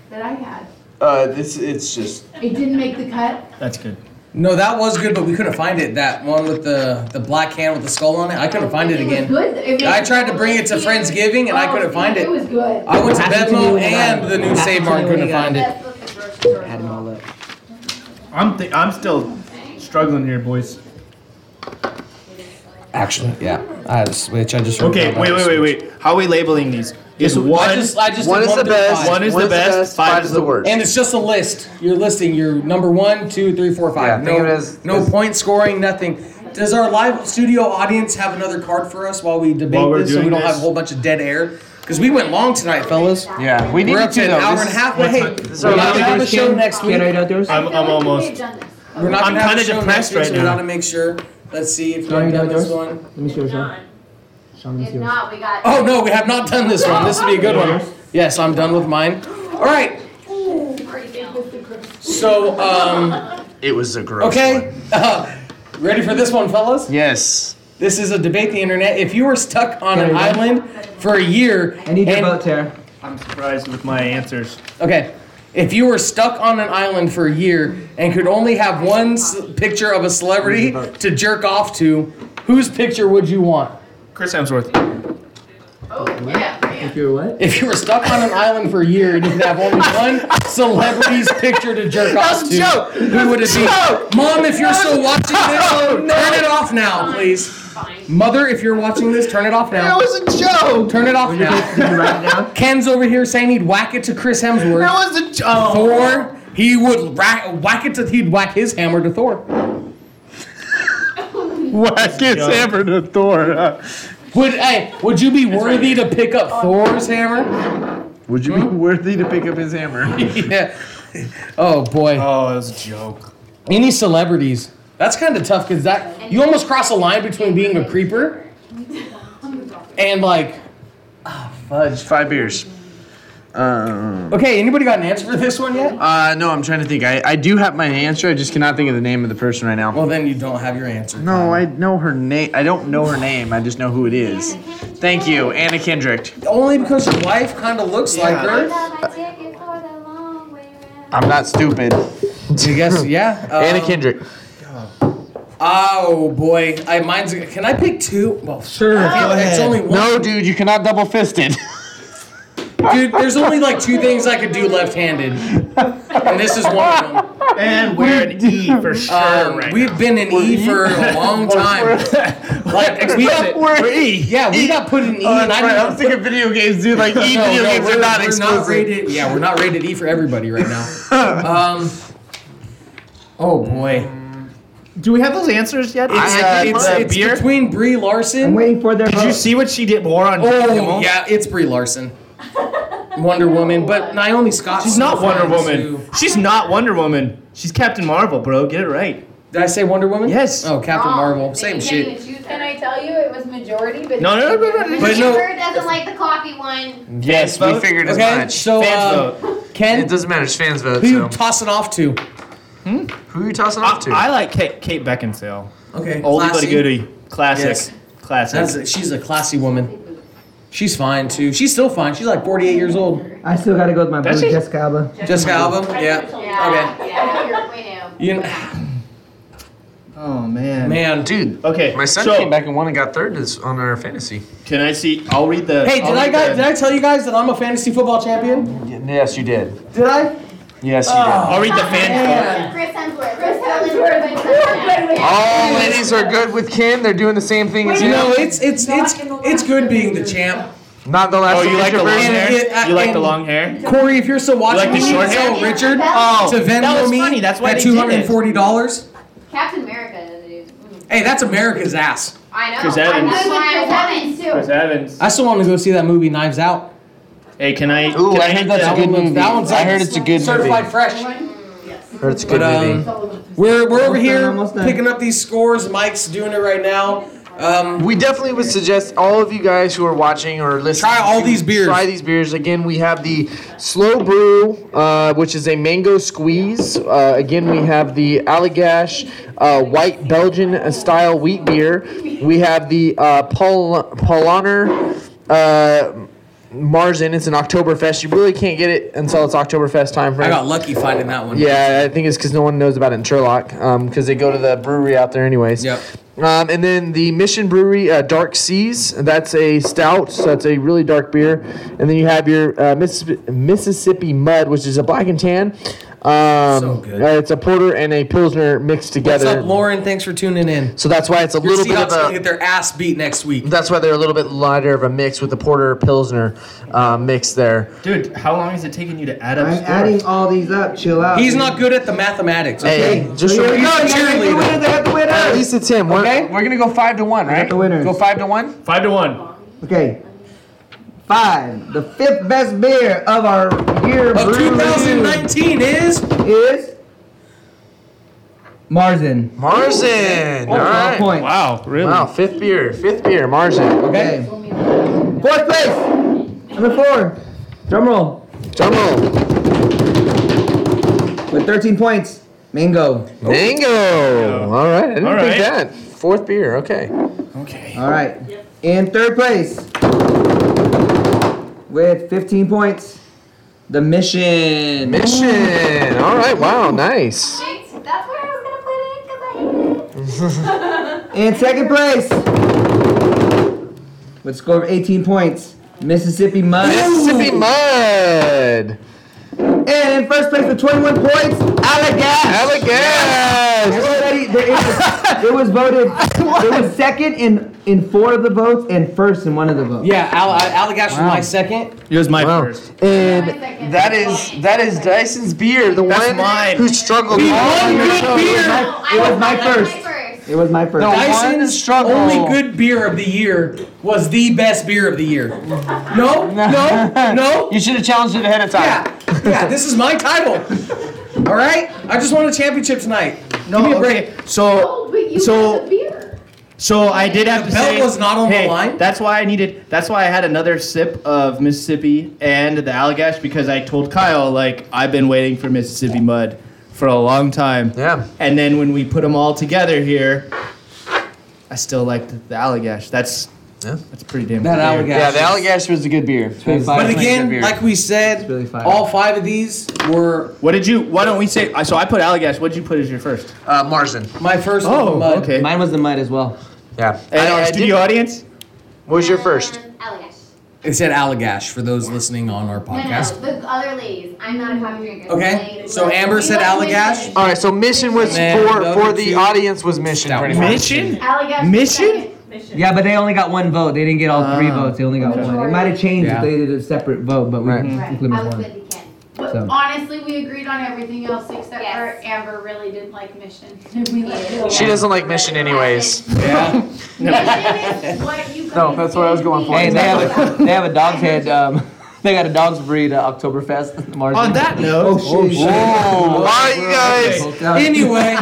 that I had?
Uh, this it's just
It didn't make the cut.
That's good.
No, that was good, but we couldn't find it. That one with the the black hand with the skull on it. I couldn't find it
It was
again.
good. It was-
I tried to bring it to Friendsgiving and I
Oh,
couldn't find it.
It was good.
I went to
Pass it to me
Venmo
when you got
and
it.
the new
Pass it
Save
to
Mart
me when
couldn't
you got
find it.
That's what the grocery store
Add
is
it all
called.
up.
I'm th- I'm still struggling here, boys.
Actually, yeah, I had a switch. I just
Okay,
remembered
wait,
I
wait,
had a
wait,
Switch.
wait. How are we labeling these? Is one
I just, I just
One
did
is the
through
best.
five.
One is the
one's
best,
Five, is the worst.
And it's just a list. You're listing your number one, two, three, four,
Yeah,
five.
think
no,
of it as-
no
as-
point scoring, nothing. Does our live studio audience have another card for us while we debate
While we're
this, so we
doing
don't have
this?
a whole bunch of dead air? Because we went long tonight, fellas.
yeah, we need
We're
to
up to an
though.
hour
This
and a
is-
half. But hey, we're
So how
not
do
gonna
we
have
do
a
this
show
Can-
next week.
Can I do outdoors?
I'm, I'm almost.
We're not
I'm
gonna have a
kinda
show
depressed
next week,
right
so we
now.
gotta make sure. Let's see if
Johnny,
we've done
you got
this one.
yours? Let me see
If
yours.
not,
Sean, let me
if
see yours.
not, we got.
Oh no, we have not done this one. This would be a good one. Yes, I'm done with mine. All right. So, um,
It was a gross
okay.
one.
ready for this one, fellas?
Yes.
This is a debate the internet. If you were stuck on
There
an
you go.
island for a year,
I need your
and-
vote, Tara.
I'm surprised with my answers.
okay, if you were stuck on an island for a year and could only have one s- picture of a celebrity to jerk off to, whose picture would you want?
Chris Hemsworth.
Oh, yeah, man.
If you're what?
If you were stuck on an island for a year and you could have only one celebrity's picture to jerk off to, who would it be? Mom, if you're still watching this, turn it off now, please.
Fine.
Mother, if you're watching this, turn it off now. That was a joke. Turn it off now.
Did you write it down?
Ken's over here saying he'd whack it to Chris Hemsworth. That was a oh. joke. Thor, he would ra- whack it to he'd whack his hammer to Thor.
Whack his hammer to Thor. huh?
Would hey, would you be worthy to pick up Thor's hammer?
Would you be worthy to pick up his hammer?
yeah. Oh boy.
Oh, that was a joke.
Any celebrities? That's kind of tough because that you almost cross a line between being a creeper and like
It's five beers. Um,
okay. Anybody got an answer for this one yet?
uh, no, I'm trying to think. I, I do have my answer. I just cannot think of the name of the person right now.
Well, then you don't have your answer.
no, I know her name. I don't know her name. I just know who it is. Thank you, Anna Kendrick.
Only because your wife kind of looks like her.
I'm not stupid.
I guess yeah. Um,
Anna Kendrick.
Oh boy, I mine's. Can I pick two? Well, sure. It's only one.
No, dude, you cannot double fist it.
Dude, there's only like two things I could do left-handed, and this is one of them.
And we're an E for sure
Um,
right
we've been in E for a long time. like we got,
We're E.
yeah, we got put in E, and I didn't even
thinking video games, dude. Like, E
No, no, we're, we're rated, yeah, we're not rated E for everybody right now. um, oh boy,
Do we have those answers yet? It's,
I-
uh,
it's,
uh,
it's
beer.
between Brie Larson.
I'm waiting for their
Did you
vote.
see what she did more on?
oh
Kimmel?
yeah, it's Brie Larson, Wonder Woman, but Naomi Scott.
She's not Wonder
Too.
Woman. She's not Wonder Woman. She's Captain Marvel, bro. Get it right.
Did I say Wonder Woman?
Yes.
Oh, Captain
Wrong.
Marvel,
They
same
can't
shit.
Can I tell you it was majority, but
No, no, no, no, no.
But
But
no-
doesn't like the coffee one.
Yes, we
Fans vote?
figured as
Okay,
much.
so
Fans
uh,
vote. Um,
It
Ken,
doesn't matter. It's fans vote.
who you
So.
toss it off to?
Who are you tossing off to?
I, I like Kate, Kate Beckinsale.
Okay,
Oldie but
classy.
goodie. Classic.
Yes.
Classic.
That's a, she's a classy woman. She's fine too. She's still fine. She's like 48 years old.
I still gotta go with my
That's
blue
it.
Jessica Alba.
Jessica Alba. Yeah.
Yeah,
Okay.
yeah, we knew.
You know,
oh man.
man, dude.
Dude,
Okay.
my son
so,
came back and won and got third this- on our fantasy.
Can I see? I'll read the.
Hey,
I'll
did I
read
guys,
the-
did I tell you guys that I'm a fantasy football champion?
Yes, you did.
Did I?
Yes, you
I'll read the fan.
Chris Hemsworth. Oh, Chris Hemsworth.
did. All ladies are good with Ken. They're doing the same thing as
You
you.
know, it's it's it's it's good being the champ.
Not the last.
Oh, you like the long
introvert.
And it-
hair?
uh,
You like the
and-
long hair?
Corey, if you're still watching,
like the
you
short
need to
hair?
tell Richard
Oh,
to Venmo
was
me
funny. That's why
that
they
two
did
hundred
it.
forty dollars.
Captain America. dude. Mm.
Hey, that's America's ass.
I know.
Chris
I'm
Evans.
good with Chris Evans too.
Chris Evans.
I still want to go see that movie Knives Out.
Hey, can I?
Ooh,
can
I heard that's a
that
good
one?
movie.
That one's
I
like
heard it's a good
certified
movie.
fresh.
Heard it's a good
But
movie.
um, we're we're over
Almost done,
here
almost done.
picking up these scores. Mike's doing it right now. Um,
We definitely would suggest all of you guys who are watching or listening.
Try all
to
these beers.
Try these beers. Again, we have the Slow Brew, uh, which is a mango squeeze. Uh, again, we have the Allagash uh, White Belgian uh, style wheat beer. We have the uh, Paul Paulaner. Uh, Mars in. It's an Oktoberfest. You really can't get it until it's Oktoberfest time frame.
I got lucky finding that one.
Yeah, I think it's because no one knows about it in Sherlock, because they go to the brewery out there anyways.
Yep.
Um, and then the Mission Brewery uh, Dark Seas. That's a stout, so that's a really dark beer. And then you have your uh, Mississippi, Mississippi Mud, which is a black and tan. Um,
So good.
uh, it's a porter and a pilsner
What's
mixed together.
up, Lauren? Thanks for tuning in.
So that's why it's a
Your
little bit
Seahawks
of
gonna
a.
get their ass beat next week.
That's why they're a little bit lighter of a mix with the porter pilsner uh, mix there.
Dude, how long has it taken you to add up?
I'm
scores?
adding all these up. Chill out.
He's not good at the mathematics.
Hey, just
Here
remember-
we go.
He's a
You
cheerleader.
got the winner, you got the winner.
at least it's him. We're,
Okay.
we're gonna go five to one, right?
the winners.
Go five to one.
Five to one.
Okay. Five. The fifth best beer of our year
Of
brew review
2019 is
is Marzen.
Marzen. All
Twelve
right.
points.
Wow, really?
Wow, fifth beer, fifth beer, Marzen.
Okay. Fourth place. Number four. Drum roll.
Drum roll.
With 13 points. Mango.
Mango. All right, I didn't
All
think
right.
that. Fourth beer, okay.
Okay.
All right. In third place. With 15 points. The mission.
Mission. All right, wow, nice.
That's where I was gonna put it because I hate it.
In second place. With a score of 18 points. Mississippi Mud.
Mississippi Mud.
And in first place with 21 points, Allegash.
Allegash.
Everybody, there- it, was, it was voted. It was second in in four of the votes and first in one of the votes.
yeah. Al, uh, Al- Allagash was my second.
It was my
Wow.
first.
And that is that is Dyson's beer, the
That's
one
mine.
who struggled all
one
year.
good
So it was
beer.
my,
I
it was
don't
my
like
first.
first.
It was my first.
No. One
Dyson's
struggle.
only good beer of the year was the best beer of the year. No, no, no.
You should have challenged it ahead of time.
Yeah, yeah. This is my title. All right. I just won a championship tonight. Give me a
No,
break.
okay. So,
Oh, but you
So-
got the beer.
so I did have
The
to
belt
say.
was not on the
hey,
line?
That's why I needed. That's why I had another sip of Mississippi and the Allagash because I told Kyle like I've been waiting for Mississippi Mud for a long time.
Yeah.
And then when we put them all together here, I still liked the Allagash. That's
Yeah.
that's pretty damn.
That
good.
Allagash.
Yeah, the Allagash was a good beer.
But
It's
again, like we said,
really fire.
all five of these were
What did you? Why don't we say? I- So I put Allagash. What did you put as your first?
uh, Marzen.
my first. with the mud.
okay.
Mine was the mud as well.
Yeah.
And
I-
our
I
studio
uh, did-
audience.
What was your first?
Um, Allagash.
It said Allagash for those listening on our
No,
podcast.
no, the other ladies. I'm not a coffee drinker.
Okay,
Ladies.
so Amber said Allagash.
All right, so mission was
Man,
for
number
for the
two.
audience was mission
Stout.
pretty much.
Allagash.
Mission?
Mission.
Yeah, but they only got one vote. They didn't get all three
Ah.
votes. They only got one. It might have changed
Yeah.
if they did a separate vote, but we
Right.
can
Right. I
included
was
one.
with you, Ken.
But
So.
honestly, we agreed on everything else except
Yes.
for Amber really didn't like Mission. we let it go.
She doesn't like mission anyways.
Yeah.
Mission is what you
No, that's what I was going for.
Hey, they have a, they have a dog's head. Um, they got a dog's breed uh, Oktoberfest.
On that note.
Oh, shit.
Oh, wow, you guys.
Anyway,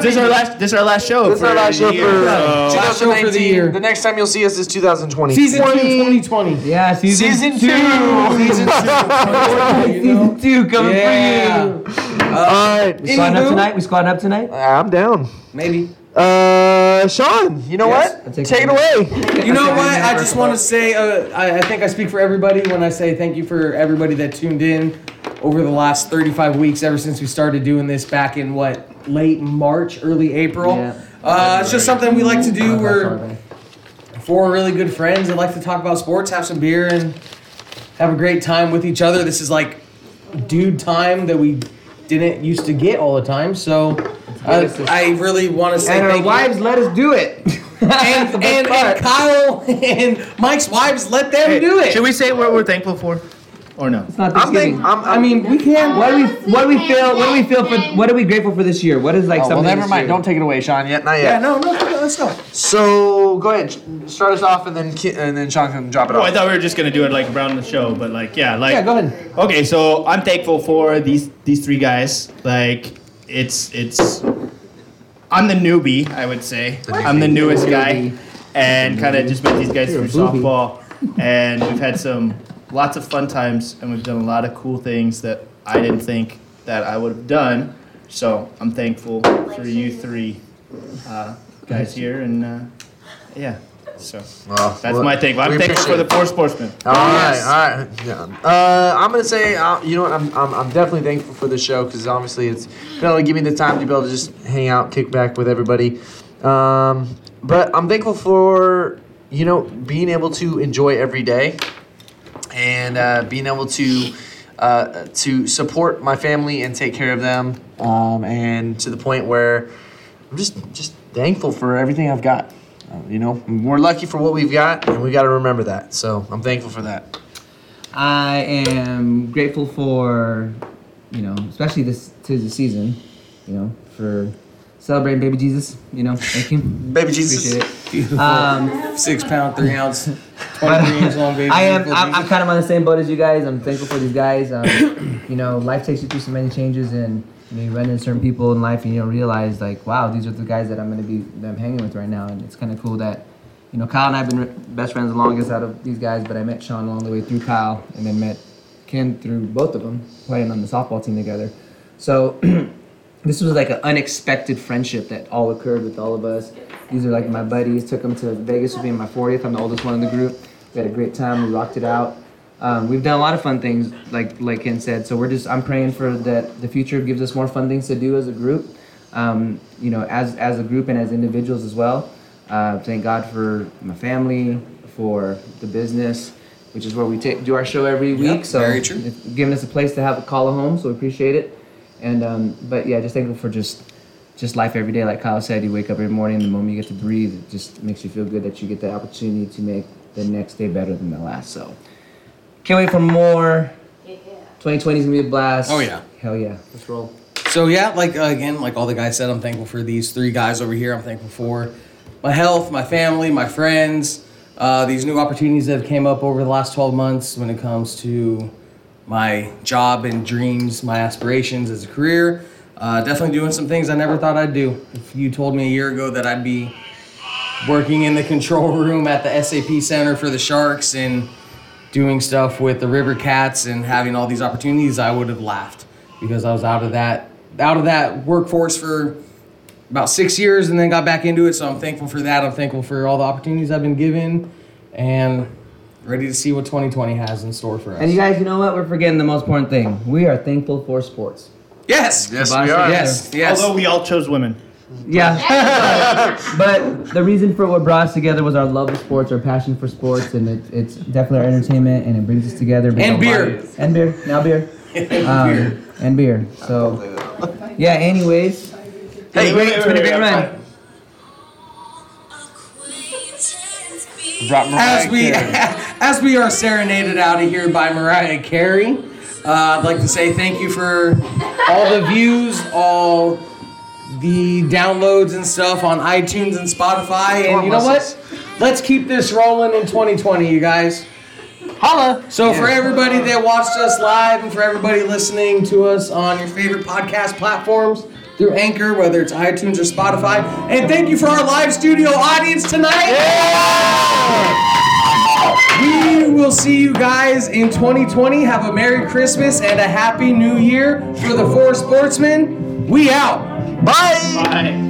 This is our last. This is our last show.
This is
for
our last
the
show
year,
for uh,
Last
so-
show for the
2019.
year.
The next time you'll see us is 2020.
season two, 2020.
Yeah, season,
Season two.
Season two, 2020. You know?
Season two coming for you.
Yeah.
All right.
We squatting up
Anywho.
tonight. We squatting up tonight.
Uh, I'm down.
Maybe.
Uh, Sean, you know
Yes,
what?
I'll
Take,
take it.
it away.
You know what? I just want to say, uh, I, I think I speak for everybody when I say thank you for everybody that tuned in over the last 35 weeks, ever since we started doing this back in what, late March, early April.
Yeah.
Uh, it's just something we like to
Oh,
do. We're
Sorry.
four really good friends that like to talk about sports, have some beer, and have a great time with each other. This is like dude time that we didn't used to get all the time. So uh, I really want to say
And our
thank you
wives let us do it. That's the
and, and,
best part.
and Kyle and Mike's wives let them
Hey,
do it.
Should we say what we're thankful for, or no?
It's not
I'm
Thanksgiving.
thinking. I'm,
I
I'm,
mean, we can.
what do we what do we feel what do we feel for what are we grateful for this year? What is like
oh, well,
something?
never
this
mind.
year?
Don't take it away, Sean. Yet, not yet.
Yeah, no, no, no, let's go.
So go ahead, start us off, and then ki- and then Sean can drop it
Oh,
off.
I thought we were just gonna do it like around the show, but like yeah, like
Yeah, go ahead.
Okay, so I'm thankful for these these three guys. Like it's it's I'm the newbie, I would say. I'm the newest guy and kind of just met these guys
You're a
through
booby.
softball and we've had some lots of fun times and we've done a lot of cool things that I didn't think that I would have done. So, I'm thankful for you three uh, guys here and uh, yeah. yet. So
Well,
that's
well,
my thing. But
we
I'm thankful for
appreciate
the
it.
poor sportsman.
All right, all right. Yeah. Uh, I'm gonna say, uh, you know what? I'm, I'm, I'm definitely thankful for the show because obviously it's been able to give me the time to be able to just hang out, kick back with everybody. Um, but I'm thankful for you know being able to enjoy every day and uh, being able to uh, to support my family and take care of them, um, and to the point where I'm just just thankful for everything I've got. Uh, you know, we're lucky for what we've got, and we got to remember that. So I'm thankful for that.
I am grateful for, you know, especially this tis the season, you know, for celebrating baby Jesus. You know, thank you,
Baby Jesus.
Appreciate it. Um,
Six pound, three ounce, 23 inch long baby.
I am.
Jesus.
I'm, I'm kind of on the same boat as you guys. I'm thankful for these guys. Um, you know, life takes you through so many changes, and you, know, you run into certain people in life, and you don't realize like, wow, these are the guys that I'm gonna be that I'm hanging with right now, and it's kind of cool that. You know, Kyle and I have been re- best friends the longest out of these guys, but I met Sean along the way through Kyle, and then met Ken through both of them playing on the softball team together. So this was like an unexpected friendship that all occurred with all of us. These are like my buddies. Took them to Vegas with me in my 40th. I'm the oldest one in the group. We had a great time. We rocked it out. Um, we've done a lot of fun things, like like Ken said. So we're just I'm praying for that the future gives us more fun things to do as a group. Um, you know, as as a group and as individuals as well. Uh, thank God for my family, for the business, which is where we take do our show every week. so
very true.
it's giving us a place to have a call home, so we appreciate it. And um, but yeah, just thankful for just just life every day. Like Kyle said, you wake up every morning, the moment you get to breathe, it just makes you feel good that you get the opportunity to make the next day better than the last. So can't wait for more. 2020 is gonna be a blast.
Oh, yeah.
Hell yeah. Let's roll.
So yeah, like uh, again, like all the guys said, I'm thankful for these three guys over here. I'm thankful for my health, my family, my friends, uh, these new opportunities that have came up over the last 12 months when it comes to my job and dreams, my aspirations as a career. Uh, definitely doing some things I never thought I'd do. If you told me a year ago that I'd be working in the control room at the SAP Center for the Sharks and doing stuff with the River Cats and having all these opportunities, I would have laughed because I was out of that out of that workforce for about six years and then got back into it. So I'm thankful for that. I'm thankful for all the opportunities I've been given and ready to see what 2020 has in store for us.
And you guys, you know what? We're forgetting the most important thing. We are thankful for sports.
yes,
Yes,
Goodbye.
we are.
yes, yes.
Although we all chose women.
Yeah. but the reason for what brought us together was our love of sports, our passion for sports, and it, it's definitely our entertainment, and it brings us together. We
And
have a lot
beer.
of- And beer. Now beer. Um, And beer. So, yeah, anyways. Hey,
wait,
it's been a
wait,
great
wait,
run.
Drop as we as we are serenaded out of here by Mariah Carey, uh, I'd like to say thank you for all the views, all the downloads and stuff on iTunes and Spotify, and you know what? Let's keep this rolling in 2020, you guys. Holla! So for everybody that watched us live and for everybody listening to us on your favorite podcast platforms through Anchor, whether it's iTunes or Spotify, and thank you for our live studio audience tonight. We will see you guys in 2020. Have a Merry Christmas and a Happy New Year for the Four Sportsmen. We out.
Bye.